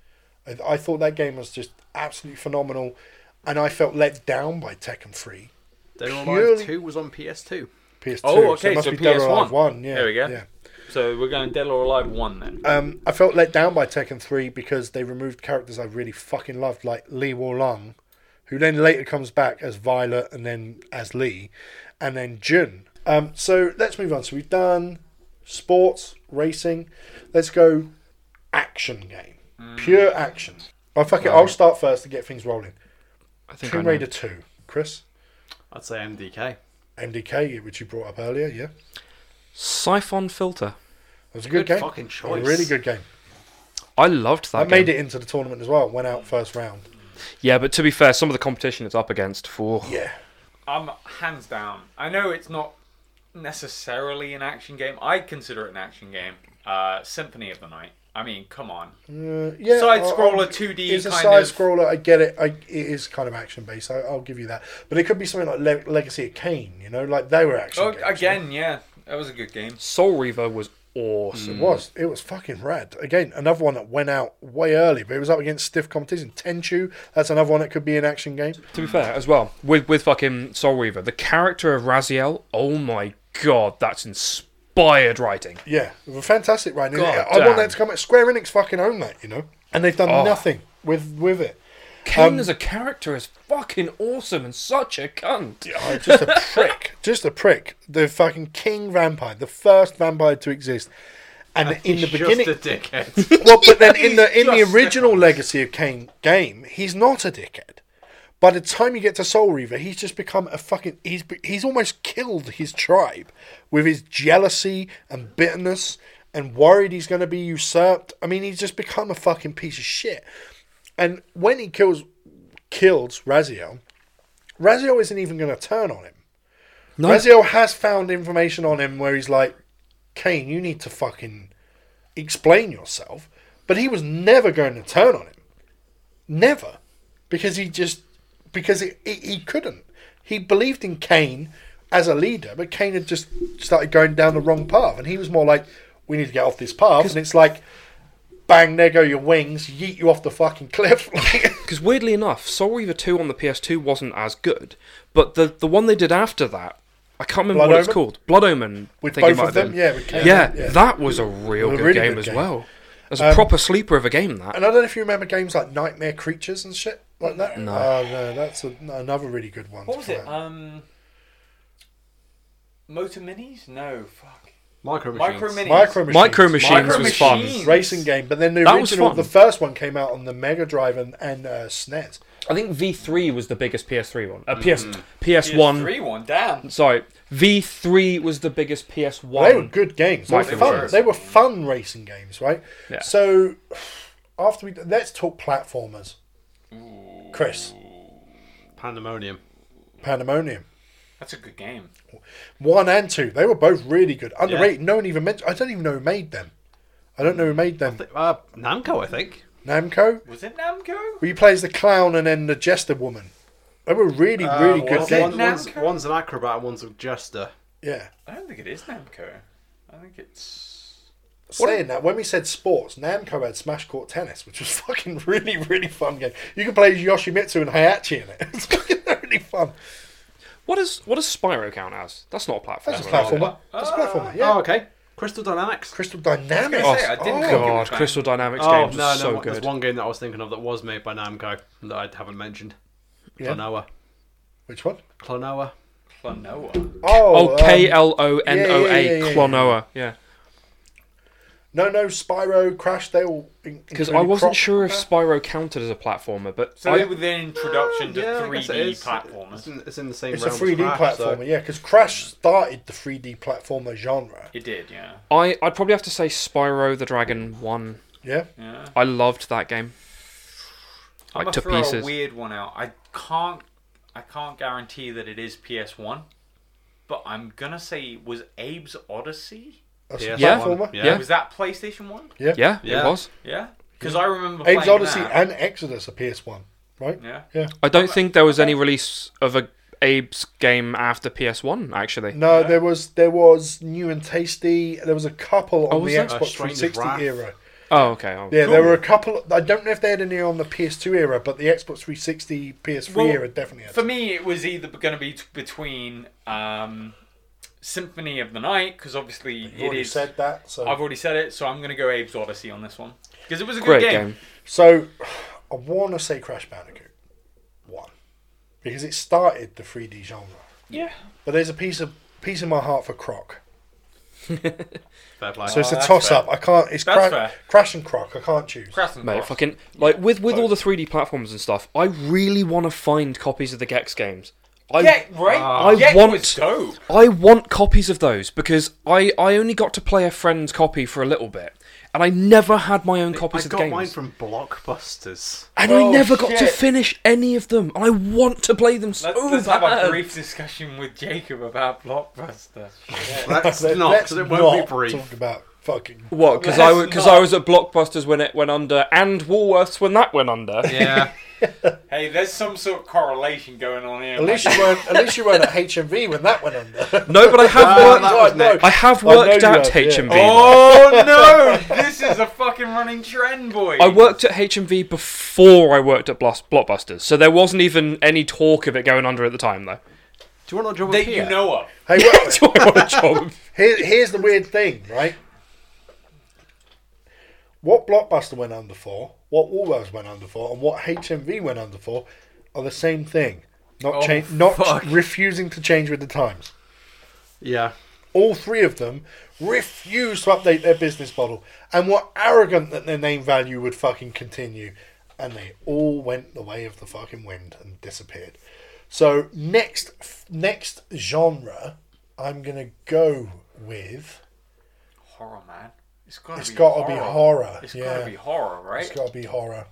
I, I thought that game was just absolutely phenomenal, and I felt let down by Tekken Three Dead or Purely- Alive Two was on PS2. PS2. Oh, okay, it so Dead or PS1. Alive One. Yeah, There we go. Yeah. So we're going Dead or Alive one then. Um, I felt let down by Tekken 3 because they removed characters I really fucking loved, like Lee Woo-Lung, who then later comes back as Violet and then as Lee, and then Jun. Um, so let's move on. So we've done sports, racing. Let's go action game. Pure action. Oh, fuck it. I'll start first to get things rolling. I think I Tomb know. Raider 2. Chris? I'd say MDK. MDK, which you brought up earlier, yeah. Siphon filter. That was a good, Good game. fucking A choice. really good game. I loved that. That made game. it into the tournament as well. Went out first round. Yeah, but to be fair, some of the competition it's up against for. Yeah. I'm hands down. I know it's not necessarily an action game. I consider it an action game. Uh, Symphony of the Night. I mean, come on. Uh, yeah, Side I'll- scroller, I'll- 2D It's a kind side of- scroller. I get it. I, it is kind of action based. I, I'll give you that. But it could be something like Le- Legacy of Kane. You know, like they were action. Oh, games. again, yeah, that was a good game. Soul Reaver was awesome. it was. It was fucking rad. Again, another one that went out way early, but it was up against stiff competition. Tenchu. That's another one that could be an action game. To be fair, as well with with fucking Soul Reaver, the character of Raziel. Oh my god, that's inspired writing. Yeah, it was fantastic right now. God I damn. want that to come out. Square Enix fucking own that. You know, and they've done Oh. nothing with with it. Kane Um, as a character is fucking awesome and such a cunt. Oh, just (laughs) a prick. Just a prick. The fucking king vampire, the first vampire to exist. And in the He's beginning, just a (laughs) dickhead. well, but then in the He's in the just- original Legacy of Kane game, he's not a dickhead. By the time you get to Soul Reaver, he's just become a fucking. He's be- he's almost killed his tribe with his jealousy and bitterness and worried he's going to be usurped. I mean, he's just become a fucking piece of shit. And when he kills kills Raziel, Raziel isn't even going to turn on him. No. Raziel has found information on him where he's like, Kane, you need to fucking explain yourself. But he was never going to turn on him. Never. Because he just, because it, it, he couldn't. He believed in Kane as a leader, but Kane had just started going down the wrong path. And he was more like, we need to get off this path. And it's like, bang, there go your wings, yeet you off the fucking cliff. (laughs) Like, Because weirdly enough, Soul Reaver 2 on the PS2 wasn't as good, but the the one they did after that, I can't remember Blood what it's Omen? called. Blood Omen. I With think it both might of have them? been. Yeah, with Kane, yeah, yeah. that was a real A good really game good as game. Um, well. As a proper sleeper of a game, that. And I don't know if you remember games like Nightmare Creatures and shit like that. No, oh, no that's a, another really good one. what to was play. it? Um, Motor Minis? No, fuck. Micro machines. Micro Micro Machines. Minis. Micro Machines Micro was fun. Machines. Racing game, but then the That was original, fun. the first one came out on the Mega Drive and, and uh, SNES. I think V3 was the biggest PS3 one. Uh, PS, PS3 PS1. Three one. Damn. Sorry, V3 was the biggest PS1. They were good games. They were Micro fun. Machines. They were fun racing games, right? Yeah. So after we let's talk platformers. Chris, Pandemonium. Pandemonium. That's a good game. One and two, they were both really good. Underrated. No one even mentioned. I don't even know who made them. I don't know who made them. Uh, Namco, I think. Namco. Was it Namco? where he plays the clown and then the jester woman. They were really, Ah, really Uh, good one- Okay. games. one- one's, Namco? one's an acrobat, and one's a jester. Yeah. I don't think it is Namco. I think it's. Saying that, when we said sports, Namco had Smash Court Tennis, which was (laughs) fucking really, really fun game. You could play as Yoshimitsu and Hayachi in it. (laughs) It's fucking really fun. What is what does Spyro count as? That's not a platform. That's a platformer. That's a Ah. platforformer. Yeah. Oh, okay. Crystal Dynamics. Crystal Dynamics. I was gonna say, I didn't Oh. think it- God, Crystal Dynamics Oh games no, were no, so there's good. one game that I was thinking of that was made by Namco that I haven't mentioned. Yeah. Klonoa. Which one? Klonoa. Klonoa. Oh, Oh, um, K L O N O yeah, yeah, yeah, A, yeah, yeah. Clonoa. Yeah. no, no, Spyro, Crash, they all. Because I wasn't sure if Spyro counted as a platformer, but So I, they were the introduction to Yeah, I guess it 3D is. platformers. It's in, it's in the same It's a realm as 3D Crash, platformer, so- yeah, because Crash started the 3D platformer genre. It did, yeah. I, I'd probably have to say Spyro the Dragon 1. Yeah. Yeah. I loved that game. I'm Like gonna to throw pieces. a weird one out. I can't, I can't guarantee that it is PS1, but I'm gonna say it was Abe's Odyssey. That's Yeah, a Yeah. platformer. Yeah. Yeah. Was that PlayStation One? Yeah. Yeah, it Yeah. was. Yeah. Because I remember Abe's playing Odyssey that. and Exodus are PS1, right? Yeah. Yeah. I don't think there was any release of a Abe's game after PS1, actually. No, there Oh, was there was new and tasty. There was a couple on was the there? Xbox Uh, Stranger's 360 Wrath. era. Oh, okay. I'll- Yeah, there were a couple. I don't know if they had any on the PS2 era, but the Xbox 360, PS3 Well, era definitely had. For me, it was either going to be t- between um, Symphony of the Night because obviously You've it already is. said that. So, I've already said it, so I'm going to go Abe's Odyssey on this one because it was a good Great game. game. so (sighs) I want to say Crash Bandicoot one because it started the 3D genre. Yeah. But there's a piece of piece in my heart for Croc. Fair play. So it's a Ah, that's toss fair. up. I can't. It's That's cra- fair. Crash and Croc. I can't choose. Crass and Mate, cross. fucking like with with all the 3D platforms and stuff, I really want to find copies of the Gex games. I yeah, right. I yeah, want- it was dope. I want copies of those because I I only got to play a friend's copy for a little bit, and I never had my own copies I of the got games, mine from Blockbusters. and I Oh, never got to shit. finish any of them. And I want to play them so Let's, let's have bad. a brief discussion with Jacob about (laughs) Blockbuster. (laughs) That's Let- not let's because it won't not be brief. Talk about fucking. (laughs) What? Because I Let's because I not. was at Blockbusters when it went under, and Woolworths when that went under. Yeah. hey, there's some sort of correlation going on here. At least you weren't. At least you weren't at HMV when that went under. (laughs) No, but I have (laughs) Ah, worked. that was no. Nick. I have I know worked you at have, yeah. HMV. (laughs) Oh no! This is a fucking running trend, boy. I worked at HMV before I worked at Blos- Blockbusters, so there wasn't even any talk of it going under at the time, though. Do you want to job that with you Kia? know of. Hey, (laughs) well, Do I want a job? here, here's the weird thing, right? What Blockbuster went under for, what Woolworths went under for, and what HMV went under for are the same thing. Not Oh, change. Not fuck. refusing to change with the times. Yeah. All three of them refused to update their business model and were arrogant that their name value would fucking continue. And they all went the way of the fucking wind and disappeared. So next next genre, I'm gonna go with. Horror, man. It's gotta It's be gotta horror. be horror, It's yeah. gotta be horror, It's right? gotta be horror.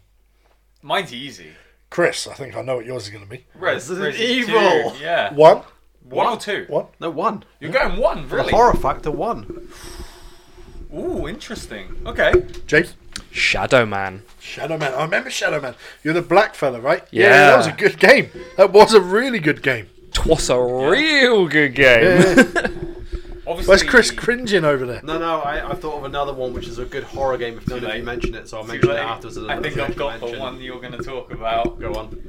Mine's easy. Chris, I think I know what yours is gonna be. Res- Resident Res- Evil. 2, Yeah. One, One or two. one. No one. You're going one, The really? horror factor one. Ooh, interesting. Okay. James, Shadow Man. Shadow Man. I remember Shadow Man. You're the black fella, right? Yeah. that was a good game. That was a really good game. Twas a real good game. Obviously. Where's Chris cringing over there? No, no, I, I thought of another one which is a good horror game if none of late. you mention it, so I'll Too mention it late. afterwards. as I another think thing I've to got the mention. one you're going to talk about. Go on.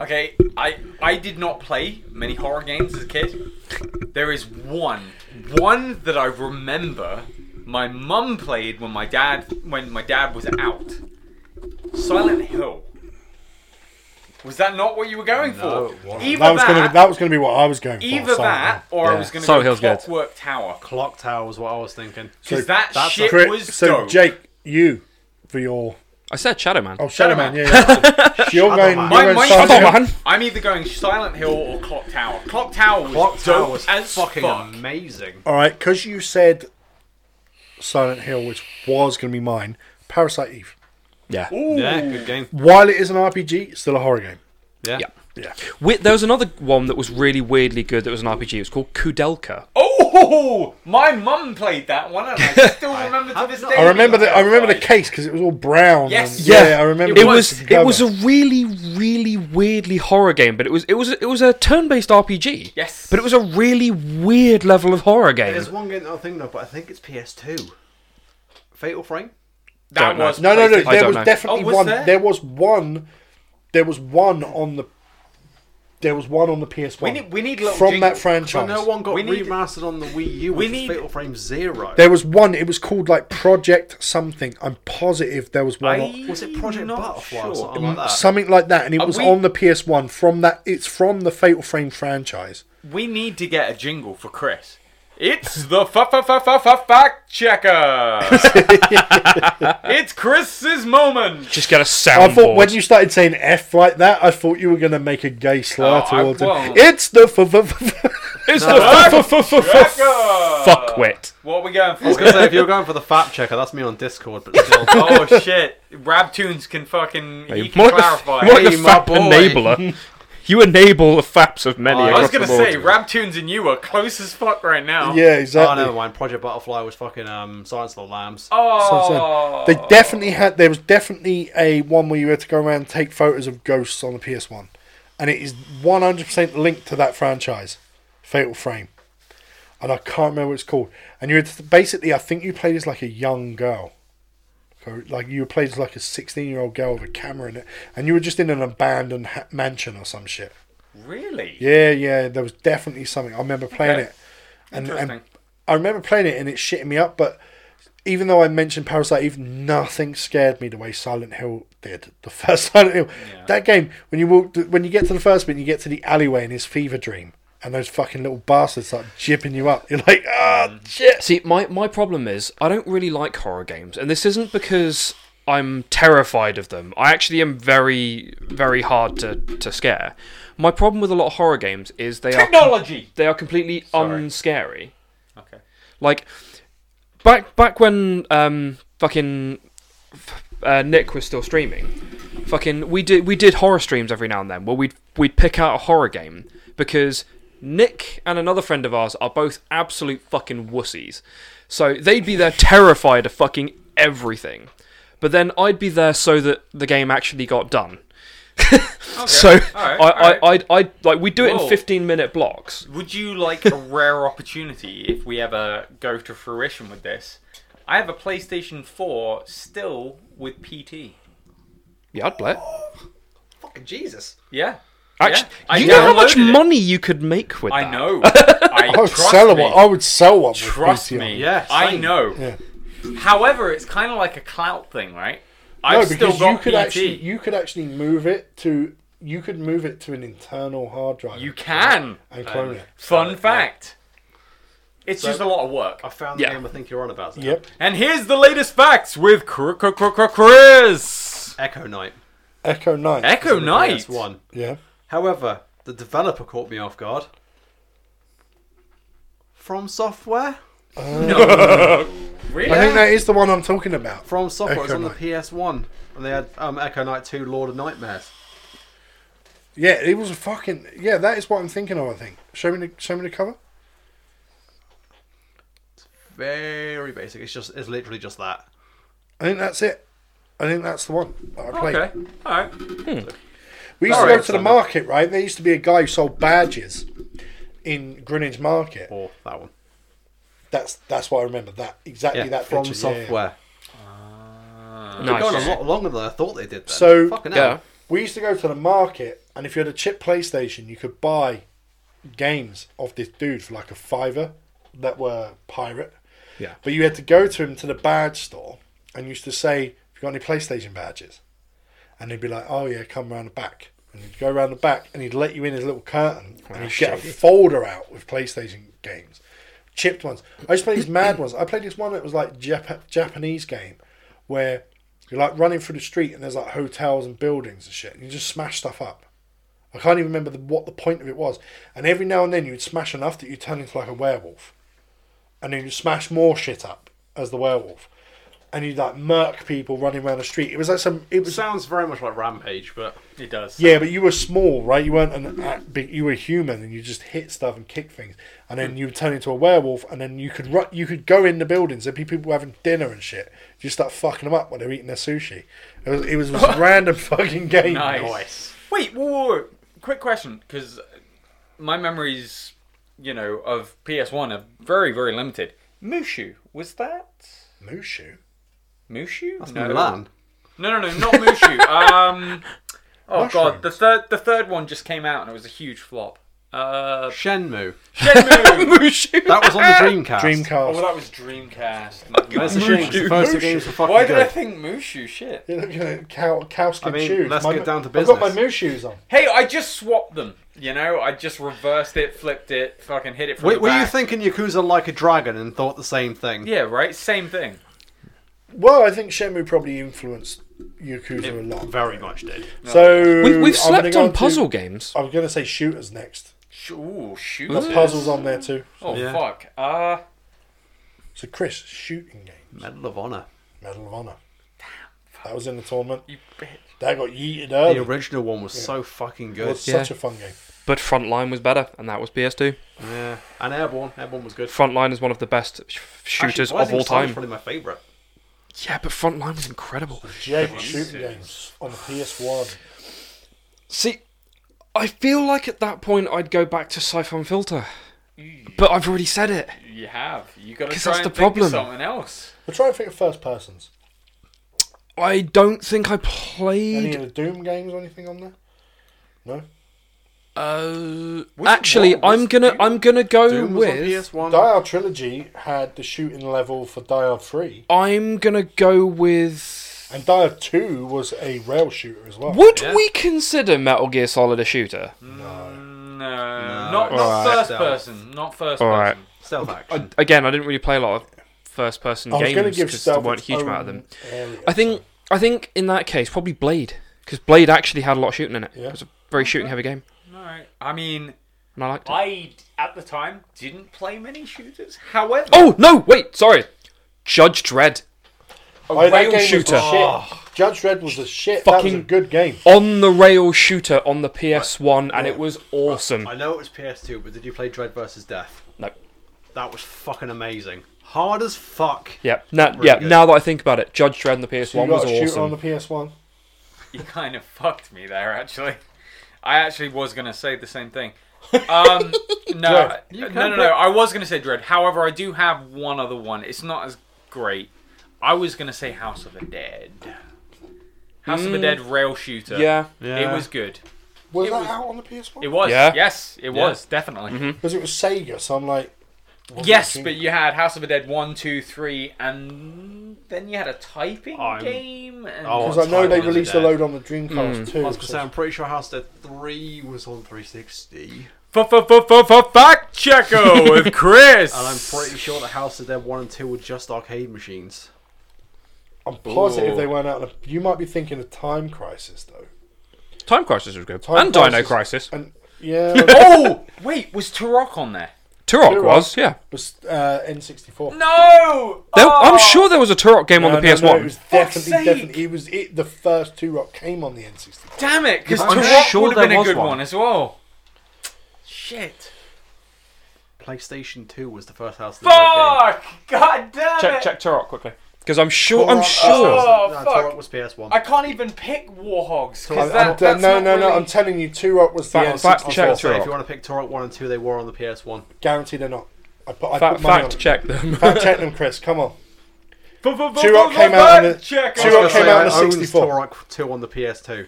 Okay, I I did not play many horror games as a kid. There is one, one that I remember. My mum played when my dad when my dad was out. Silent Hill. Was that not what you were going No, it for? wasn't. Either That was that, gonna. That was gonna be what I was going for. uh, either Silent that, Hill. or I Yeah. was going to Silent go Hill's good. Clockwork Tower. Clock Tower was what I was thinking. Because that that's shit Chris- was so dope. Jake, you for your (laughs) I said Shadow Man. oh Shadow, Shadow Man. Man. (laughs) Yeah, yeah. you're going. You're Man. My- going my- Silent Shadow Hill. Man. I'm either going Silent Hill or Clock Tower. Clock Tower was Clock Tower dope was as fucking fuck. amazing. All right, because you said Silent Hill, which was going to be mine. Parasite Eve. Yeah. Yeah, good game. While it is an RPG, it's still a horror game. Yeah. Yeah. Yeah. We, there was another one that was really weirdly good that was an RPG. It was called Kudelka. Oh, my mum played that one, and I still remember to have this not- day. I remember being the I remember the terrified. case because it was all brown. Yes. and- Yeah. yeah, I remember. It It was was it was a really really weirdly horror game, but it was it was it was a turn-based RPG. Yes. But it was a really weird level of horror game. There's one game that I'm thinking of, but I think it's PS2. Fatal Frame? That Don't know. was no, no, no. PlayStation. I There don't was know. definitely Oh, was one. there? There? was one. There was one on the. There was one on the PS One. We need- we need little from jingle- that franchise. No one got We need- remastered on the Wii U, We which need- is Fatal Frame Zero. There was one. It was called like Project something. I'm positive there was one. on- I- Was it Project Not Butterfly sure. or something like that? something like that, and it Are was we- on the PS One. From that, it's from the Fatal Frame franchise. We need to get a jingle for Chris. It's the fa fa fa fa fa fact checker. it's Chris's moment. Just get a I soundboard. thought when you started saying F like that, I thought you were going to make a gay slur Oh, I towards it. won't. It's the f- f- f- (laughs) it's the f- f- f- f- Checker. fuckwit. What are we going I was gonna for? say uh, (laughs) if you're going for the fact checker, that's me on Discord, but still. (laughs) oh shit! Rabtoons can fucking he can More like clarify. the, more like the Hey, my fap boy. enabler. You enable the faps of many. Oh, I I was across the gonna board. say Rabtoons and you are close as fuck right now. yeah, oh, exactly. never mind. Project Butterfly was fucking um, Silence of the Lambs. That's what Oh, I'm saying. uh, They definitely had. There was definitely a one where you had to go around and take photos of ghosts on the PS One, and it is one hundred percent linked to that franchise, Fatal Frame, and I can't remember what it's called. And you had to, basically, I think you played as like a young girl, So, like you played as like a sixteen-year-old girl with a camera in it, and you were just in an abandoned ha- mansion or some shit. Really? Yeah, yeah, there was definitely something. I remember playing Okay. it, and, and Interesting. I remember playing it and it shitting me up. But even though I mentioned Parasite Eve, nothing scared me the way Silent Hill did. The (laughs) first Silent Hill, Yeah. that game when you walk, when you get to the first bit, you get to the alleyway in his fever dream, and those fucking little bastards start jipping you up. (laughs) You're like, ah, Mm. shit. See, my, my problem is I don't really like horror games, and this isn't because I'm terrified of them. I actually am very, very hard to, to scare. My problem with a lot of horror games is (laughs) they are Technology. they are completely Sorry. unscary. Okay. Like back back when um fucking f- uh, Nick was still streaming, fucking we did we did horror streams every now and then where we'd we'd pick out a horror game because Nick and another friend of ours are both absolute fucking wussies, so they'd be there terrified of fucking everything, but then I'd be there so that the game actually got done. (laughs) So alright, I, alright. I, I'd, I'd like we do it Whoa. in fifteen minute blocks. Would you like a (laughs) rare opportunity if we ever go to fruition with this? I have a PlayStation 4 still with PT. Yeah, I'd play it. Fucking Jesus. Yeah. Actually, Yeah. I you know how much downloaded it. money you could make with I that. (laughs) know. I, I would trust Oh, sell me. one. I would sell one. with Trust VCR. me. Yeah, I same. know. Yeah. However, it's kind of like a clout thing, right? No, I've because still got E you could PT. actually you could actually move it to you could move it to an internal hard drive. You can. and clone it. Fun fact. It's just a lot of work. I found Yeah. the game I think you're on about. Zach. Yep. And here's the latest facts with Cr- Cr- Cr- Cr- Chris. Echo Knight. Echo Knight. Echo Knight. One. yeah. However, the developer caught me off guard. From software. (laughs) No. really? I think that is the one I'm talking about. From software. it's Echo on Knight. the PS One, and they had um, Echo Knight Two: Lord of Nightmares. Yeah, it was a fucking yeah. That is what I'm thinking of. I think. Show me the show me the cover. Very basic. It's just it's literally just that. I think that's it. I think that's the one that I played. Okay. All right. We used to go Alright, to the Simon. market, right? There used to be a guy who sold badges in Greenwich Market. Or that one. That's that's what I remember. That exactly Yeah, that from picture. Yeah, yeah. software. They've gone Nice. a lot longer than I thought they did. Then. So- fucking hell. (laughs) Yeah. We used to go to the market, and if you had a chip PlayStation, you could buy games of this dude for like a fiver that were pirate. Yeah. But you had to go to him to the badge store and used to say, Have you got any PlayStation badges? And he'd be like, Oh, yeah, come round the back. And he'd go round the back and he'd let you in his little curtain and he'd get a folder out with PlayStation games, chipped ones. I used to play these mad ones. I played this one that was like Jap- Japanese game where you're like running through the street and there's like hotels and buildings and shit. And you just smash stuff up. I can't even remember the, what the point of it was. And every now and then you'd smash enough that you turn into like a werewolf and then you smash more shit up as the werewolf, and you like murk people running around the street. It was like some. It It was sounds very much like Rampage, but It does. yeah, but you were small, right? You weren't an act big. You were human, and you just hit stuff and kick things, and then you would turn into a werewolf, and then you could ru- you could go in the buildings. There'd be people having dinner and shit. You start fucking them up while they're eating their sushi. It was it was this random fucking game. Nice. Wait, whoa, whoa, whoa. quick question, because my memories, you know, of PS1 are very, very limited. Mushu, was that Mushu. Mushu? that's no. Milan. No, no, no, not (laughs) Mushu. um, oh Mushrooms. god, the third, the third one just came out and it was a huge flop. Uh, Shenmue. Shenmue. Mushu. That was on the (laughs) Dreamcast. oh, well, Dreamcast. that was Dreamcast. My God. That's a shame. 'cause The first two Mushu. games were fucking Why did I good. think Mushu? Shit. You're looking at cow, cow skin I mean, shoes. let's get down to I've got my business. Mushu shoes on. Hey, I just swapped them. You know, I just reversed it, flipped it, fucking hit it from Were, the were you back. thinking Yakuza like a dragon and thought the same thing? Yeah, right. Same thing. Well, I think Shenmue probably influenced Yakuza a lot. Very much did. So We've, we've I'm gonna slept go on to- puzzle games. I was going to say shooters next. Sh- Ooh, shoot. The puzzles on there too. Oh Yeah. fuck. Uh So Chris, shooting game, Medal of Honor. Medal of Honor. That was in the tournament. you bitch. That got yeeted The early. It original one was so fucking good. was Yeah. such a fun game. But Frontline was better, and that was PS2. Yeah. And Airborne. Airborne was good. Frontline is one of the best sh- shooters of Actually, all Rising Sun is time. Probably my favorite. Yeah, but Frontline was incredible. Jake shooting games on the PS One. See, I feel like at that point I'd go back to Siphon Filter. But I've already said it. You have. You gotta 'Cause try that's and the think of problem. something else. We're trying to think of first persons. I don't think Any I of played. the Doom games or anything on there? No. Uh, Which actually, one was I'm gonna Doom? I'm gonna go Doom was on with PS1. Dial Trilogy had the shooting level for Dial 3, I'm gonna go with. and Dial 2 was a rail shooter as well. Would Yeah. we consider Metal Gear Solid a shooter? No. Mm, No, not, not Alright. first Stealth. person. Not first Alright. person. Stealth action. Again, I didn't really play a lot of first-person I was going to games give because there Stealth weren't a its huge own amount of them. area, I think I think in that case probably Blade because Blade actually had a lot of shooting in it. Yeah. It was a very shooting-heavy game, Alright. I mean, and I liked it. I at the time didn't play many shooters. However, Oh no! Wait, sorry. Judge Dredd so. I- Oh, that rail game was shooter. shit. Ah. Judge Red was the shit. that was a Fucking- good game. on the rail shooter on the PS1, and it was awesome. I know it was PS2, but did you play Dread versus Death? No. That was fucking amazing. Hard as fuck. Yeah. Now, Really yeah. good. Now that I think about it, Judge Dredd on the So you PS1 got was a shooter on awesome. the PS1. you kind of fucked me there. Actually, I actually was gonna say the same thing. Um, (laughs) no, Dread. no, no, (laughs) no. I was gonna say Dread. However, I do have one other one. It's not as great. I was gonna say House of the Dead. House of the Mm. Dead rail shooter. Yeah. It was good. Was It that was- out on the PS1? It was. Yeah. Mm-hmm. Yes, it was definitely. Because it was Sega, so I'm like. wasn't Yes, thinking- but you had House of the Dead one, two, three, and then you had a typing I'm- game. And Oh, Because I know they Type was released a dead. load on the Mm. Dreamcast too. I was gonna so- say, I'm pretty sure House Dead 3 was on 360. Fact (laughs) checker with Chris. (laughs) And I'm pretty sure that House of Dead 1 and 2 were just arcade machines. I'm positive Ooh. they weren't out. Of, you might be thinking of Time Crisis though. Time Crisis was good, Time and Dino Crisis. (laughs) And (laughs) yeah, oh, wait, was Turok on there? Turok Turok. was, yeah. was uh, N64. No. Oh, There, I'm sure there was a Turok game on the PS1. it was Fuck's definitely, sake. definitely. It was it. The first two rock came on the N64. Damn it, because Yeah, but I'm Turok sure would there have been a was good one. one. as well. Shit. PlayStation 2 was the first House of the Dead game. Fuck! God damn it! check check Turok quickly because I'm sure. I'm Turok- sure. Oh, no, fuck. Turok was PS1. I can't even pick Warhogs I'm- because I'm done- that, that's no, not no, no. really- I'm telling you, two rock was the Fact- fact N64. check So if Turok. you want to pick Turok 1 and 2, they were on the PS1. Guaranteed they're not. I put, I Fa- put money fact on. check them. it. Fact check them, Chris. Come on. Turok came out in the- Check I Turok was gonna came say, out I in the owned 64. Turok 2 on the PS2.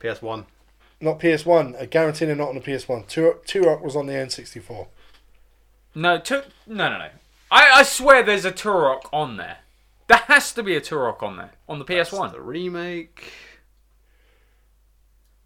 PS1. Not PS1. I guarantee Uh, they're not on the PS1. Two two rock was on the N64. No, tu- no, no, no. I, I swear there's a Turok on there. There has to be a Turok on there on the PS1. The remake.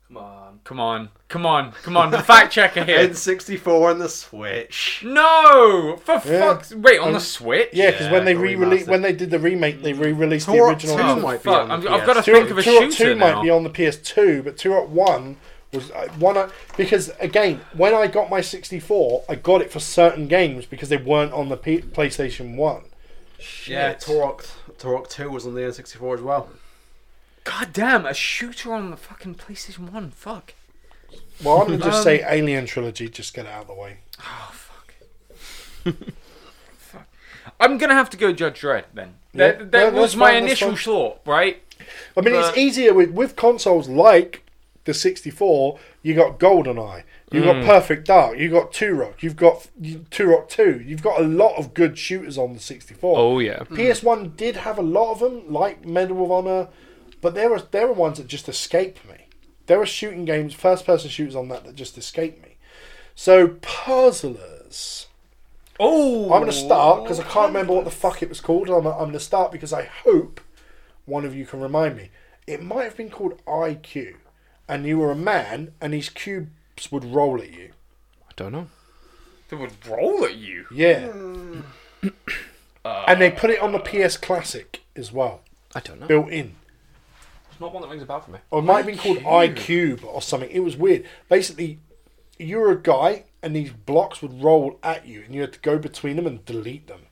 Come on, come on, come on, come on. The fact checker here. N64 and the Switch. No, for Yeah. fuck's wait on the Switch. Yeah, because Yeah, when they got re-released, remastered. when they did the remake, they re-released the Turok original. 2 two. might be Fuck, on the I'm- PS2. I've gotta Two, think of a two, shooter two now. might be on the PS2, but two one was uh, one uh, because again, when I got my 64, I got it for certain games because they weren't on the P- PlayStation One. Yeah, Shit. Turok, Turok 2 was on the N64 as well. God damn, a shooter on the fucking PlayStation One. Fuck. Well, I'm gonna just Um, say Alien Trilogy. Just get it out of the way. Oh fuck. fuck. I'm gonna have to go Judge Dredd then. Yeah. That, that No, that's was my fine, that's initial fine. thought, right? I mean, But- it's easier with with consoles like the 64. You got GoldenEye. You have got Perfect Dark. You got Two Rock. You've got Two Rock Two. You've got a lot of good shooters on the 64. (laughs) Oh yeah. PS1 did have a lot of them, like Medal of Honor, but there were there were ones that just escaped me. There were shooting games, first person shooters on that that just escaped me. So puzzlers. Oh, I'm going to start because I can't remember what the fuck it was called. I'm, I'm going to start because I hope one of you can remind me. It might have been called IQ, and you were a man, and these cubes would roll at you. I don't know. They would roll at you. Yeah. and they put it on the PS Classic as well, I don't know. built in. It's not one that rings a bell for me. or it might have been called I Cube or something. It was weird. Basically, you were a guy, and these blocks would roll at you, and you had to go between them and delete them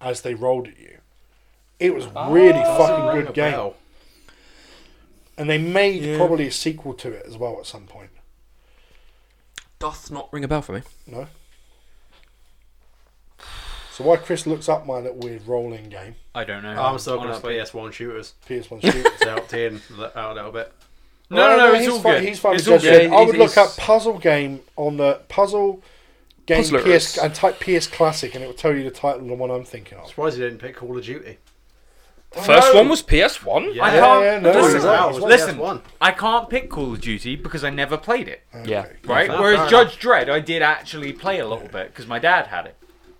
as they rolled at you. It was really fucking good game, Well, and they made probably a sequel to it as well at some point. Doth not ring a bell for me. No. So why Chris looks up my little weird rolling game, I don't know. I'm still going to honestly. PS1 shooters. PS1 shooters. It's out in out a little bit. No, no, no, it's he's all fine- good. He's fine. It's with all Judge good. Dredd. I would He's- look up puzzle game on the puzzle game Puzzlers. PS and type PS Classic, and it will tell you the title of the one I'm thinking of. Surprised you didn't pick Call of Duty. The first No. one was PS1? I Yeah, can't Oh, yeah, no, listen. it's not. It's listen, not PS1. I can't pick Call of Duty because I never played it. Yeah. Right. fair. Fair Whereas Judge Dredd, I did actually play a little bit because my dad had it.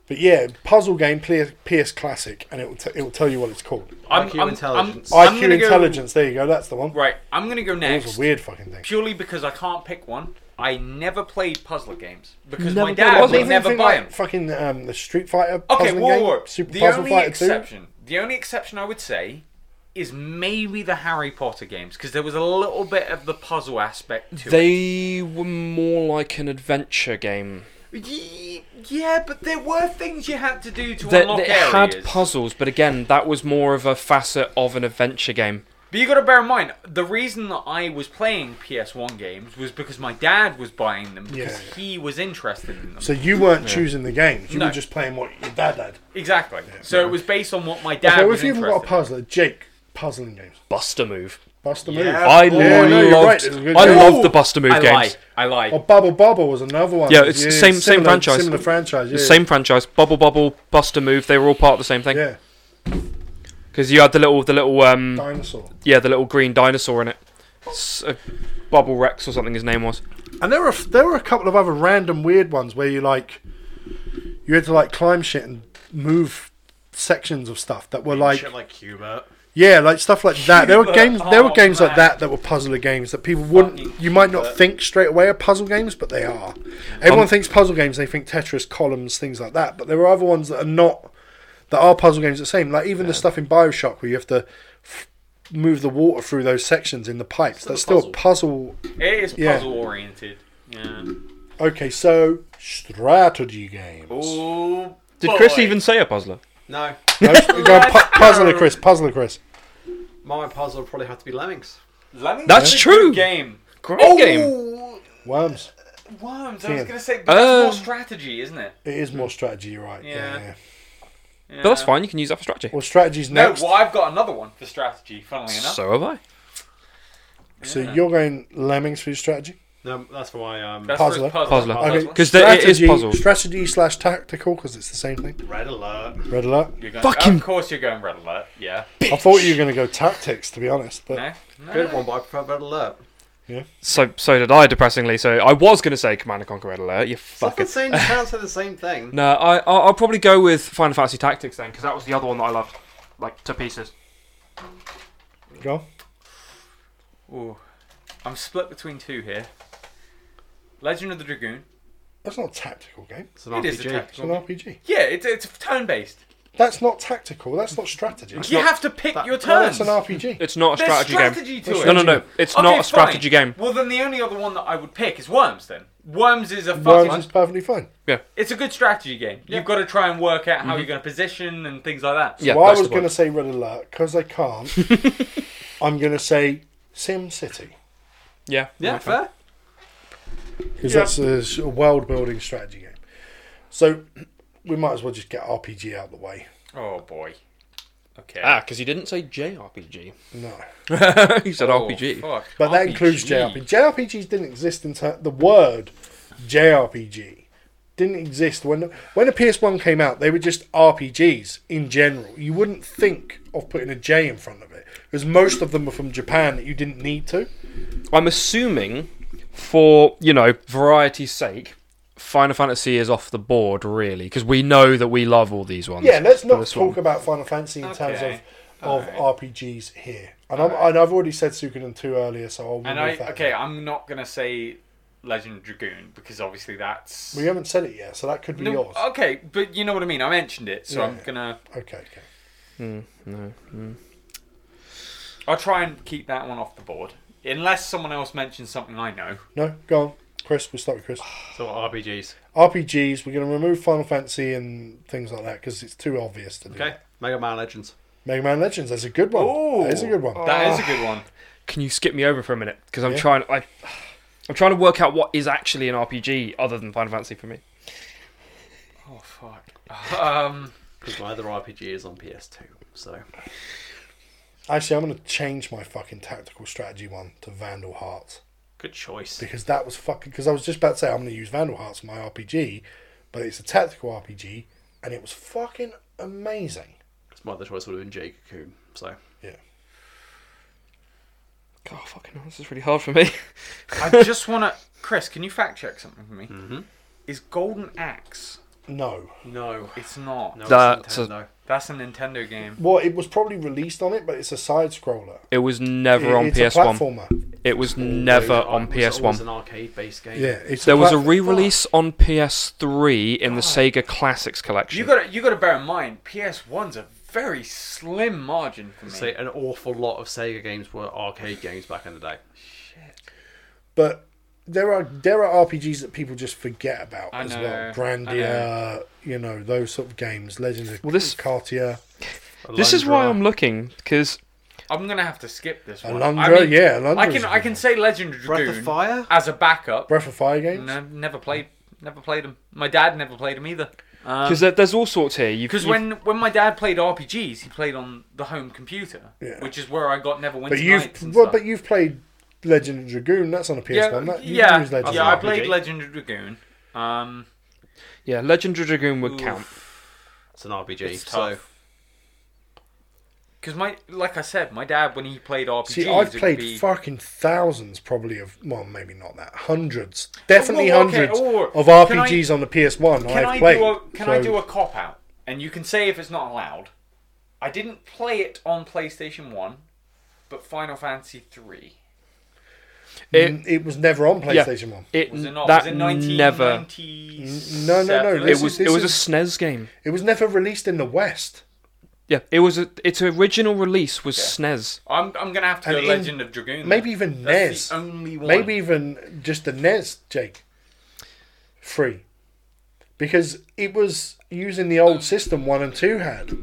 But yeah, puzzle game, PS, PS Classic, and it will t- it will tell you what it's called. I'm- IQ I'm- intelligence. I'm- I'm IQ gonna go- Intelligence. There you go. That's the one. right. I'm gonna go That was next a weird fucking thing. purely because I can't pick one. I never played puzzle games because Never my did. dad Wasn't would even never thing buy like them. Fucking um, the Street Fighter. Okay, puzzling whoa, game, whoa, whoa. Super the Puzzle only Fighter exception, the only exception I would say, is maybe the Harry Potter games because there was a little bit of the puzzle aspect to it. They were more like an adventure game. Ye- Yeah, but there were things you had to do to That unlock that areas. had puzzles, but again, that was more of a facet of an adventure game. But you got to bear in mind the reason that I was playing PS1 games was because my dad was buying them because Yeah. he was interested in them. So you weren't choosing the games. You No. were just playing what your dad had. exactly. So it was based on what my dad Okay, well, was if you haven't got a interested in. puzzler, Jake, puzzling games. Buster Move. Buster Yeah. Move. I Oh, no, you're loved. right, it was a good I game. loved the Buster Move I games. lied. I lied. Or Bubble Bobble was another one. Yeah, it's same- same similar- franchise. Similar franchise. Yeah. The same franchise, Bubble Bubble, Buster Move. They were all part of the same thing. Yeah, Because you had the little, the little, um, dinosaur. yeah, the little green dinosaur in it. S- uh, Bubble Rex or something his name was. And there were there were a couple of other random weird ones where you like you had to like climb shit and move sections of stuff that were like Shit like Cuba. yeah like stuff like that. There were Cuba. games there were Oh, games like man. that that were puzzler games that people wouldn't Fucking you might not think straight away are puzzle games, but they are. Everyone thinks puzzle games, they think Tetris, columns, things like that. But there are other ones that are not that are puzzle games the same. Like even the stuff in Bioshock where you have to. f- Move the water through those sections in the pipes. That's still a puzzle It is Yeah. puzzle oriented. Yeah. Okay, so strategy games. Oh. Did Chris even say a puzzler? No. (laughs) No, st- go on, pu- puzzler, Chris. Puzzler, Chris. My puzzle would probably have to be Lemmings. Lemmings That's is a true. Good game. Great game. Ooh, Worms. Worms. I was Yeah. gonna say, but that's more Um, strategy, isn't it? It is more strategy, you're right. Yeah. Yeah. yeah. Yeah. But that's fine. You can use that for strategy. Well, strategy's No, next. well, I've got another one for strategy. Funnily enough. So have I. so Yeah. you're going lemmings for your strategy. No, that's why um, That's Puzzler. first Puzzler. Okay, Puzzler. 'Cause there- it is strategy- puzzle. Strategy slash tactical, because it's the same thing. Red Alert. Red alert. You're going, Fucking- Of course, you're going red alert. Yeah. I thought you were going to go tactics, to be honest. But No. no. Good one, but I prefer Red Alert. So so did I, depressingly. So I was going to say Command and Conquer Red Alert. You Fuck fucking. the same. You can't say the (laughs) same thing. (laughs) No, I I'll, I'll probably go with Final Fantasy Tactics then, because that was the other one that I loved, like to pieces. go. Ooh. I'm split between two here. Legend of the Dragoon. That's not a tactical game. It's an It is a RPG. It's an tactical. RPG. Yeah, it's it's turn based. That's not tactical. That's not strategy. You not- have to pick your No, turns. that's an RPG. It's not a There's strategy, strategy game. to it. No, no, no. It's Okay, not a strategy fine. game. Well, then the only other one that I would pick is Worms. Then Worms is a fucking. Worms is perfectly fine. It's a good strategy game. You've got to try and work out how you're going to position and things like that. Mm-hmm. Yeah, well, I that's was the point. going to say Red Alert because I can't. I'm going to say Sim City. Yeah, Yeah, fair. because that's a s- a, world building strategy game. So (clears throat) we might as well just get RPG out of the way. Oh boy. Okay. Ah, because he didn't say (laughs) JRPG. No, he said Oh, RPG. fuck. but that RPG. includes JRPG. JRPGs didn't exist in ter- the word JRPG didn't exist when the, when the PS1 came out. They were just RPGs in general. You wouldn't think of putting a J in front of it because most of them were from Japan that you didn't need to. I'm assuming, for you know variety's sake, Final Fantasy is off the board really, because we know that we love all these ones. Yeah, let's not this talk one. about Final Fantasy in terms of Okay. of RPGs here. And, I'm, Alright. and I've already said Suikoden two earlier, so I'll And I remove that. okay, I'm not going to say Legend of Dragoon because obviously that's. We haven't said it yet, so that could be No, uh, yours. okay, but you know what I mean. I mentioned it, so Yeah, I'm yeah. gonna. okay, okay. I'll try and keep that one off the board, unless someone else mentions something I know. No, go on. Chris, we'll start with Chris. So what RPGs. RPGs, we're going to remove Final Fantasy and things like that because it's too obvious to do. Okay. Mega Man Legends. Mega Man Legends, that's a good one. that is a good one. That is a good one. Can you skip me over for a minute? Because I'm Yeah. trying. I, I'm trying to work out what is actually an RPG other than Final Fantasy for me. Oh fuck. Um. Because my other RPG is on PS2. So. Actually, I'm going to change my fucking tactical strategy one to Vandal Hearts (laughs) Good choice. because that was fucking. Because I was just about to say I'm going to use Vandal Hearts in my RPG, but it's a tactical RPG and it was fucking amazing. It's My other choice would have been Jake Coon. So Yeah. God, fucking hell, this is really hard for me. I just want to. Chris, can you fact check something for me? Is Golden Axe? No. no, It's not. no, That's that's a- Nintendo. That's a Nintendo game. Well, it was probably released on it, but it's a side scroller. (laughs) It was never on it's a PS1. platformer. It was never It was on always PS1. an arcade-based game. Yeah, it's There was a plat- re-release on PS3 in the Sega Classics You collection. got to you got to bear in mind, PS1's a very slim margin for me. Say an awful lot of Sega games were arcade games back in the day. But there are there are RPGs that people just forget about I as know, well. I know. Grandia, you know those sort of games. Legend of Well, this- Cartier, This is why Alundra. I'm looking because I'm gonna have to skip this one. Alundra, I mean, yeah, Alundra I is can a I good can say Legend of Breath Dragoon of Fire. as a backup. Breath of Fire games. No, never played, never played them. My dad never played them either. uh, because there, there's all sorts here. You Because you- Um, when when my dad played RPGs, he played on the home computer, Yeah. which is where I got Neverwinter but Nights. you've And well, stuff. but you've played Legend of Dragoon. That's on a PS1. yeah, that, you can yeah, use Legend yeah. I of Dragoon. played RPG. Legend of Dragoon. Um, yeah, Legendary Dragoon would oof, count. It's an RPG. It's so tough. Because my, like I said, my dad when he played RPGs, See, it I've would played be- fucking thousands, probably of well, maybe not that, hundreds, definitely Well, Oh, okay, hundreds or- of can I- RPGs on the PS1. Can I've I played. do a Can I so- do a cop out? And you can say if it's not allowed. I didn't play it on PlayStation One, but Final Fantasy Three. It, was never on PlayStation One. It, Was it not? that was it never. 1997? No, no, no, It This was is- it this was a is- SNES game. It was never released in the West. Yeah, it was. A, its original release was E SNES. I'm, I'm gonna have to And go in- Legend of Dragoon. Maybe then. even That's the NES. only one. Maybe even just the NES, Jake. Free. Because it was using the old system one and two had,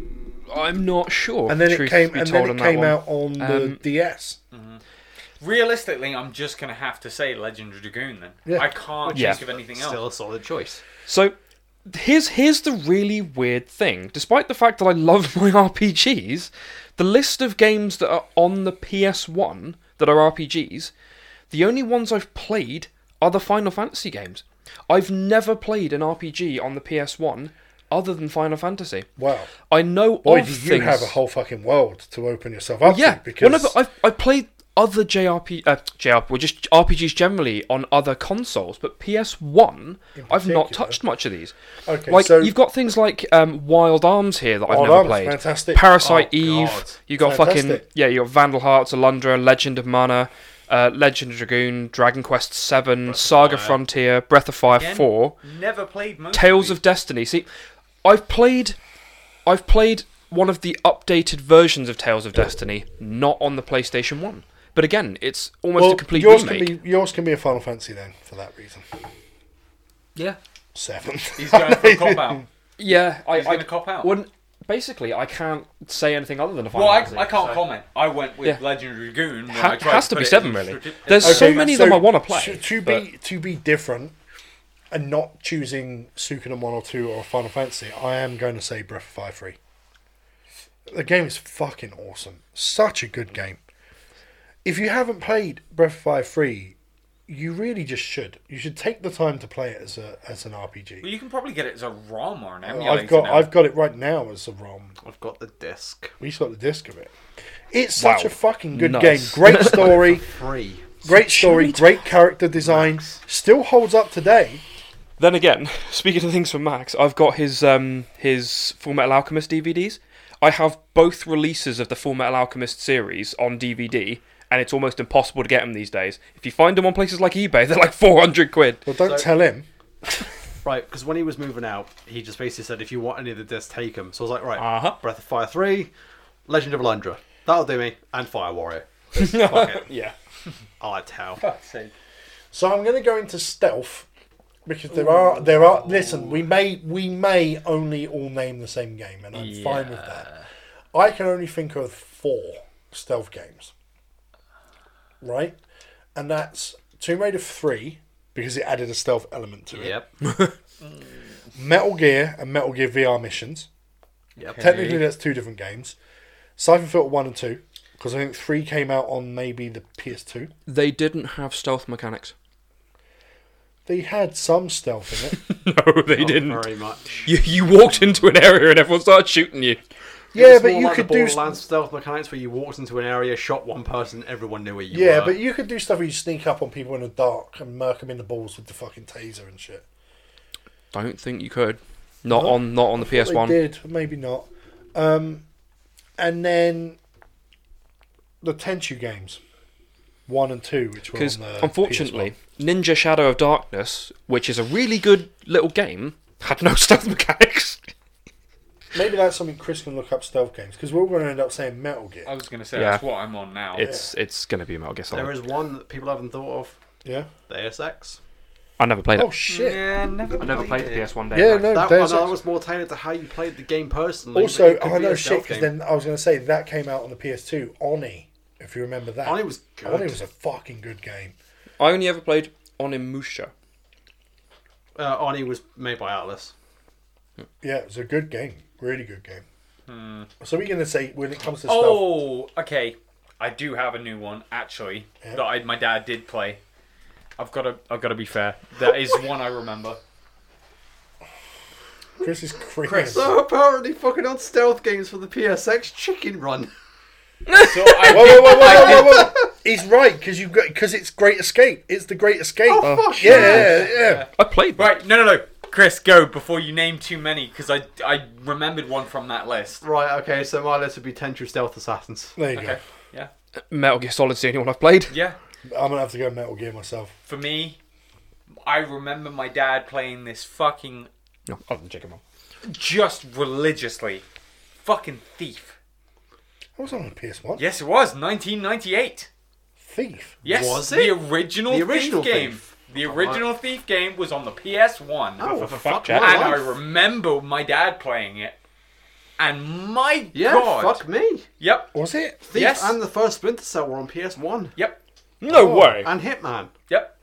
I'm not sure. and then it truth came, be and told then on it that came one. out on the Um, DS. Realistically, I'm just gonna have to say Legend of Dragoon then. Yeah. I can't Yeah. think of anything else. still a solid choice. So here's here's the really weird thing. Despite the fact that I love (laughs) my RPGs, the list of games that are on the PS1 that are RPGs, the only ones I've played are the Final Fantasy games. I've never played an RPG on the PS1 other than Final Fantasy. Wow. I know Boy, of did you things. have a whole fucking world to open yourself up yeah, to. Because well, no, but I've, I played other JRP, uh, JRP, well, just RPGs generally on other consoles, but PS1, I've particular. not touched much of these. Okay, like so- you've got things like um, Wild Arms here that I've Wild never Arms, played. fantastic. Parasite Oh, Eve. God. You got fucking Fantastic. yeah. You got Vandal Hearts, Alundra, Legend of Mana, uh, Legend of Dragoon, Dragon Quest Seven, Saga Frontier, Breath of Fire Again, Four. Never played most Tales these. of Destiny. See, I've played, I've played one of the updated versions of Tales of Destiny, not on the PlayStation One. But again, it's almost well, a complete yours remake. can be yours can be a Final Fantasy then for that reason. Yeah, Seven. He's going for a cop out. yeah. I, He's I gonna cop out. Wouldn't. Basically, I can't say anything other than a Final Well, I, Fantasy, I can't so- comment. I went with Yeah. Legend of Dragoon. When Ha- I tried has to, to put be it seven, in- really. in- There's in- so many of them I wanna play, To, to be but- to be different and not choosing Suikoden one or two or Final Fantasy, I am going to say Breath of Fire three. The game is fucking awesome. Such a good game. If you haven't played Breath of Fire three, you really just should. You should take the time to play it as a as an Well, RPG. you can probably get it as a ROM or an emulator. I've got now. I've got it right now as a ROM. I've got the disc. We got the disc of it. It's such Wow. a fucking good Nice. game. (laughs) Great story. Free. Great story, great character design. Still holds up today. Then again, (laughs) speaking of things from Max, I've got his um his Full Metal Alchemist DVDs. I have both releases of the Full Metal Alchemist series on DVD, and it's almost impossible to get them these days. If you find them on places like eBay, (laughs) they're like four hundred quid. Well, don't tell him. Right, because when he was moving out, he just basically said, if you want any of the discs, take them. So I was like, right, Uh-huh. Breath of Fire 3, Legend of Alundra. That'll do me. And Fire Warrior. Yeah. I like Tau. (laughs) Fuck's sake. So I'm going to go into stealth because there are there are. Listen, we may we may only all name the same game, and I'm fine with that. I can only think of four stealth games, right? And that's Tomb Raider three because it added a stealth element to it. (laughs) Yep. Metal Gear and Metal Gear VR missions. Yep. Technically, that's two different games. Siphon Filter one and two because I think three came out on maybe the PS2. (laughs) They didn't have stealth mechanics. They had some stealth (laughs) in it. (laughs) No, they Oh, Very much. You, you walked into an area and everyone started shooting you. It Yeah, was but more you like could the do Borderlands stealth mechanics where you walked into an area, shot one person, everyone knew where you Yeah, were. but you could do stuff where you sneak up on people in the dark and murk them in the balls with the fucking taser and shit. Don't think you could. Not No. on not on the PS One. They did, maybe not. Um, and then the Tenchu games, one and two, which were on uh, Because the unfortunately, Ninja Shadow of Darkness, which is a really good little game, had no (laughs) stealth mechanics. PS1. maybe that's something Chris can look up stealth games because we're all going to end up saying Metal Gear. I was going to say Yeah. that's what I'm on now. It's it's gonna be Metal Gear Solid. there is one that people haven't thought of. yeah. Deus Ex. I never played Oh it. shit. Yeah, never. I never played the PS One. Yeah, no. That, Deus one, that Ex- was more tailored to how you played the game personally. but Also, it could I be a know shit stealth because game. then I was going to say that came out on the PS2. Oni, if you remember that. Oni was good. Oni was a fucking good game. I only ever played Onimusha. uh, Oni was made by Atlas. Yeah, it was a good game. Really good game. Hmm. So we're going to say when it comes to stealth. Oh, okay. I do have a new one actually Yeah. that I, my dad did play. I've got to. I've got to be fair. That is one I remember. (laughs) Chris is crazy. So apparently, fucking on stealth games for the PSX, Chicken Run. So I Whoa, whoa, whoa, whoa, whoa, whoa, whoa. He's right because you because it's Great Escape. It's the Great Escape. Oh, fuck yeah, yeah, yeah. I played. that. Right, no, no, no. Chris, go before you name too many, because I, I remembered one from that list. Right, okay, so my list would be Tenchu Stealth Assassins. There you Okay. Yeah. Metal Gear Solid's the only one I've played. Yeah. go. I'm gonna have to go Metal Gear myself. For me, I remember my dad playing this fucking No, other than Chicken Run. just religiously. Fucking Thief. I was on a PS1. Yes, it was. 1998. Thief. Yes. Was The it? original, The original Thief game. Thief. The original Thief game was on the PS1. Oh, fuck, fuck Jack. and I my life. remember my dad playing it. And my Yeah, god. fuck me. Yep. Was it? Thief Yes. and the first Splinter Cell were on PS1. Yep. No way. And Hitman. Yep.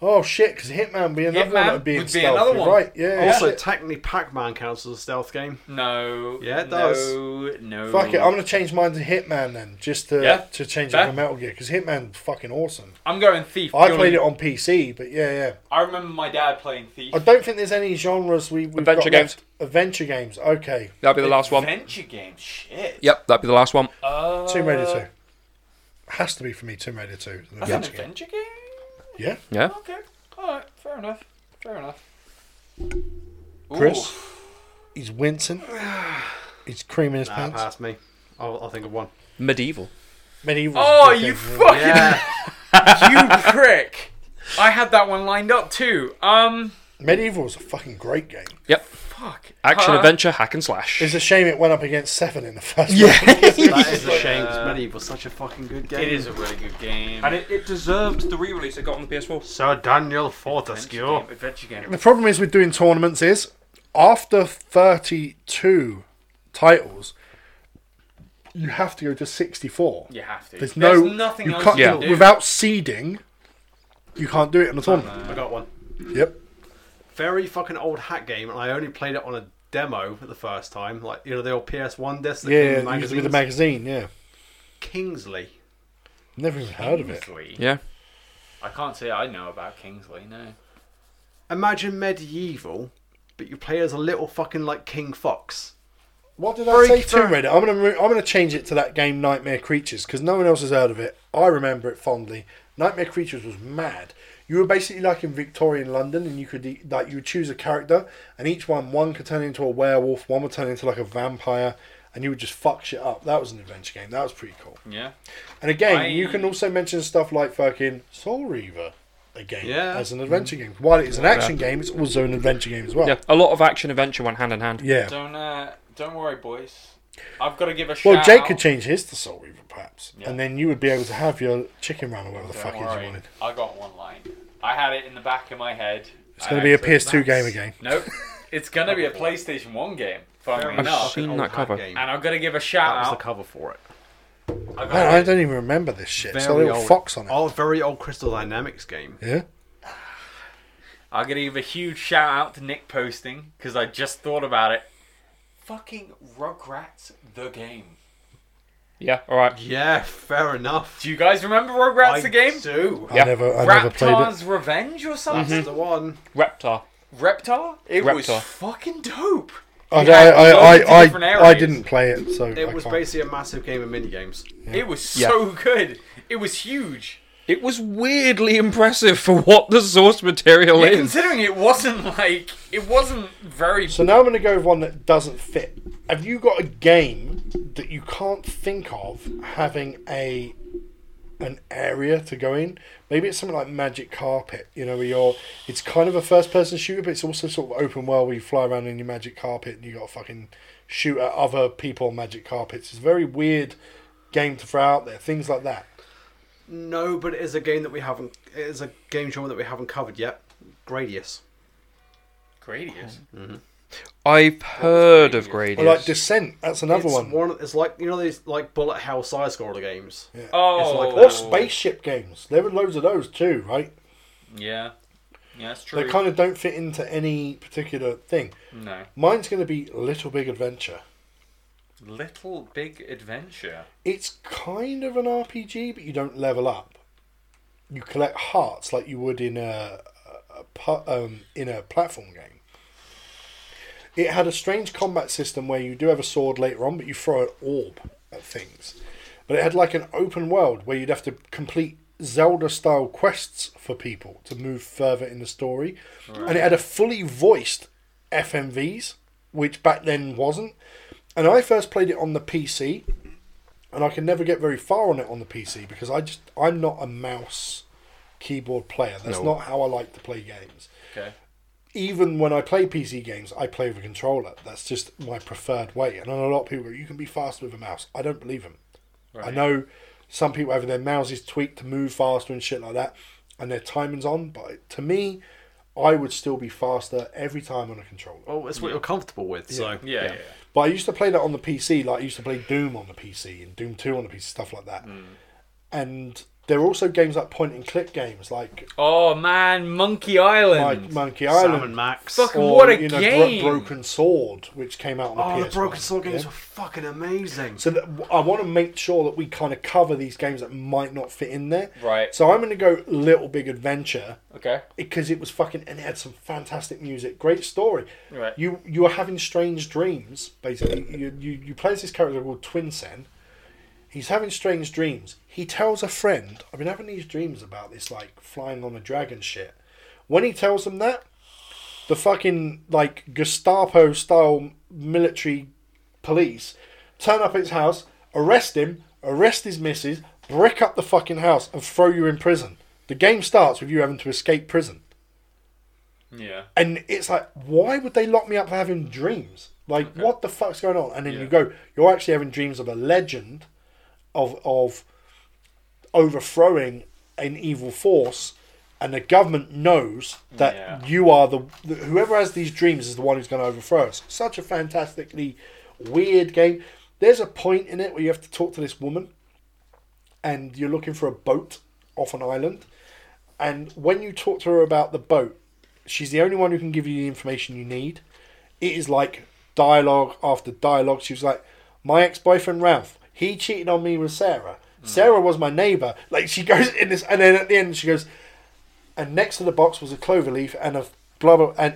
Oh shit! Because Hitman would be another one Hitman that would be in would be stealth. another You're one. Right? Yeah. yeah. Also, Shit. technically, Pac Man counts as a stealth game. No. Yeah, it no, does. No. Fuck it. I'm gonna change mine to Hitman then, just to Yeah. to change Fair. it to Metal Gear because Hitman's fucking awesome. I'm going Thief. I purely- played it on PC, but yeah, yeah. I remember my dad playing Thief. I don't think there's any genres we we've Adventure got games. left. Adventure games. Okay. That'd be the last one. Adventure game. Shit. Yep, that'd be the last one. Uh, Tomb Raider Two. Has to be for me. Tomb Raider Two. is an That's an adventure game. adventure game. Yeah. Yeah. Okay. All right. Fair enough. Fair enough. Ooh. Chris, he's wincing. He's creaming his Nah, pants. past me. I'll, I'll think (laughs) of one. Medieval. Medieval. Oh, you fucking Yeah. (laughs) you prick! I had that one lined up too. Um. Medieval was a fucking great game. Yep. Fuck. Action Uh, adventure hack and slash. It's a shame it went up against Seven in the first. Yeah. that is a shame 'cause Medieval's such a fucking good game. It is a really good game. and it, it deserved the re-release it got on the PS4. Sir Daniel Adventure Fortescue. game, Adventure (laughs) game. the problem is with doing tournaments is after thirty-two titles, you have to go to sixty-four. You have to. There's no nothing you else. can't- you Yeah. can do. without seeding. You can't do it in the tournament. I got one. Yep. Very fucking old hack game, and I only played it on a demo for the first time. Like, you know, the old PS1 disc that came in Yeah, it used to be magazines. the magazine. Yeah, Kingsley. never even heard of it. Kingsley. Yeah. I can't say I know about Kingsley. No. Imagine medieval, but you play as a little fucking like King Fox. What did Freak I say? Tomb Fairy. Raider. I'm gonna re- I'm gonna change it to that game Nightmare Creatures because no one else has heard of it. I remember it fondly. Nightmare Creatures was mad. You were basically like in Victorian London, and you could e- like you would choose a character, and each one one could turn into a werewolf, one would turn into like a vampire, and you would just fuck shit up. That was an adventure game. That was pretty cool. Yeah. And again, I- you can also mention stuff like fucking Soul Reaver again Yeah. as an adventure game. While it is an action game, it's also an adventure game as well. Yeah. A lot of action adventure went hand in hand. Yeah. Don't uh, don't worry, boys. I've got to give a shout. Well, Jake out. could change his to Soul Reaver, perhaps, Yeah. and then you would be able to have your chicken run or whatever the Don't fuck it is you worry, wanted. I got one line. I had it in the back of my head. It's going to be a PS2 game again. Nope. It's gonna be a PlayStation One game. Funnily Very enough. seen fucking that old hack cover. game. And I've got to give a that was the shout out. cover for it. I Man, I got don't even remember this shit. It's a Very little fox on it. Old, Oh, very old Crystal Dynamics game. Yeah. I'm gonna give a huge shout out to Nick Posting because I just thought about it. Fucking Rugrats the game. Yeah. All right. Yeah, fair enough. Do you guys remember Rugrats I the game? do. I Yeah. never, I never played it. Raptar's Revenge or something? That's the one. Reptar. Mm-hmm. Reptar? It was Reptar. fucking dope. I, You had I, I, loads of I, different I, I areas. didn't play it, so I It was can't. basically a massive game of minigames. It was so good. It was huge. It was weirdly impressive for what the source material Yeah, is. considering it wasn't like it wasn't very. So now I'm going to go with one that doesn't fit. Have you got a game that you can't think of having a an area to go in? Maybe it's something like Magic Carpet, you know, where you're it's kind of a first person shooter, but it's also sort of open world where you fly around in your magic carpet and you got to fucking shoot at other people on magic carpets. It's a very weird game to throw out there. Things like that. No, but it is a game that we haven't. It is a game genre that we haven't covered yet. Gradius. Gradius. I've heard of Gradius. Or like Descent. That's another it's one. It's like you know these like bullet hell side scroller games. Oh, like Or spaceship games. There were loads of those too, right? Yeah, yeah, that's true. They kind of don't fit into any particular thing. no, Mine's going to be Little Big Adventure. Little Big Adventure. It's kind of an RPG, but you don't level up. You collect hearts like you would in a, a pu- um, in a platform game. It had a strange combat system where you do have a sword later on, but you throw an orb at things. But it had like an open world where you'd have to complete Zelda style quests for people to move further in the story. And it had a fully voiced FMVs, which back then wasn't. And I first played it on the PC and I can never get very far on it on the PC because I just I'm not a mouse keyboard player. That's not how I like to play games. Okay. Even when I play PC games, I play with a controller. That's just my preferred way. And I know a lot of people go, "You can be fast with a mouse." I don't believe them. I know some people have their mouses tweaked to move faster and shit like that, and their timings on. But to me, I would still be faster every time on a controller. Well, it's what you're comfortable with. So Yeah, yeah. yeah. But I used to play that on the PC. Like I used to play Doom on the PC and Doom Two on the PC, stuff like that. Mm. And there are also games like point and click games, like Oh man, Monkey like Oh, Island. Monkey Salmon Island, Max. Fucking what a you know, Bro- game! Broken Sword, which came out on the Oh, the PS1, Broken Sword games yeah? were fucking amazing. So that, I want to make sure that we kind of cover these games that might not fit in there. Right. So I'm going to go Little Big Adventure Okay. because it was fucking and it had some fantastic music, great story. Right. You you are having strange dreams basically. You you, you play as this character called Twinsen. He's having strange dreams. He tells a friend, I've been having these dreams about this like flying on a dragon shit. When he tells them that, the fucking like Gestapo style military police turn up at his house, arrest him, arrest his missus, brick up the fucking house, and throw you in prison. The game starts with you having to escape prison. Yeah. And it's like, why would they lock me up for having dreams? Like, what the fuck's going on? And then you go, you're actually having dreams of a legend of of overthrowing an evil force, and the government knows that Yeah. you are the, the whoever has these dreams is the one who's going to overthrow us. Such a fantastically weird game. There's a point in it where you have to talk to this woman, and you're looking for a boat off an island. And when you talk to her about the boat, she's the only one who can give you the information you need. It is like dialogue after dialogue. She was like, My ex boyfriend Ralph, he cheated on me with Sarah. Sarah was my neighbour. Like she goes in this and then at the end she goes and next to the box was a clover leaf and a blah blah and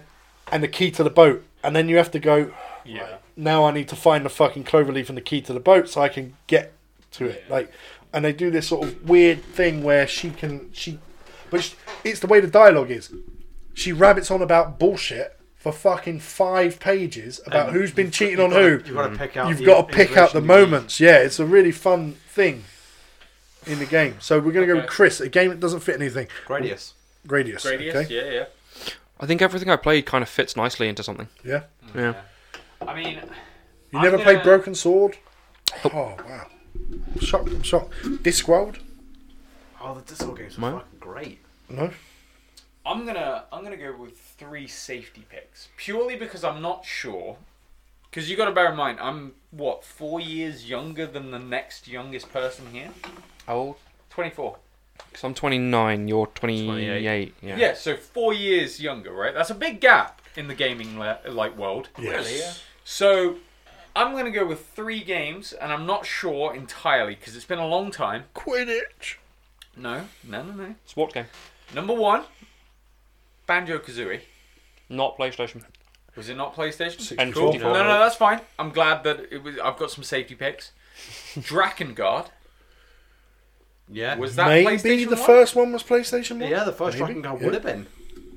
and the key to the boat. And then you have to go Yeah. "Right, now I need to find the fucking clover leaf and the key to the boat so I can get to it. Like and they do this sort of weird thing where she can she but sh it's the way the dialogue is she rabbits on about bullshit for fucking five pages about who's been cheating on who. You've got to pick out. You've the got to pick out the information you need. moments. Yeah, it's a really fun thing in the game. So we're going to go with Okay. Chris, a game that doesn't fit anything. Gradius. Gradius. Gradius. okay? Yeah, yeah. I think everything I played kind of fits nicely into something. Yeah. Yeah. I mean, You I'm never gonna- played Broken Sword? Oh, wow. Shocked. I'm shocked. Discworld? Oh, the Discord games were Mine? fucking great. No. I'm gonna I'm gonna go with three safety picks purely because I'm not sure. Because you got to bear in mind, I'm what four years younger than the next youngest person here. How old? Twenty-four. Because I'm 29, you're 28. 28. Yeah. Yeah, so four years younger, right? That's a big gap in the gaming le- like world. Yes. So I'm gonna go with three games, and I'm not sure entirely because it's been a long time. Quidditch. No, no, no, no. Sport game. Number one, Banjo Kazooie. Not PlayStation. Was it not PlayStation? And Cool. 54. No, no, that's fine. I'm glad that it was. I've got some safety picks. Drakengard. Yeah. Was that Maybe PlayStation the one? first one was PlayStation One. yeah, the first Maybe, Dragon Guard yeah. would have been.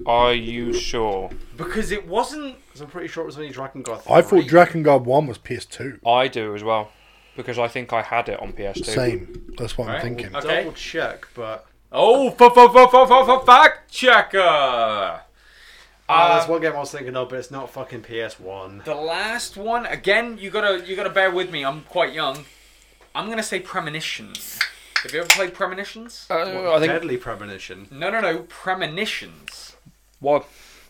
Are you sure? Because it wasn't. 'Cause I'm pretty sure it was only Dragon Guard. I thought three. Dragon Guard One was PS2. I do as well, because I think I had it on PS2. Same. That's what I'm Right. thinking. Okay. Double check, but Oh, fa fa fa fa fa fa fact checker. Ah, that's one game I was thinking of, but it's not fucking PS One. The last one again. You gotta you gotta bear with me. I'm quite young. I'm gonna say premonitions. Have you ever played premonitions? Uh, I think Deadly Premonition. No, no, no. Premonitions. while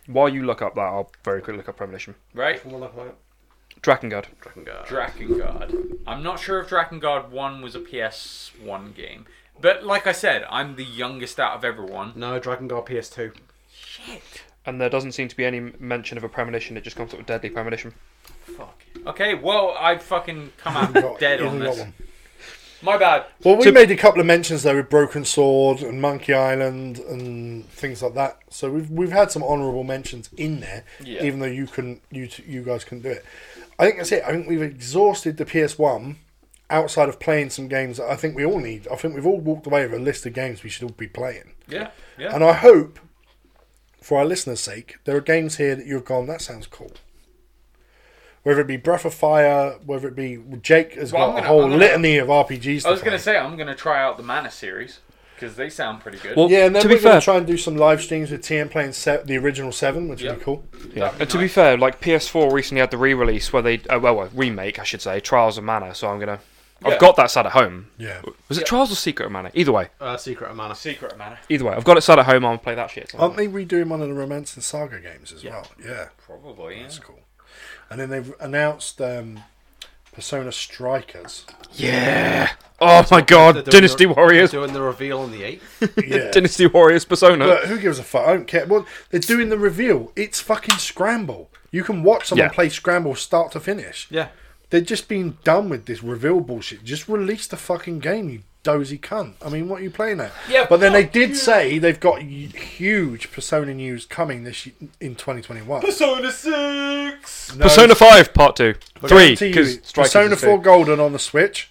while you look up that, I'll very quickly look up premonition. Right. Come on, look at Drakengard. Dragon Guard. Drakengard. I'm not sure if Drakengard 1 was a PS1 game. But like I said, I'm the youngest out of everyone. no, Dragon Guard PS Two. And there doesn't seem to be any mention of a premonition. It just comes up with deadly premonition. Fuck. Okay, well, I fucking come (laughs) out Got- dead you on haven't got this. one. My bad. Well, we To- made a couple of mentions though with Broken Sword and Monkey Island and things like that. So we've we've had some honourable mentions in there, Yeah. even though you couldn't, you t- you guys couldn't do it. I think that's it. I think we've exhausted the PS One outside of playing some games that I think we all need. I think we've all walked away with a list of games we should all be playing. Yeah, yeah. And I hope, for our listeners' sake, there are games here that you've gone, that sounds cool. Whether it be Breath of Fire, whether it be Jake has Well, I'm got gonna- a whole I'm gonna- litany of RPGs. I was to going to play. say, I'm going to try out the Mana series. Because they sound pretty good. Well, yeah, and then to we're be fair, gonna try and do some live streams with TM playing se- the original Seven, which would Yep. be cool. Yeah. That'd Uh, to be nice. fair, like PS4 recently had the re-release where they, uh, well, well, remake I should say, Trials of Mana. So I'm gonna, Yeah. I've got that sat at home. Yeah, Was it Trials or Secret of Mana? Either way, Uh, Secret of Mana. Secret of Mana. either way, I've got it sat at home. I'll play that shit. aren't they redoing one of the Romance and Saga games as well? Yeah, Probably, yeah. that's cool. And then they've announced um, Persona (laughs) Strikers. Yeah. Oh my They're god, doing Dynasty the- Warriors, Doing the reveal on the eighth. (laughs) Yeah, Dynasty Warriors Persona. But who gives a fuck? I don't care. Well, they're doing the reveal. It's fucking Scramble. You can watch someone Yeah. play Scramble start to finish. yeah. They're just being done with this reveal bullshit. Just release the fucking game, you dozy cunt. I mean, what are you playing at? Yeah, But then they fuck did you. say they've got y- huge Persona news coming this y- in 2021. Persona 6! No, Persona 5 Part 2. I 3 guarantee you, cuz Persona 4 Golden on the Switch,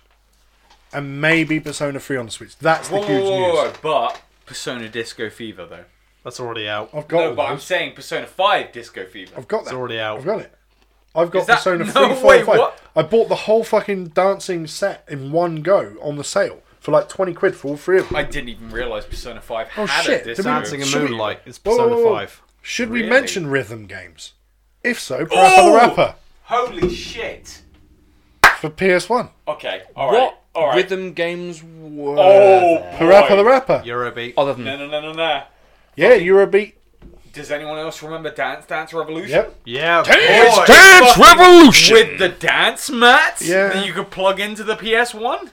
and maybe Persona 3 on the Switch. That's the Whoa, huge whoa, whoa, news. but Persona Disco Fever, though. That's already out. I've got. No, all but I'm those. saying Persona 5 Disco Fever. I've got It's that. already I've out. got it. I've got Is that- Persona no, 3, 4, wait, and 5. what? I bought the whole fucking dancing set in one go on the sale for like 20 quid for all three of them. I didn't even realise Persona 5 Oh, had shit, a did disco. we- Dancing in Should we- Moonlight. It's Whoa, Persona whoa, whoa. Five. Should we Really? mention rhythm games? If so, Parappa the Oh! Rapper Holy shit! for PS1. Okay, alright. alright. rhythm games were Oh, Parappa boy. the Rapper. Eurobeat. other than No, no, no, no, no. Yeah, Eurobeat. Does anyone else remember Dance Dance Revolution? Yep. Yeah. It's boy. Dance fucking Revolution. With the dance mats Yeah. that you could plug into the PS1?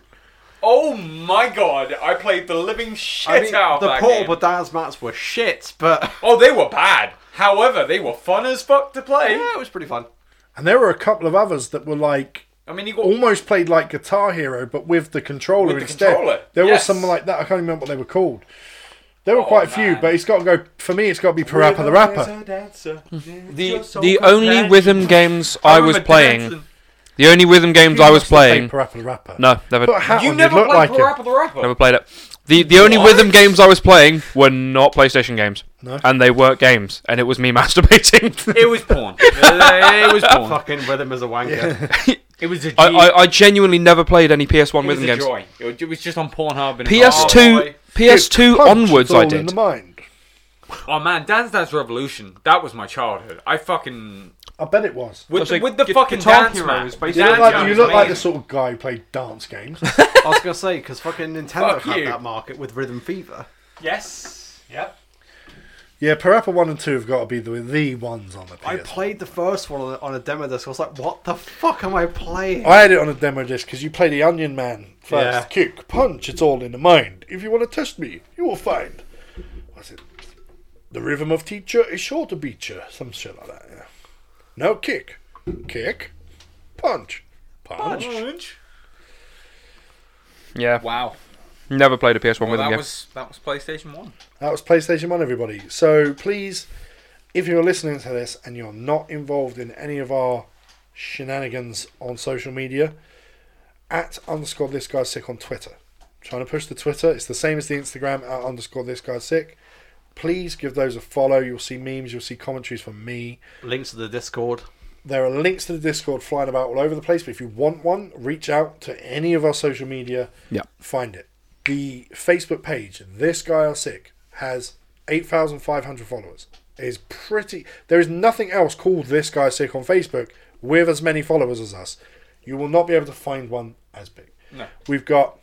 Oh my god, I played the living shit I mean, out of the that portable game. dance mats were shit, but (laughs) Oh, they were bad. However, they were fun as fuck to play. yeah, it was pretty fun. And there were a couple of others that were like I mean, you got almost played like Guitar Hero, but with the controller With the instead. controller, There yes. Oh, were some like that. I can't remember what they were called. There were quite a few, man. but it's got to go for me. It's got to be Parappa the Rapper. Mm-hmm. the the only rhythm games I, was remember playing dancing. the only rhythm games I was playing Parappa the Rapper. No, never Put a hat You on, never you'd look played like him. Parappa the Rapper. never played it. The the only What? rhythm games I was playing were not PlayStation games. No. And they weren't games and it was (laughs) me (laughs) masturbating. (laughs) It was porn. it was porn. Fucking rhythm is a wanker. It was a I, I, I genuinely never played any PS1 it was rhythm a games. joy. Oh, It was- It was just on Pornhub and PS2 PS2 Punch, onwards it's all I In did. the mind. Oh man, Dance Dance Revolution. That was my childhood. I fucking I bet it was. with That's the, like with the Gu- fucking Guitar dance Hero man. is basically- You look, Dance like, Man you was look like the amazing. sort of guy who played dance games. I was gonna say because fucking Nintendo Fuck had you. that market with Rhythm Fever. Yes. Yep. yeah, Parappa 1 and 2 have got to be the, the ones on the PS. I played the first one on a, on a demo disc. I was like, what the fuck am I playing? I had it on a demo disc because you play the Onion Man first. Yeah. Kick, punch, it's all in the mind. If you want to test me, you will find. What's it? The rhythm of teacher is sure to beat you. Some shit like that, yeah. Now kick. Kick. Punch. Punch. Yeah. Wow. Never played a PS1 Well, rhythm that game. was that was PlayStation One. That was PlayStation 1, everybody. So please if you're listening to this and you're not involved in any of our shenanigans on social media, at underscore this guy's sick on Twitter. Trying to push the Twitter. It's the same as the Instagram at underscore this guy's sick. Please give those a follow. You'll see memes. You'll see commentaries from me. Links to the Discord. There are links to the Discord flying about all over the place. But if you want one, reach out to any of our social media. Yeah. Find it. The Facebook page, This Guy Are Sick, has 8,500 followers. It is pretty. There is nothing else called This Guy Are Sick on Facebook with as many followers as us. You will not be able to find one as big. No. We've got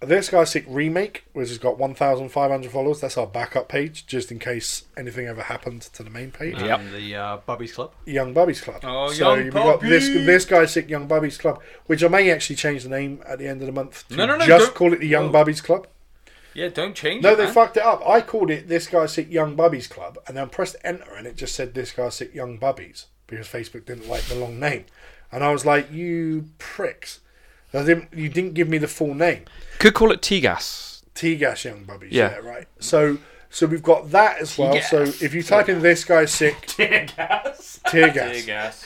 This Guy Are Sick Remake, which has got 1,500 followers. That's our backup page, just in case anything ever happened to the main page. Yeah. The uh, Bubby's Club. Young Bubbies Club. Oh, so Young you've got this Bubbies! this guy's sick Young Bubbies Club, which I may actually change the name at the end of the month. To No, no, no, Just don't- call it the Young no. Bubbies Club. Yeah, don't change No, it. they man. fucked it up. I called it this guy's sick Young Bubbies Club, and then pressed enter, and it just said this guy's sick Young Bubbies because Facebook didn't like the long name, and I was like, you pricks. I didn't, you didn't give me the full name. Could call it T gas. T gas young bubbies. Yeah. Yeah. right. So so we've got that as well. So if you type in this guy's sick (laughs) tear gas, tear gas, (laughs)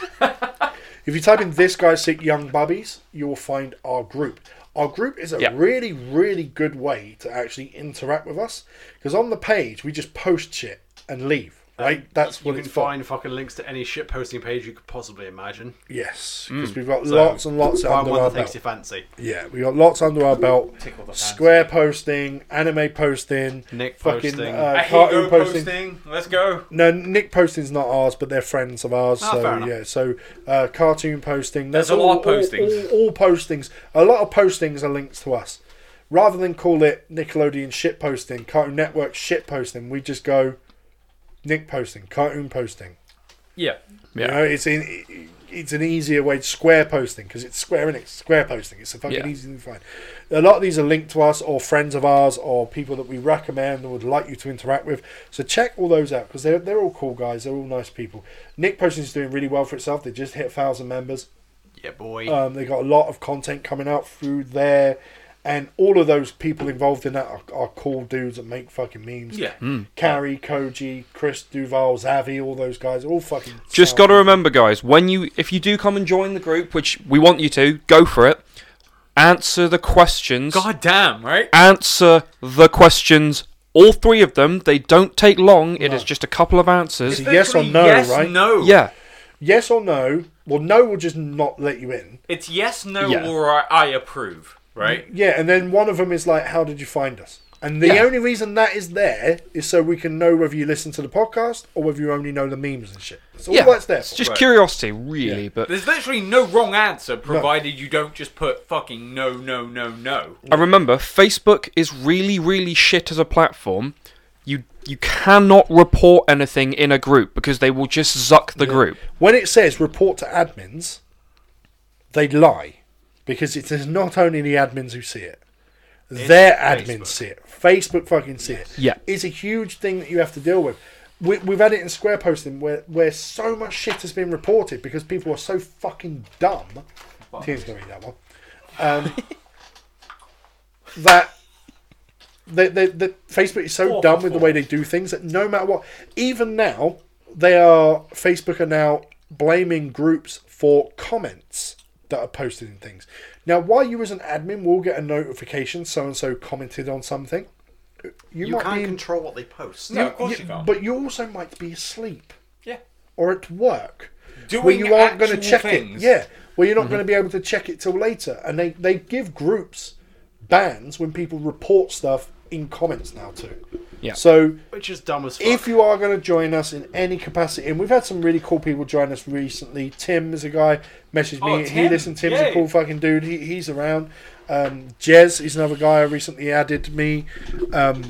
if you type in this guy's sick young bubbies, you will find our group. Our group is a Yeah. really really good way to actually interact with us because on the page we just post shit and leave. Right, that's You what can it's for. find fucking links to any shit posting page you could possibly imagine. Yes, because we've got lots and lots Find under one our that takes belt. you fancy. Yeah, we got lots under our belt. Tickle the fancy. Square posting, anime posting, Nick fucking, posting. uh, I hate cartoon go posting. posting. Let's go. No, Nick posting's not ours, but they're friends of ours. Ah, fair so enough. yeah, so uh, cartoon posting. There's that's a lot of postings. All, all, postings. A lot of postings are linked to us. Rather than call it Nickelodeon shit posting, Cartoon Network shit posting, we just go Nick posting, cartoon posting. Yeah. You know, it's in, it's an easier way. Square posting because it's Square Enix. Square posting. It's a fucking Yeah. easy thing to find. A lot of these are linked to us or friends of ours or people that we recommend and would like you to interact with. So check all those out because they're they're all cool guys. They're all nice people. Nick Posting is doing really well for itself. They just hit a thousand members. Yeah, boy. Um, they got a lot of content coming out through there, and all of those people involved in that are, are cool dudes that make fucking memes. Yeah. Carrie, Koji, Chris Duval, Zavi, all those guys are all fucking. Just sound got to remember, guys, when you if you do come and join the group, which we want you to, go for it. Answer the questions. God damn, right? Answer the questions. All three of them. They don't take long. It is just a couple of answers. It's a yes or no, yes, right? No. Yeah. yes or no. Well, no will just not let you in. It's yes, no, Yeah. or I, I approve, right? Yeah, and then one of them is like, "How did you find us?" And the Yeah. only reason that is there is so we can know whether you listen to the podcast or whether you only know the memes and shit. That's all yeah. that's there. It's for. just Right. curiosity, really. But There's literally no wrong answer, provided you don't just put fucking no, no, no, no. I remember Facebook is really, really shit as a platform. You you cannot report anything in a group because they will just zuck the group. when it says report to admins, they lie because it is not only the admins who see it. Their admins Facebook. see it. Facebook fucking see it. Yeah. It's a huge thing that you have to deal with. We, we've had it in square posting where, where so much shit has been reported because people are so fucking dumb. Tim's going to read that one. Um, (laughs) that they, they, the Facebook is so dumb with the way they do things that no matter what, even now, they are Facebook are now blaming groups for comments that are posted in things. Now, while you as an admin will get a notification, so and so commented on something, you, you might can't be, in- control what they post. No, of course you, can't. but you also might be asleep (laughs) yeah. or at work where Doing you aren't going to actual check things. Mm-hmm. it. Yeah, where you're not going to be able to check it till later. And they, they give groups bans when people report stuff in comments now too. Yeah. So Which is dumb as fuck. if you are going to join us in any capacity, and we've had some really cool people join us recently. Tim is a guy messaged Oh, me. he Tim. listened. Tim's a Yay. cool fucking dude. He, he's around. Um, Jez is another guy I recently added me. Um,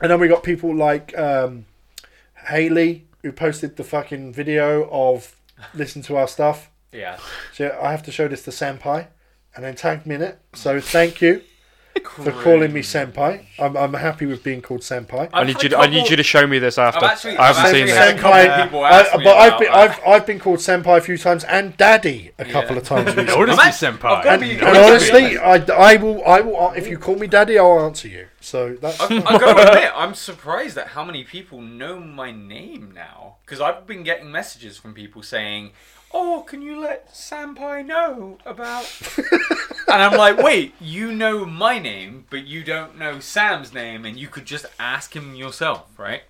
and then we got people like um, Haley who posted the fucking video of listen to our stuff. Yeah. So I have to show this to Senpai and then tag me in it. So thank you. for calling me senpai. I'm, I'm happy with being called senpai. I need you. To, I need you to show me this after. actually- I haven't I've seen actually this. had- a couple of people ask I- me but I've about been, that. I've I've been called senpai a few times and daddy a couple of times. (laughs) recently. Notice I'm me, act- I've gotta senpai. be- And, and honestly, I, I will I will uh, if you call me daddy, I'll answer you. So that's I (laughs) gotta admit, I'm surprised at how many people know my name now. Because I've been getting messages from people saying, "Oh, can you let Sampai know (laughs) about?" and I'm like, "Wait, you know my name, but you don't know Sam's name, and you could just ask him yourself, right?"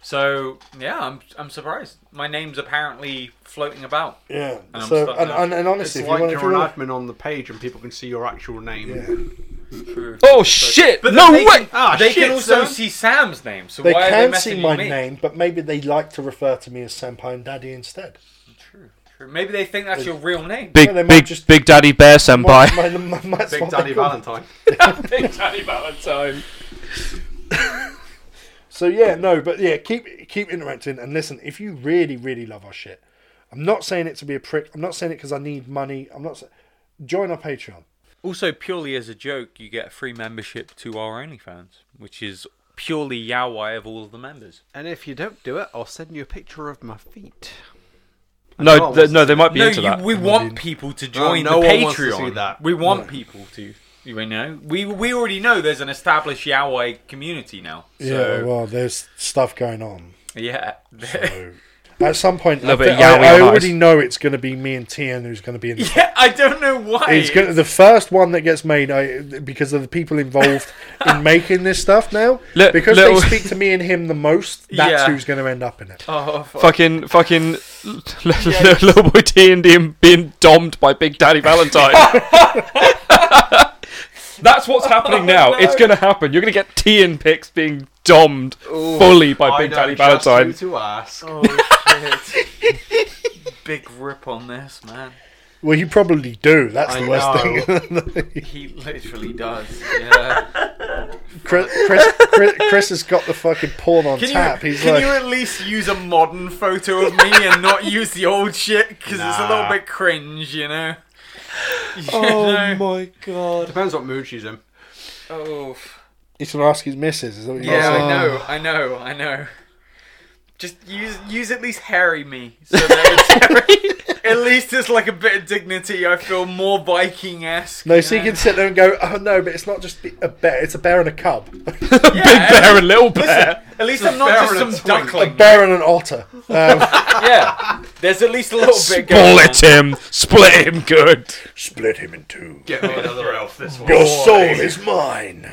So yeah, I'm I'm surprised. My name's apparently floating about. yeah. I'm So stuck and, now. and, and It's honestly, if you like want, if you you're an want, admin on the page and people can see your actual name. Oh shit! But no they way! Can, Ah, they shit, can also Sam. see Sam's name, so they why are can they see messaging my me? name, but maybe they like to refer to me as senpai and daddy instead. True, true. Maybe they think that's your real name. Yeah, Big, they might big, just- big daddy bear My- senpai. my- my- my- that's Big what they Daddy call me. (laughs) Valentine. (laughs) big daddy Valentine. So yeah, no, but yeah, keep keep interacting and listen. If you really, really love our shit, I'm not saying it to be a prick. I'm not saying it because I need money. I'm not. Sa- Join our Patreon. Also, purely as a joke, you get a free membership to our OnlyFans, which is purely Yaoi of all of the members. And if you don't do it, I'll send you a picture of my feet. No, th- no, they might be no, into you- that. we want people to join no the one Patreon. wants to see that. We want people to. You know, we we already know there's an established Yaoi community now. yeah, So, well, there's stuff going on. yeah. So at some point, I, Little bit thi- I- yaoi I on already ice. know it's going to be me and Tian who's going to be in. The- (laughs) yeah, (laughs) I don't know why. it's gonna, the first one that gets made I, because of the people involved (laughs) in making this stuff now. Li- because little- they speak to me and him the (laughs) most, that's Yeah. who's going to end up in it. Oh, fuck. (laughs) Fucking, fucking, li- li- little boy T and D being domed by Big Daddy (laughs) Valentine. That's what's happening now. (laughs) It's gonna happen. You're gonna get T and Pix being domed fully by Big Daddy Valentine. to ask. Oh, (laughs) shit. Big rip on this, man. Well, you probably do. That's the worst thing. He literally does. Yeah. (laughs) Chris, Chris, Chris, Chris has got the fucking porn on tap. You, He's can like, you uh, at least use a modern photo of me and not use the old shit? Because it's a little Nah. bit cringe, you know? (laughs) You Oh know? my god! Depends what mood she's in. Oh. he's gonna ask his missus. Is that what you're Yeah, I saying? know, I know, I know. Just use use at least hairy me. (laughs) So that it's, at least there's like a bit of dignity. I feel more Viking esque. No, so you can sit there and go, oh no, but it's not just a bear. It's a bear and a cub, (laughs) yeah, (laughs) Big Bear At, and Little Bear. at least I'm not Baron just of some Twink. a duckling. bear and an otter. Um, Yeah, there's at least a little bit going on. Split him. Split him good. split him in two. Get me another (laughs) elf this one. Your soul is mine.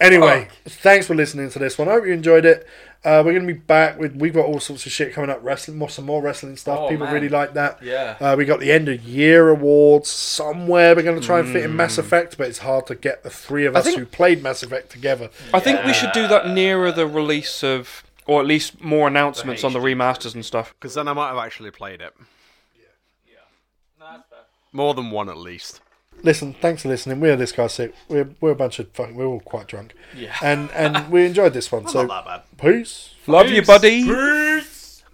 Anyway, thanks for listening to this one. I hope you enjoyed it. Uh, we're gonna be back with we've got all sorts of shit coming up. Wrestling, more some more wrestling stuff. Oh, People man. really like that. Yeah. Uh, we got the end of year awards somewhere. We're gonna try and fit in Mass Effect, but it's hard to get the three of us think- who played Mass Effect together. I think we should do that nearer the release of, or at least more announcements on the remasters and stuff. Because then I might have actually played it. More than one at least. Listen, thanks for listening. We're this guy sick. We're we're a bunch of fucking. We're all quite drunk. Yeah. And and we enjoyed this one. so Not that bad. peace. Love you, buddy. Peace.